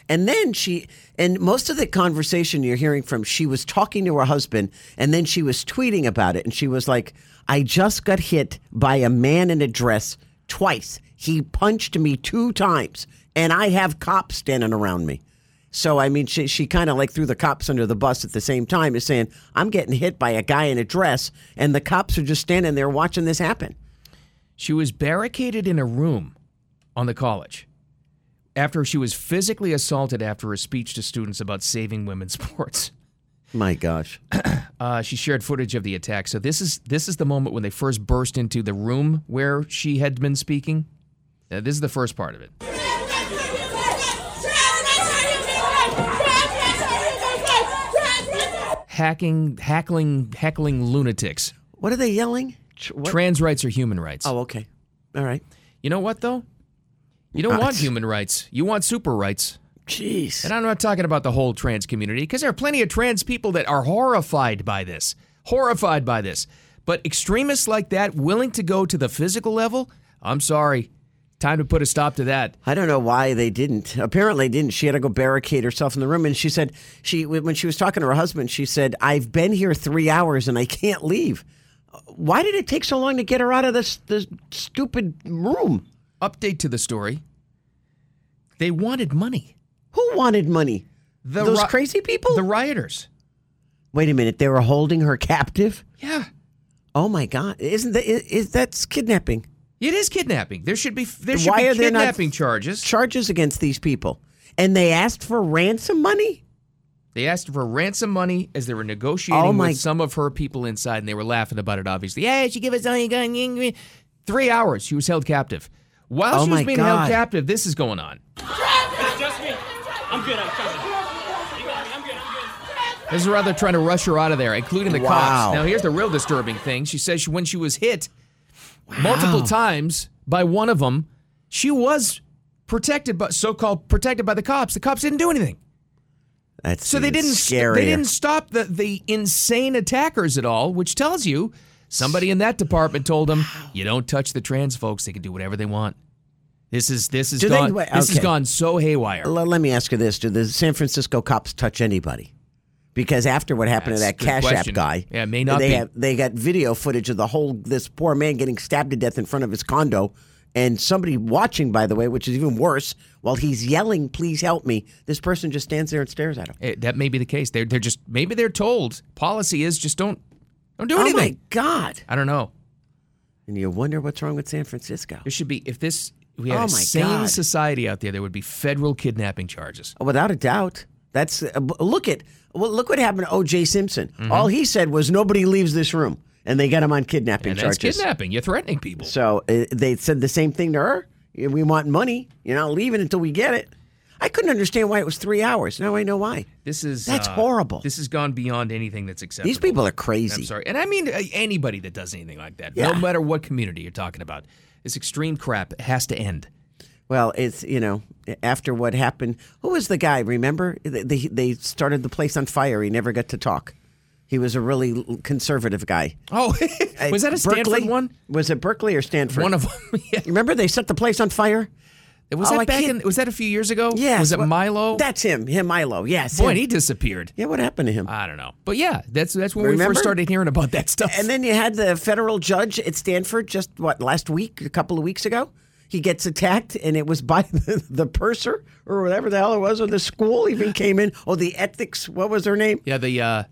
C: And then she, and most of the conversation you're hearing from, she was talking to her husband and then she was tweeting about it. And she was like, I just got hit by a man in a dress twice. He punched me two times and I have cops standing around me. So, I mean, she, she kind of like threw the cops under the bus at the same time as saying, I'm getting hit by a guy in a dress and the cops are just standing there watching this happen.
B: She was barricaded in a room on the college after she was physically assaulted after a speech to students about saving women's [laughs] sports.
C: My gosh.
B: Uh, she shared footage of the attack. So this is this is the moment when they first burst into the room where she had been speaking. Uh, this is the first part of it. Hacking, hackling, heckling lunatics.
C: What are they yelling?
B: Trans rights are human rights.
C: Oh, okay. All right.
B: You know what though? You don't
C: Uh,
B: want human rights. You want super rights.
C: Jeez.
B: And I'm not talking about the whole trans community because there are plenty of trans people that are horrified by this. Horrified by this. But extremists like that willing to go to the physical level, I'm sorry. Time to put a stop to that.
C: I don't know why they didn't. Apparently, they didn't. She had to go barricade herself in the room, and she said she when she was talking to her husband, she said, "I've been here three hours and I can't leave." Why did it take so long to get her out of this this stupid room?
B: Update to the story. They wanted money.
C: Who wanted money?
B: The
C: Those
B: ri-
C: crazy people. The
B: rioters.
C: Wait a minute. They were holding her captive.
B: Yeah.
C: Oh my God! Isn't that is, is that's kidnapping?
B: It is kidnapping. There should be there should
C: Why
B: be
C: are there not
B: kidnapping charges.
C: Charges against these people, and they asked for ransom money.
B: They asked for ransom money as they were negotiating
C: Oh, my-
B: with some of her people inside, and they were laughing about it. Obviously, yeah, she give us all your gun. ying, ying." Three hours she was held captive. While
C: Oh,
B: she was
C: my
B: being
C: God.
B: held captive, this is going on.
Q: Just me. I'm good. I'm coming. You got me. I'm good. I'm good.
B: This is where they're trying to rush her out of there, including the
C: Wow.
B: cops. Now, here's the real disturbing thing. She says she, when she was hit multiple times by one of them, she was protected, by so-called protected by the cops. The cops didn't do anything.
C: That's
B: So they
C: even
B: didn't
C: scarier.
B: they didn't stop the the insane attackers at all, which tells you somebody in that department told them you don't touch the trans folks; they can do whatever they want. This is this is
C: Do they-
B: gone.
C: wait,
B: This has
C: okay.
B: gone so haywire.
C: L- let me ask you this: Do the San Francisco cops touch anybody? Because after what happened
B: That's
C: to
B: a
C: that Cash
B: good
C: App
B: question.
C: guy,
B: Yeah, it may not
C: they
B: be.
C: they got video footage of the whole this poor man getting stabbed to death in front of his condo, and somebody watching, by the way, which is even worse. While he's yelling, "Please help me!" This person just stands there and stares at him.
B: Eh, that may be the case. They're they're just maybe they're told policy is just don't don't do anything.
C: Oh my God!
B: I don't know.
C: And you wonder what's wrong with San Francisco.
B: There should be if this we had
C: Oh
B: a
C: my
B: sane
C: God.
B: society out there, there would be federal kidnapping charges.
C: Without a doubt, that's uh, b- look at well, look what happened to O.J. Simpson.
B: Mm-hmm.
C: All he said was, "Nobody leaves this room," and they got him on kidnapping
B: And that's
C: charges.
B: kidnapping. You're threatening people.
C: So uh, they said the same thing to her. We want money. You're not leaving until we get it. I couldn't understand why it was three hours. Now I know why.
B: This is
C: that's
B: uh,
C: horrible.
B: This has gone beyond anything that's acceptable.
C: people are crazy.
B: I'm sorry, and I mean uh, anybody that does anything like that, no
C: Yeah.
B: matter what community you're talking about. This extreme crap has to end.
C: Well, it's you know after what happened. Who was the guy? Remember they they- they started the place on fire. He never got to talk. He was a really l- conservative guy.
B: [laughs]
C: Uh,
B: Oh, was that a Stanford
C: Berkeley?
B: one?
C: Was it Berkeley or Stanford?
B: One of [laughs] them. Yeah.
C: Remember they set the place on fire.
B: Was
C: Oh,
B: that
C: I
B: back
C: can't-
B: in? Was that a few years ago?
C: Yes.
B: Was it
C: What-
B: Milo?
C: That's him. Him, Milo. Yes.
B: Boy,
C: him.
B: and he disappeared.
C: Yeah, what happened to him?
B: I don't know. But yeah, that's that's when we
C: Remember?
B: first started hearing about that stuff.
C: And then you had the federal judge at Stanford just what last week, a couple of weeks ago. He gets attacked, and it was by [laughs] the, the purser or whatever the hell it was, or the school even came in. Oh, the ethics. What was her name?
B: Yeah, the uh,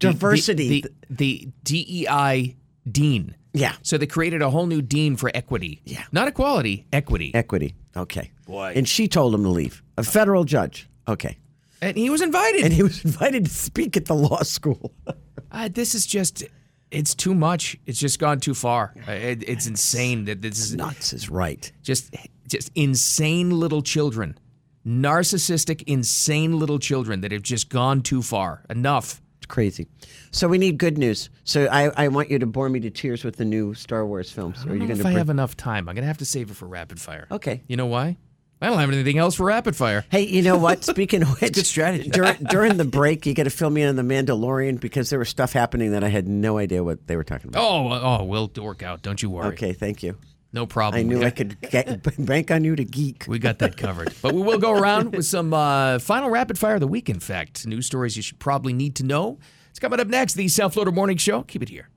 B: the-
C: Diversity.
B: the, the, the DEI dean.
C: Yeah.
B: So they created a whole new dean for equity. Yeah. Not equality, equity.
C: Equity. Okay.
B: Boy.
C: And she told him to leave. A federal judge. Okay.
B: And he was invited.
C: And he was [laughs] invited to speak at the law school. [laughs]
B: Uh, this is just, it's too much. It's just gone too far. Uh, it- it's insane that this is
C: Nuts is right.
B: just, just insane little children, narcissistic, insane little children that have just gone too far. Enough.
C: It's crazy. So we need good news. So I, I want you to bore me to tears with the new Star Wars films.
B: I
C: Are
B: don't
C: you
B: know
C: gonna
B: if I
C: bring-
B: have enough time. I'm gonna have to save it for rapid fire.
C: Okay.
B: You know why? I don't have anything else for rapid fire.
C: Hey, you
D: [laughs]
C: know what? Speaking of which,
D: good strategy. [laughs]
C: During, during the break, you got to fill me in on the Mandalorian because there was stuff happening that I had no idea what they were talking about.
B: Oh, oh, we'll dork out. Don't you
D: Oh,
B: worry.
C: Okay, thank you.
B: No problem.
C: I
B: We
C: knew
B: got-
C: I could get,
D: [laughs]
C: bank on you to geek.
B: We got that covered. But we will go around with some uh, final rapid fire of the week, in fact. News stories you should probably need to know. It's coming up next, the South Florida Morning Show. Keep it here.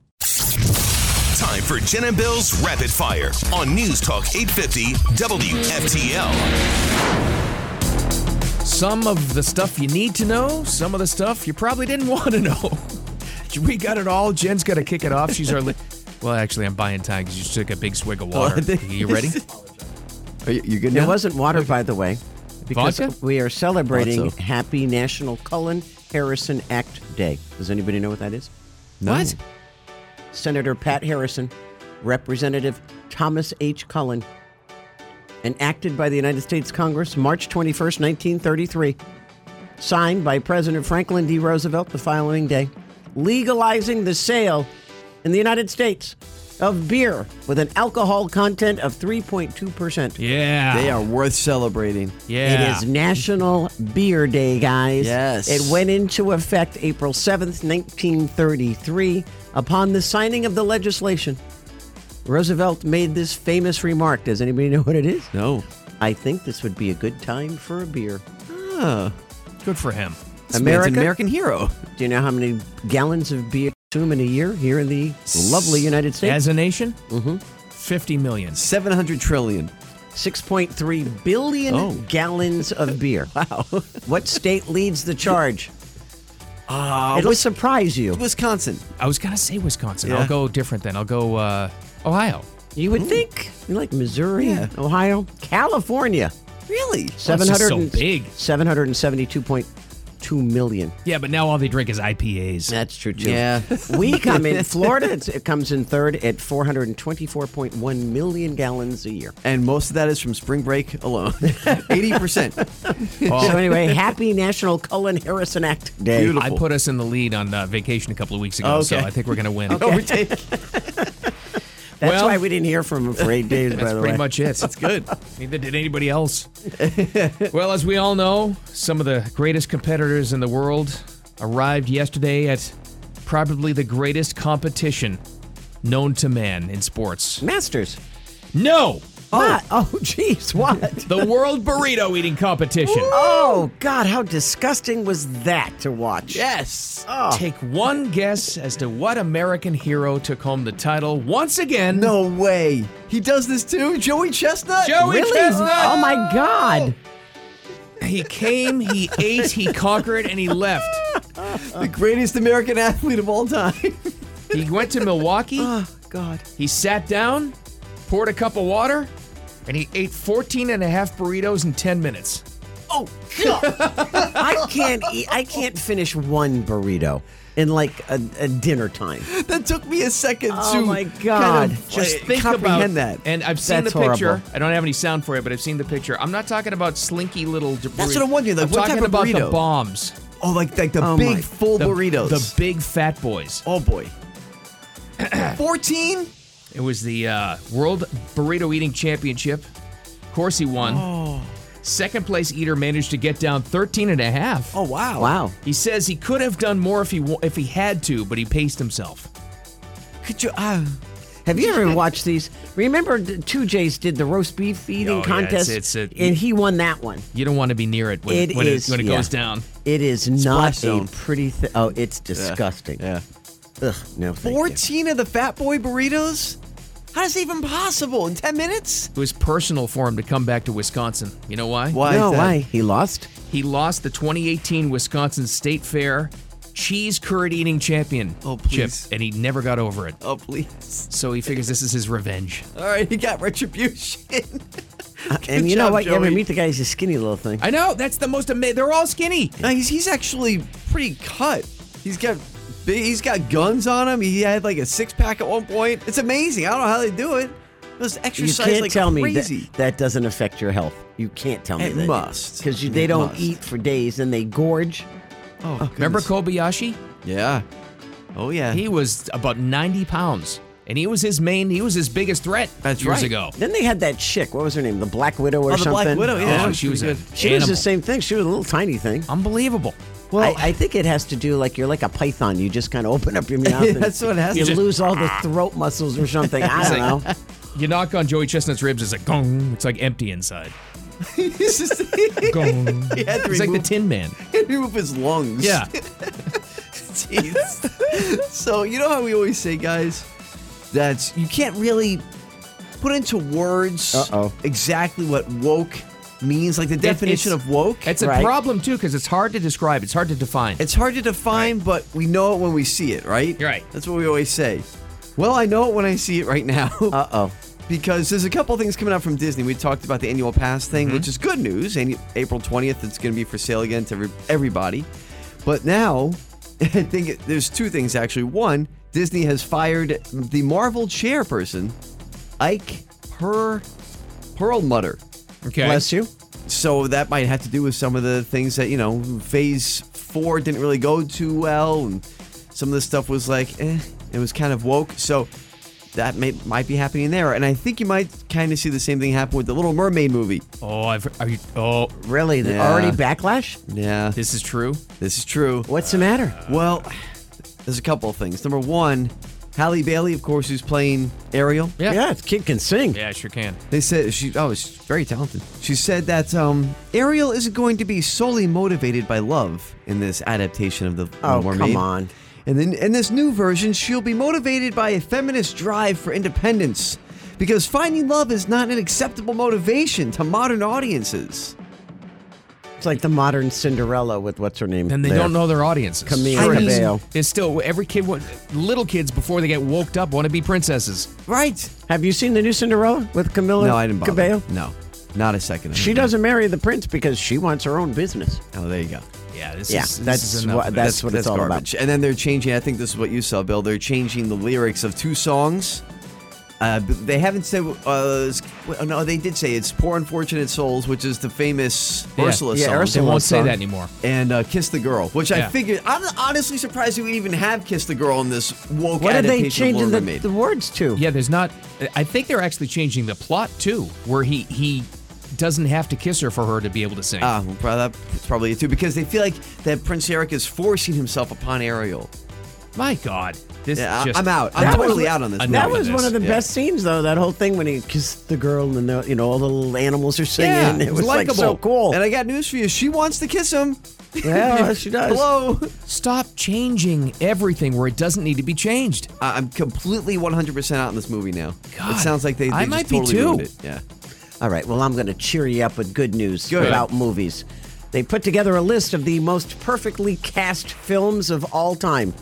A: Time for Jen and Bill's Rapid Fire on News Talk 850 WFTL.
B: Some of the stuff you need to know, some of the stuff you probably didn't [laughs] want to know. we got it all. Jen's got to kick it off. She's our. Li- well, actually, I'm buying time because you just took a big swig
D: Oh,
B: of water. you ready?
D: Are you, you good
C: It
D: now?
C: wasn't water, by the way, because
B: Vodka?
C: we are celebrating
D: Thought so.
C: Happy National Cullen Harrison Act Day. Does anybody know what that is?
D: [laughs] No.
B: What?
C: Senator Pat Harrison, Representative Thomas H. Cullen, enacted by the United States Congress March 21st, 1933, signed by President Franklin D. Roosevelt the following day, legalizing the sale in the United States of beer with an alcohol content of 3.2%.
B: Yeah.
D: They are worth celebrating.
B: Yeah.
C: It is National Beer Day, guys.
D: Yes.
C: It went into effect April 7th, 1933, upon the signing of the legislation. Roosevelt made this famous remark. Does anybody know what it is?
D: No.
C: I think this would be a good time for a beer.
D: Ah,
B: Good for him.
D: this man's an
C: America?
D: American hero.
C: Do you know how many gallons of beer we consume in a year here in the lovely United States?
B: As a nation, mm-hmm. 50 million.
D: 700 trillion.
C: 6.3 billion
D: Oh.
C: gallons of beer.
D: [laughs]
C: wow. What state leads the charge?
D: Ah,
C: It'll surprise you.
D: Wisconsin.
B: I was going to say Wisconsin.
D: Yeah.
B: I'll go different then. I'll go uh, Ohio.
C: You would think you like Missouri,
D: Yeah. Oh,
C: Ohio, California.
D: Really?
B: That's just so
C: and-
B: big.
C: 772.2 million.
B: Yeah, but now all they drink is IPAs.
C: That's true, too.
D: Yeah.
C: we come in Florida, it's, it comes in third at 424.1 million gallons a year.
D: And most of that is from spring break alone. [laughs] 80%.
C: So, anyway, happy National Cullen Harrison Act Day.
D: Beautiful. [laughs]
B: I put us in the lead on uh, vacation a couple of weeks ago, so
D: Okay.
B: I think we're going to
C: [laughs]
B: win.
D: Overtake.
C: That's
B: Well-
C: why we didn't hear from him for eight days, by
B: That's
C: the
B: pretty
C: way.
B: much it. That's
C: [laughs]
B: good. Neither did anybody else. well, as we all know, some of the greatest competitors in the world arrived yesterday at probably the greatest competition known to man in sports.
C: Masters.
B: No!
C: What? Oh, [laughs] jeez, what?
B: The World Burrito Eating Competition.
C: oh, God, how disgusting was that to watch?
D: yes.
B: Take one guess as to what American hero took home the title once again.
D: No way. He does this too? Joey Chestnut?
B: Joey
D: really?
B: Chestnut!
C: Oh, my God.
B: He
D: [laughs]
B: came, he ate, he conquered, and he left.
D: The greatest American athlete of all time.
C: [laughs]
B: He went to Milwaukee,
D: Ah. God.
B: he sat down, poured a cup of water, and he ate 14 and a half burritos in 10 minutes.
C: e, Oh, God. I can't eat. I can't finish one burrito. in like a, a dinner time.
D: That took me a second
C: Oh
D: to
C: my
D: kind of
C: God.
D: just think comprehend that.
B: And I've seen
D: That's
B: the picture.
D: horrible.
B: I don't have any sound for it, but I've seen the picture. I'm not talking about slinky little. d-
D: That's what I'm wondering, like,
B: I'm
D: what type
B: talking
D: of
B: about the
D: burrito?
B: bombs.
D: Oh, like like the
B: Oh
D: big
B: my-
D: full
B: the-
D: burritos.
B: the big fat boys.
D: Oh [clears throat] boy. 14?
B: It was the uh, World Burrito Eating Championship. Of course, he won. Second place eater managed to get down 13 and a half. Oh,
D: wow.
C: Wow.
B: He says he could have done more if he wa- if he had to, but he paced himself.
D: Could you? Uh,
C: have you
D: [laughs]
C: ever watched these? Remember, the- Two J's did the roast beef
B: Oh,
C: eating
B: yeah, it's-
C: contest,
B: it's a-
C: and he won that one.
B: You don't want to be near it when
C: It
B: it, when
C: is,
B: it, when it goes
C: yeah.
B: down.
C: It is
B: Splash
C: not a
B: zone.
C: pretty thing. Oh, it's disgusting.
D: Yeah.
C: Ugh, no. thank you.
D: 14 of the Fat Boy burritos? How is that even possible in 10 minutes?
B: It was personal for him to come back to Wisconsin. You know why?
D: Why is
C: No,
D: that?
C: why? He lost?
B: He lost the 2018 Wisconsin State Fair cheese curd eating champion. Oh,
D: please.
B: and he never got over it.
D: Oh, please. [laughs]
B: So he figures this is his revenge.
D: All right, he got retribution. [laughs]
C: and you know
D: job,
C: what? You ever
D: Joey.
C: meet the guy? He's a skinny little thing.
B: I know. That's the most amazing. They're all skinny.
D: No, he's he's actually pretty cut. He's got big, he's got guns on him. He had like a six pack at one point. It's amazing. I don't know how they do it. Those
C: You
D: exercise
C: can't
D: like
C: tell me
D: crazy.
C: that, that doesn't affect your health. You can't tell me
D: It
C: that.
D: must.
C: Because
D: It
C: they don't
D: must.
C: eat for days and they gorge.
D: Oh,
B: Remember
D: goodness.
B: Kobayashi?
D: Yeah. Oh yeah. [laughs]
B: [laughs] He was about 90 pounds, and he was his main. He was his biggest threat
D: That's
B: years
D: right.
B: ago.
C: Then they had that chick. What was her name? The Black Widow or
D: Oh, the
C: something?
D: Black Widow, yeah. that
B: oh,
D: was
B: she was
D: pretty
B: a
D: good.
C: She was
B: animal.
C: the same thing. She was a little tiny thing.
B: Unbelievable.
C: Well, I, I think it has to do like you're like a python. You just kind of
D: [laughs]
C: open up your mouth. and
D: That's what it has
C: You
D: to do.
C: lose all the throat muscles or something. I
D: [laughs]
B: It's
C: don't know.
B: like- You knock on Joey Chestnut's ribs, it's like gong. It's like
D: [laughs]
B: empty inside.
D: He's just-
B: [laughs] Gong.
D: he had to
B: It's like
D: remove,
B: the
D: [laughs]
B: Tin Man.
D: he had to remove his lungs.
B: Yeah.
D: [laughs] Jeez. [laughs] so you know how we always say, guys, that's you can't really put into words
C: Uh-oh.
D: exactly what woke means, like the
B: It's-
D: definition of woke.
B: It's a
C: Right.
B: problem too because it's hard to describe. It's hard to define.
D: [laughs] It's hard to define, but we know it when we see it, right?
B: You're right.
D: That's what we always say. Well, I know it when I see it right now. [laughs]
C: Uh oh.
D: because there's a couple things coming out from Disney. We talked about the annual pass thing,
B: Mm-hmm.
D: which is good news. And April 20th, it's going to be for sale again to every- everybody. But now, [laughs] I think it- there's two things actually. One, Disney has fired the Marvel chairperson, Ike Per Perlmutter.
B: okay.
C: Bless you.
D: So that might have to do with some of the things that, you know, phase four didn't really go too well. And some of the stuff was like, eh, it was kind of woke. So that may, might be happening there. And I think you might kind of see the same thing happen with the Little Mermaid movie.
B: Oh, I've, are you? Oh,
C: Really? The-
D: Yeah.
C: Already backlash?
D: Yeah,
B: this is true.
D: this is true.
C: What's the matter?
D: Well, there's a couple of things. Number one, Halle Bailey, of course, who's playing Ariel.
B: Yeah.
C: Yeah, this kid can sing.
B: Yeah, I sure can.
D: They said she oh she's very talented. She said that um, Ariel isn't going to be solely motivated by love in this adaptation of the
C: Oh,
D: Little Mermaid.
C: come on.
D: And then in this new version, she'll be motivated by a feminist drive for independence. Because finding love is not an acceptable motivation to modern audiences.
C: It's like the modern Cinderella with what's her name?
B: And they
C: there.
B: don't know their audiences.
C: Camila
B: Sure it is.
C: Cabello.
B: It's still every kid, wa- little kids before they get woked up, want to be princesses.
D: Right.
C: Have you seen the new Cinderella with Camilla
D: No, I didn't bother.
C: Cabello?
D: No, not a second.
C: She doesn't marry the prince because she wants her own business.
D: Oh, there you go.
B: Yeah, this
C: Yeah,
B: is this
C: that's
B: is enough
C: what-
B: of it.
C: that's- what it's all about.
D: And then they're changing. I think this is what you saw, Bill. They're changing the lyrics of two songs. Uh, but they haven't said. Uh, it's- well, no, they did say it's "Poor Unfortunate Souls," which is the famous
B: Yeah.
D: Ursula
B: Yeah,
D: song.
B: Ursula won't say that anymore.
D: And uh, "Kiss the Girl," which I
B: Yeah.
D: figured. I'm honestly surprised you would even have "Kiss the Girl" in this woke
C: What are they
D: adaptation of
C: changing the,
D: Little Mermaid.
C: the words to?
B: Yeah, there's not. I think they're actually changing the plot too, where he he doesn't have to kiss her for her to be able to sing.
D: Ah, well, prob- that's probably it too, because they feel like that Prince Eric is forcing himself upon Ariel.
B: My God, this
D: Yeah, I-
B: just,
D: I'm out. I'm
B: That was-
D: totally out on this.
B: That
D: movie.
C: That was one of the
D: Yeah.
C: best scenes, though. That whole thing when he kissed the girl and the you know all the little animals are singing. it was like so
D: likable.
C: cool.
D: And I got news for you. She wants to kiss him. [laughs]
C: yeah, she does.
D: Hello.
B: Stop changing everything where it doesn't need to be changed.
D: I- I'm completely 100% out in this movie now.
B: God.
D: it sounds like they, they
B: I
D: just
B: might be
D: totally
B: too.
D: ruined it. Yeah.
C: All right. Well, I'm going to cheer you up with good news
D: Good.
C: about movies. They put together a list of the most perfectly cast films of all time.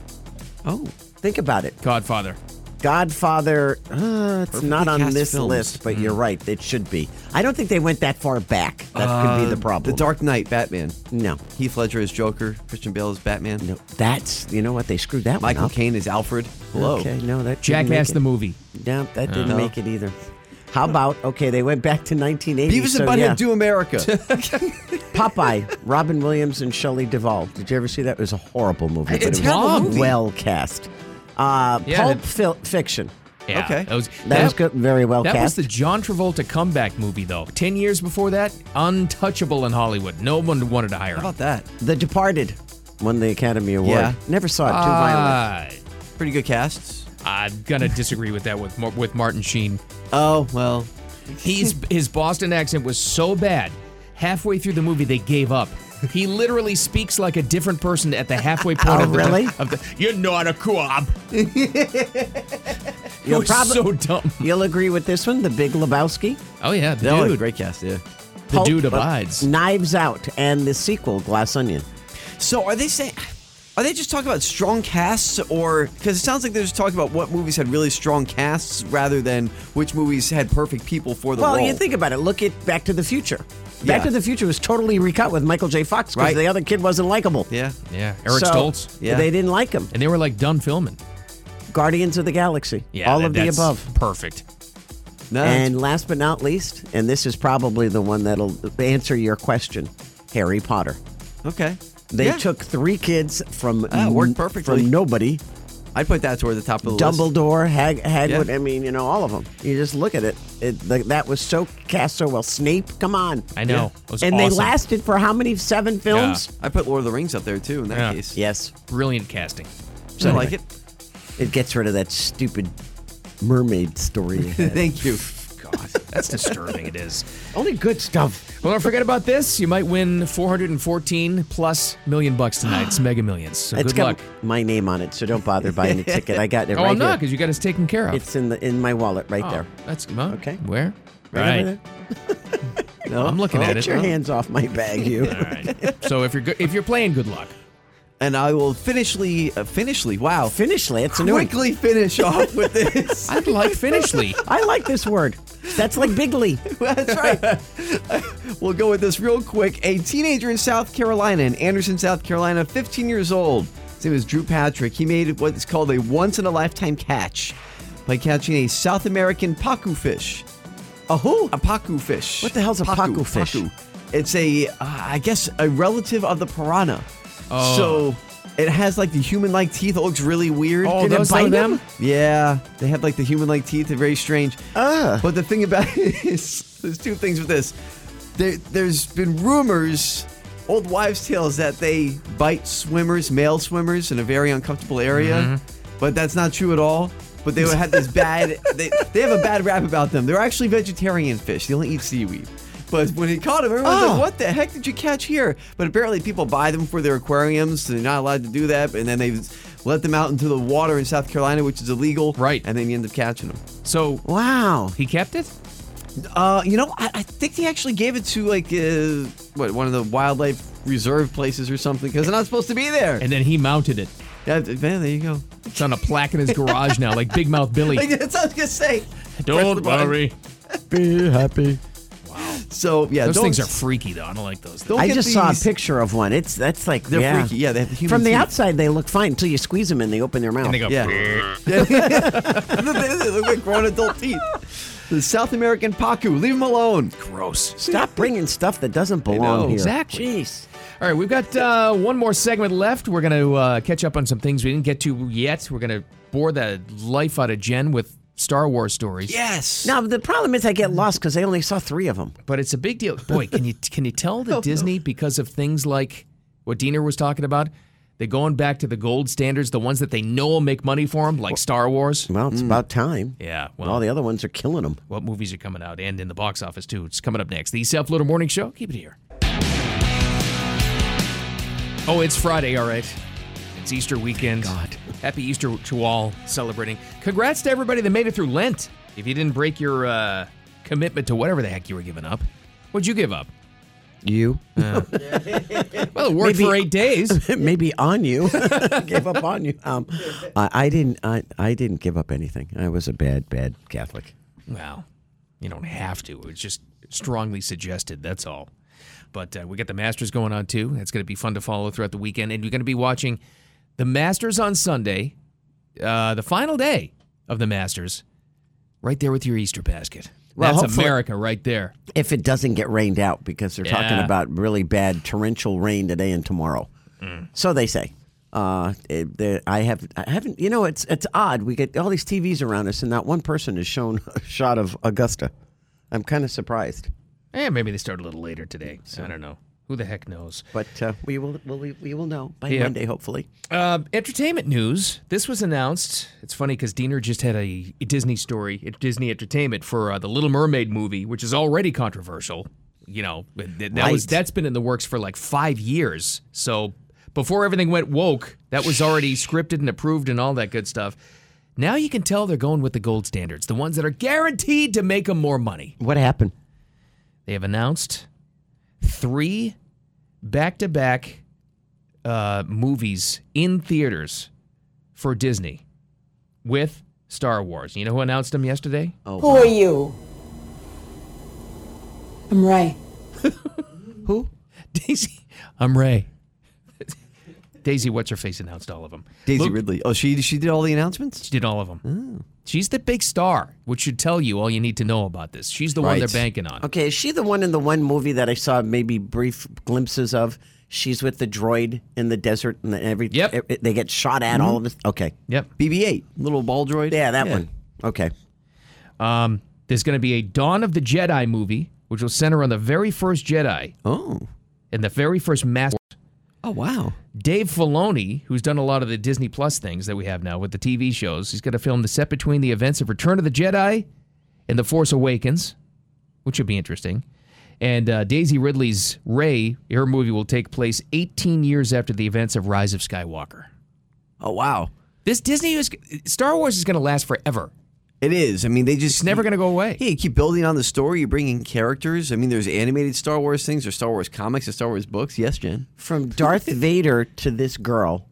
D: Oh.
C: Think about it.
B: Godfather.
C: Godfather, uh, it's
D: Perfectly
C: not on
D: cast
C: this
D: films.
C: list, but
D: Hmm.
C: you're right. It should be. I don't think they went that far back. That could be
D: Uh,
C: the problem.
D: The Dark Knight, Batman.
C: No.
D: Heath Ledger is Joker. Christian Bale is Batman. No,
C: that's you know what they screwed that
D: Michael
C: one up.
D: Caine is Alfred. Hello.
C: Okay, no, that didn't make
B: Jackass
C: it.
B: the movie.
C: Yeah, that didn't
D: No.
C: make it either. How about okay? They went back to 1980.
D: Beavis
C: so
D: and Butthead
C: yeah.
D: do America.
C: Popeye, [laughs] Robin Williams and Shelley Duvall. Did you ever see that? It was a horrible movie.
B: It's
C: but it
B: a terrible
C: was
B: movie.
C: well cast. Uh,
B: Yeah,
C: Pulp
B: the-
C: Fil- Fiction.
B: Yeah, That was,
C: That was good- very well
B: That
C: cast.
B: was the John Travolta comeback movie, though. Ten years before that, untouchable in Hollywood. No one wanted to hire him.
D: about that?
C: The Departed won the Academy Award.
B: Yeah.
C: Never saw it. Too
B: Ah,
C: violent.
D: Pretty good casts.
B: I'm gonna disagree with that with Mar- with Martin Sheen.
D: Oh well,
B: he's [laughs] his Boston accent was so bad. Halfway through the movie, they gave up. He literally speaks like a different person at the halfway point.
C: Oh,
B: of the,
C: really?
B: Of the, you're not a co-op.
C: You'll
B: was so dumb.
C: You'll agree with this one, The Big Lebowski.
B: Oh yeah, the
D: That was a
B: dude.
D: great cast. Yeah.
B: The
C: Pulp-
B: dude
C: uh,
B: abides.
C: Knives Out and the sequel, Glass Onion.
D: So are they saying? Are they just talking about strong casts, or because it sounds like they're just talking about what movies had really strong casts rather than which movies had perfect people for the
C: well,
D: role?
C: you think about it. Look at Back to the Future. Back
D: Yeah.
C: to the Future was totally recut with Michael J. Fox because
D: Right.
C: the other kid wasn't likable.
D: yeah,
B: Yeah, Eric
C: So,
B: Stoltz.
D: Yeah.
C: They didn't like him.
B: And they were like done filming.
C: Guardians of the Galaxy.
B: Yeah,
C: all
B: that-
C: of the
B: that's
C: above.
B: Perfect.
D: no,
C: And last but not least, and this is probably the one that'll answer your question, Harry Potter.
D: okay,
C: They
D: Yeah.
C: took three kids from
D: Ah, it worked
C: n-
D: perfectly.
C: from nobody.
D: I'd put that toward the top of the list.
C: Dumbledore, Hag- Hagrid.
D: Yeah.
C: I mean, you know, all of them. You just look at it. it like, that was so cast so well. Snape, come on.
B: I know. It was
C: and they
B: awesome.
C: lasted for how many? Seven films.
D: I put Lord of the Rings up there too. In that
B: Yeah.
D: case,
C: Yes.
B: Brilliant casting.
D: I like it.
C: It gets rid of that stupid mermaid story. you
D: [laughs]
C: had.
D: Thank you.
B: God, that's disturbing. It is.
C: Only good stuff.
B: Well, don't forget about this. You might win 414 plus million bucks tonight.
C: [gasps]
B: It's Mega Millions. So
C: it's
B: good
C: got
B: luck.
C: my name on it, so don't
D: [laughs]
C: bother buying a ticket. I got it
B: Oh,
C: right
B: I'm not
C: here.
B: because you got us taken care of.
C: It's in the in my wallet right
B: Oh,
C: there.
B: That's well,
C: Okay.
B: Where?
C: Right over
D: No,
B: I'm looking
D: oh,
B: at
C: Get
B: it.
C: your hands off my bag, you.
B: [laughs] All
C: [laughs]
B: right. So if you're go- if you're playing, good luck.
D: and I will finishly, uh, finishly. Wow,
C: Finishly, it's a new one.
D: quickly finish off with this.
B: I'd like Finishly.
C: I like this word. That's
D: [laughs]
C: like Bigley.
D: That's right. we'll go with this real quick. A teenager in South Carolina, in Anderson, South Carolina, 15 years old. His name is Drew Patrick. He made what is called a once in a lifetime catch by catching a South American pacu fish.
C: A who?
D: A pacu fish.
C: What the hell's a pacu fish?
D: It's a, uh, I guess, a relative of the piranha.
C: Oh.
D: So it has like the human like teeth. It looks really weird.
B: Oh,
C: Did it
B: those are
C: bite
B: them?
C: him?
D: Yeah, they have like the human-like teeth. They're very strange.
C: Ah.
D: But the thing about [laughs] it is, there's two things with this. There, there's been rumors, old wives' tales, that they bite swimmers, male swimmers, in a very uncomfortable area.
C: Mm-hmm.
D: But that's not true at all. But they would have this
C: [laughs]
D: bad. They, they have a bad rap about them. They're actually vegetarian fish. They only eat seaweed. But when he caught them, everyone's
C: Oh.
D: like, "What the heck did you catch here?" But apparently, people buy them for their aquariums. So they're not allowed to do that. And then they let them out into the water in South Carolina, which is illegal.
B: Right.
D: And then you end up catching them.
B: So
C: Wow.
B: he kept it.
D: Uh, you know, I, I think they actually gave it to like uh, what one of the wildlife reserve places or something because they're not supposed to be there.
B: And then he mounted it.
D: Yeah, man, there you go.
B: It's on a plaque in his garage now, like Big Mouth
C: [laughs]
D: Like,
B: Billy.
D: [laughs] that's what I was gonna say.
B: Don't
D: button.
B: worry.
C: Be happy.
D: So yeah,
B: Those
D: don't-
B: things are freaky, though. I don't like those.
D: Don't
C: I
D: get
C: just saw a
D: these-
C: picture of one. It's that's
D: [laughs]
C: like
D: They're
C: yeah.
D: freaky. Yeah, they have the human
C: From the
D: teeth.
C: outside, they look fine until you squeeze them and they open their mouth.
B: And they go.
D: Yeah. [laughs] they look like grown adult teeth. The South American pacu. Leave them alone.
B: Gross.
C: Stop bringing stuff that doesn't
D: know.
C: belong here.
B: Exactly.
C: Jeez.
B: All right, we've got uh, one more segment left. We're going to uh, catch up on some things we didn't get to yet. We're going to bore the life out of Jen with Star Wars stories.
D: Yes.
C: Now the problem is I get lost because I only saw three of them.
B: but it's a big deal. Boy, can you can you tell that Disney because of things like what Diener was talking about, they're going back to the gold standards, the ones that they know will make money for them, like Star Wars.
C: Well, it's about time.
B: Hmm. Yeah, well,
C: All the other ones are killing them.
B: what movies are coming out and in the box office too? It's coming up next. The Self Loader Morning Show. Keep it here. Oh, it's Friday, all right. It's Easter weekend. God, happy Easter to all celebrating. Congrats to everybody that made it through Lent. If you didn't break your uh, commitment to whatever the heck you were giving up, what'd you give up?
C: you.
B: well, it worked for eight days.
C: [laughs] maybe
B: [laughs]
C: on you. [laughs] Give up on you. Um, I, I didn't. I, I didn't give up anything. I was a bad, bad Catholic.
B: Well, you don't have to. It's just strongly suggested. That's all. But uh, we got the Masters going on too. That's going to be fun to follow throughout the weekend, and you're going to be watching the Masters on Sunday, uh, the final day of the Masters, right there with your Easter basket.
C: Well,
B: That's
C: hopefully-
B: America right there.
C: If it doesn't get rained out, because they're talking
B: Yeah.
C: about really bad torrential rain today and tomorrow.
B: Mm.
C: So they say. Uh, it- there- I have I haven't. You know, it's it's odd. We get all these TVs around us, and not one person has shown [laughs] a shot of Augusta. I'm kind of surprised.
B: Eh, maybe they start a little later today. I don't know. Who the heck knows?
C: But uh, we will we'll, we we will know by
B: Yeah.
C: Monday, hopefully.
B: Uh, entertainment news. This was announced. It's funny because Diener just had a Disney story at Disney Entertainment for uh, the Little Mermaid movie, which is already controversial. You know, but th- that was
C: Right.
B: that's been in the works for like five years. So before everything went woke, that was already scripted and approved and all that good stuff. Now you can tell they're going with the gold standards, the ones that are guaranteed to make them more money.
C: What happened?
B: They have announced three back-to-back uh, movies in theaters for Disney with Star Wars. You know who announced them yesterday?
C: Oh,
P: Who are you? I'm Ray.
C: Who?
B: [laughs] Daisy. I'm Ray. [laughs] Daisy, what's her face announced all of them?
D: Daisy
B: Luke-
D: Ridley. Oh, she she did all the announcements.
B: She did all of them.
C: Oh.
B: She's the big star, which should tell you all you need to know about this. She's the one
C: Right.
B: they're banking on.
C: Okay, is she the one in the one movie that I saw maybe brief glimpses of? She's with the droid in the desert and the, every yep. they get shot at all of this. Okay.
B: Yep.
C: BB-8,
D: Mm-hmm. little ball droid.
C: Yeah, that
B: Yeah.
C: one. Okay.
B: Um, there's going to be a Dawn of the Jedi movie, which will center on the very first Jedi.
D: Oh.
B: And the very first Master.
D: Oh wow.
B: Dave Filoni, who's done a lot of the Disney Plus things that we have now with the TV shows, he's going to film the set between the events of Return of the Jedi and The Force Awakens, which should be interesting. And uh, Daisy Ridley's Rey, her movie will take place 18 years after the events of Rise of Skywalker.
D: Oh wow.
B: This Disney is Star Wars is going to last forever.
D: It is. I mean, they just. It's
B: never going to go away.
D: Yeah, you keep building on the story. You bring in characters. I mean, there's animated Star Wars things, there's Star Wars comics, there's Star Wars books. Yes, Jen.
C: From
D: [laughs]
C: Darth Vader to this girl,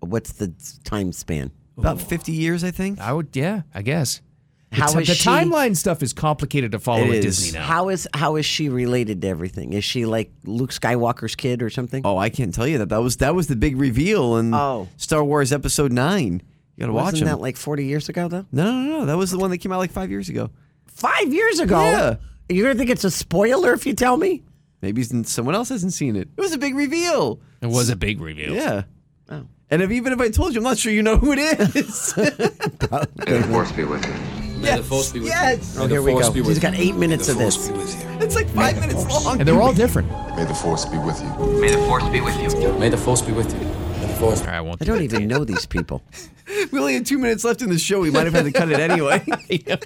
C: what's the time span?
D: About 50 years, I think.
B: I would, yeah, I guess. The
C: How
B: ti-
C: is
B: the
C: she-
B: timeline stuff is complicated to follow at Disney now.
C: How is how is she related to everything? Is she like Luke Skywalker's kid or something?
D: Oh, I can't tell you that. That was that was the big reveal in Star Wars Episode Nine. You gotta watch
C: Oh. Wasn't
D: them.
C: that like 40 years ago though?
D: no, no, no, no. That was the one that came out like five years ago.
C: Five years ago.
D: Yeah.
C: You're gonna think it's a spoiler if you tell me.
D: Maybe s- someone else hasn't seen it. It was a big reveal.
B: It was a big reveal.
D: Yeah.
C: Oh.
D: And if, even if I told you, I'm not sure you know who it is. [laughs]
R: May the force be with you.
D: May the force be with yes.
C: Oh, here we go. He's got eight minutes of this.
D: It's like five minutes long.
B: And they're all different.
R: May the force be with you. May the force be with you. May the force be with you.
B: All right, I won't.
C: I don't even know these people.
D: We only had two minutes left in the show. We might have had to cut it anyway. [laughs]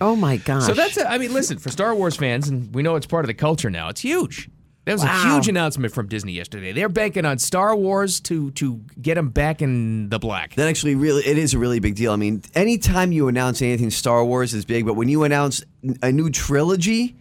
C: Oh my gosh.
B: So that's, a, I mean, listen, for Star Wars fans, and we know it's part of the culture now, it's huge. That was a
C: Wow.
B: huge announcement from Disney yesterday. They're banking on Star Wars to to get them back in the black.
D: That actually really it is a really big deal. I mean, anytime you announce anything Star Wars is big, but when you announce a new trilogy,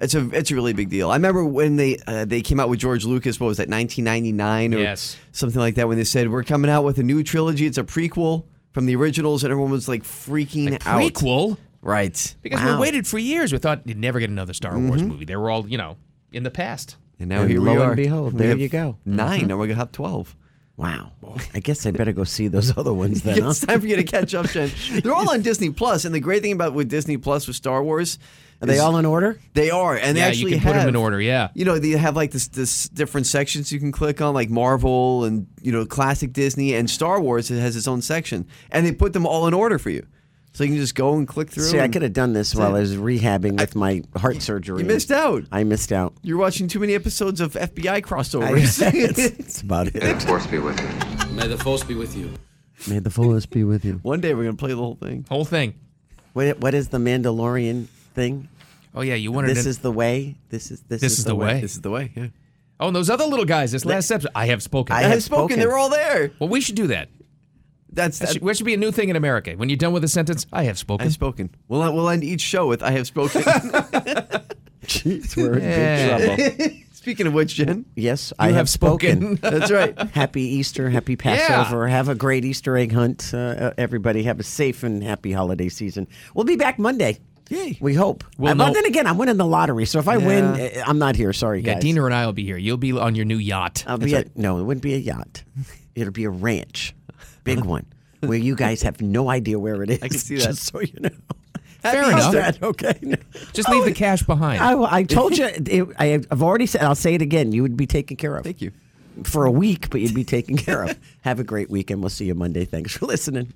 D: it's a it's a really big deal. I remember when they uh, they came out with George Lucas, what was that, 1999 or
B: Yes.
D: something like that when they said we're coming out with a new trilogy, it's a prequel from the originals and everyone was like freaking out.
B: Prequel?
D: Right.
B: Because we waited for years. We thought you'd never get another Star Wars movie. They were all, you know, in the past.
D: And now
C: And
D: here
C: lo
D: we
C: and
D: are.
C: behold,
D: We
C: there
D: have
C: you go.
D: 9
C: Mhm.
D: now we're going to have 12.
C: Wow. I guess I better go see those other ones
D: [laughs]
C: then.
D: it's
C: huh?
D: time for you to catch up, Jen. They're all
C: [laughs]
D: on Disney Plus, and the great thing about with Disney Plus with Star Wars,
C: Are they
D: is-
C: all in order?
D: They are, and they
B: Yeah, you
D: actually
B: can put 'em
D: have-
B: in order, yeah.
D: you know, they have like this, this different sections you can click on, like Marvel and you know, classic Disney and Star Wars. It has its own section, and they put them all in order for you, so you can just go and click through.
C: See, I
D: and-
C: could have done this
D: That's
C: while
D: it.
C: I was rehabbing with my heart surgery.
D: You missed out.
C: I missed out.
D: You're watching too many episodes of FBI crossovers. [laughs]
C: [laughs] That's about
R: May the
C: it.
R: force be with you.
S: May the force be with you.
C: May the force be with you.
D: One day we're gonna play the whole thing.
B: Whole thing.
C: What, what is the Mandalorian thing?
B: Oh, yeah, you wanted
C: This
B: to-
C: is the way. This is this,
B: This is the way.
D: This is the way. Yeah.
B: Oh, and those other little guys, this last episode, I have spoken.
D: I have spoken. They were all there.
B: Well, we should do that.
D: That's
B: That should, that should be a new thing in America. When you're done with a sentence, I have spoken.
D: I have spoken. We'll, we'll end each show with I have spoken.
C: Jeez, we're in
B: Yeah.
C: big trouble.
D: Speaking of which, Jen.
C: Yes,
D: You
C: I
D: have
C: have
D: spoken.
B: [laughs]
C: spoken.
D: That's right.
C: Happy Easter, happy Passover. Have a great Easter egg hunt, uh, everybody. Have a safe and happy holiday season. We'll be back Monday. Yay. We hope.
B: We'll
C: Uh, well,
B: know-
C: then again, I'm winning the lottery. So if I win,
B: Yeah.
C: uh, I'm not here. Sorry,
B: Yeah,
C: guys. Um,
B: Diener and I will be here. You'll be on your new yacht.
C: I'll be at, no, it wouldn't be a yacht. It'll be a ranch, big one, where you guys have no idea where
B: [laughs]
C: it is.
D: I can see that.
C: Just so you know.
B: Fair enough.
C: How's that? Okay.
B: [laughs]
C: Oh,
B: Just leave the cash behind.
C: I, I told you. It, I, I've already said. I'll say it again. You would be taken care of. Thank
D: you.
C: For a week, but you'd be taken care of. Have a great weekend. We'll see you Monday. Thanks for listening.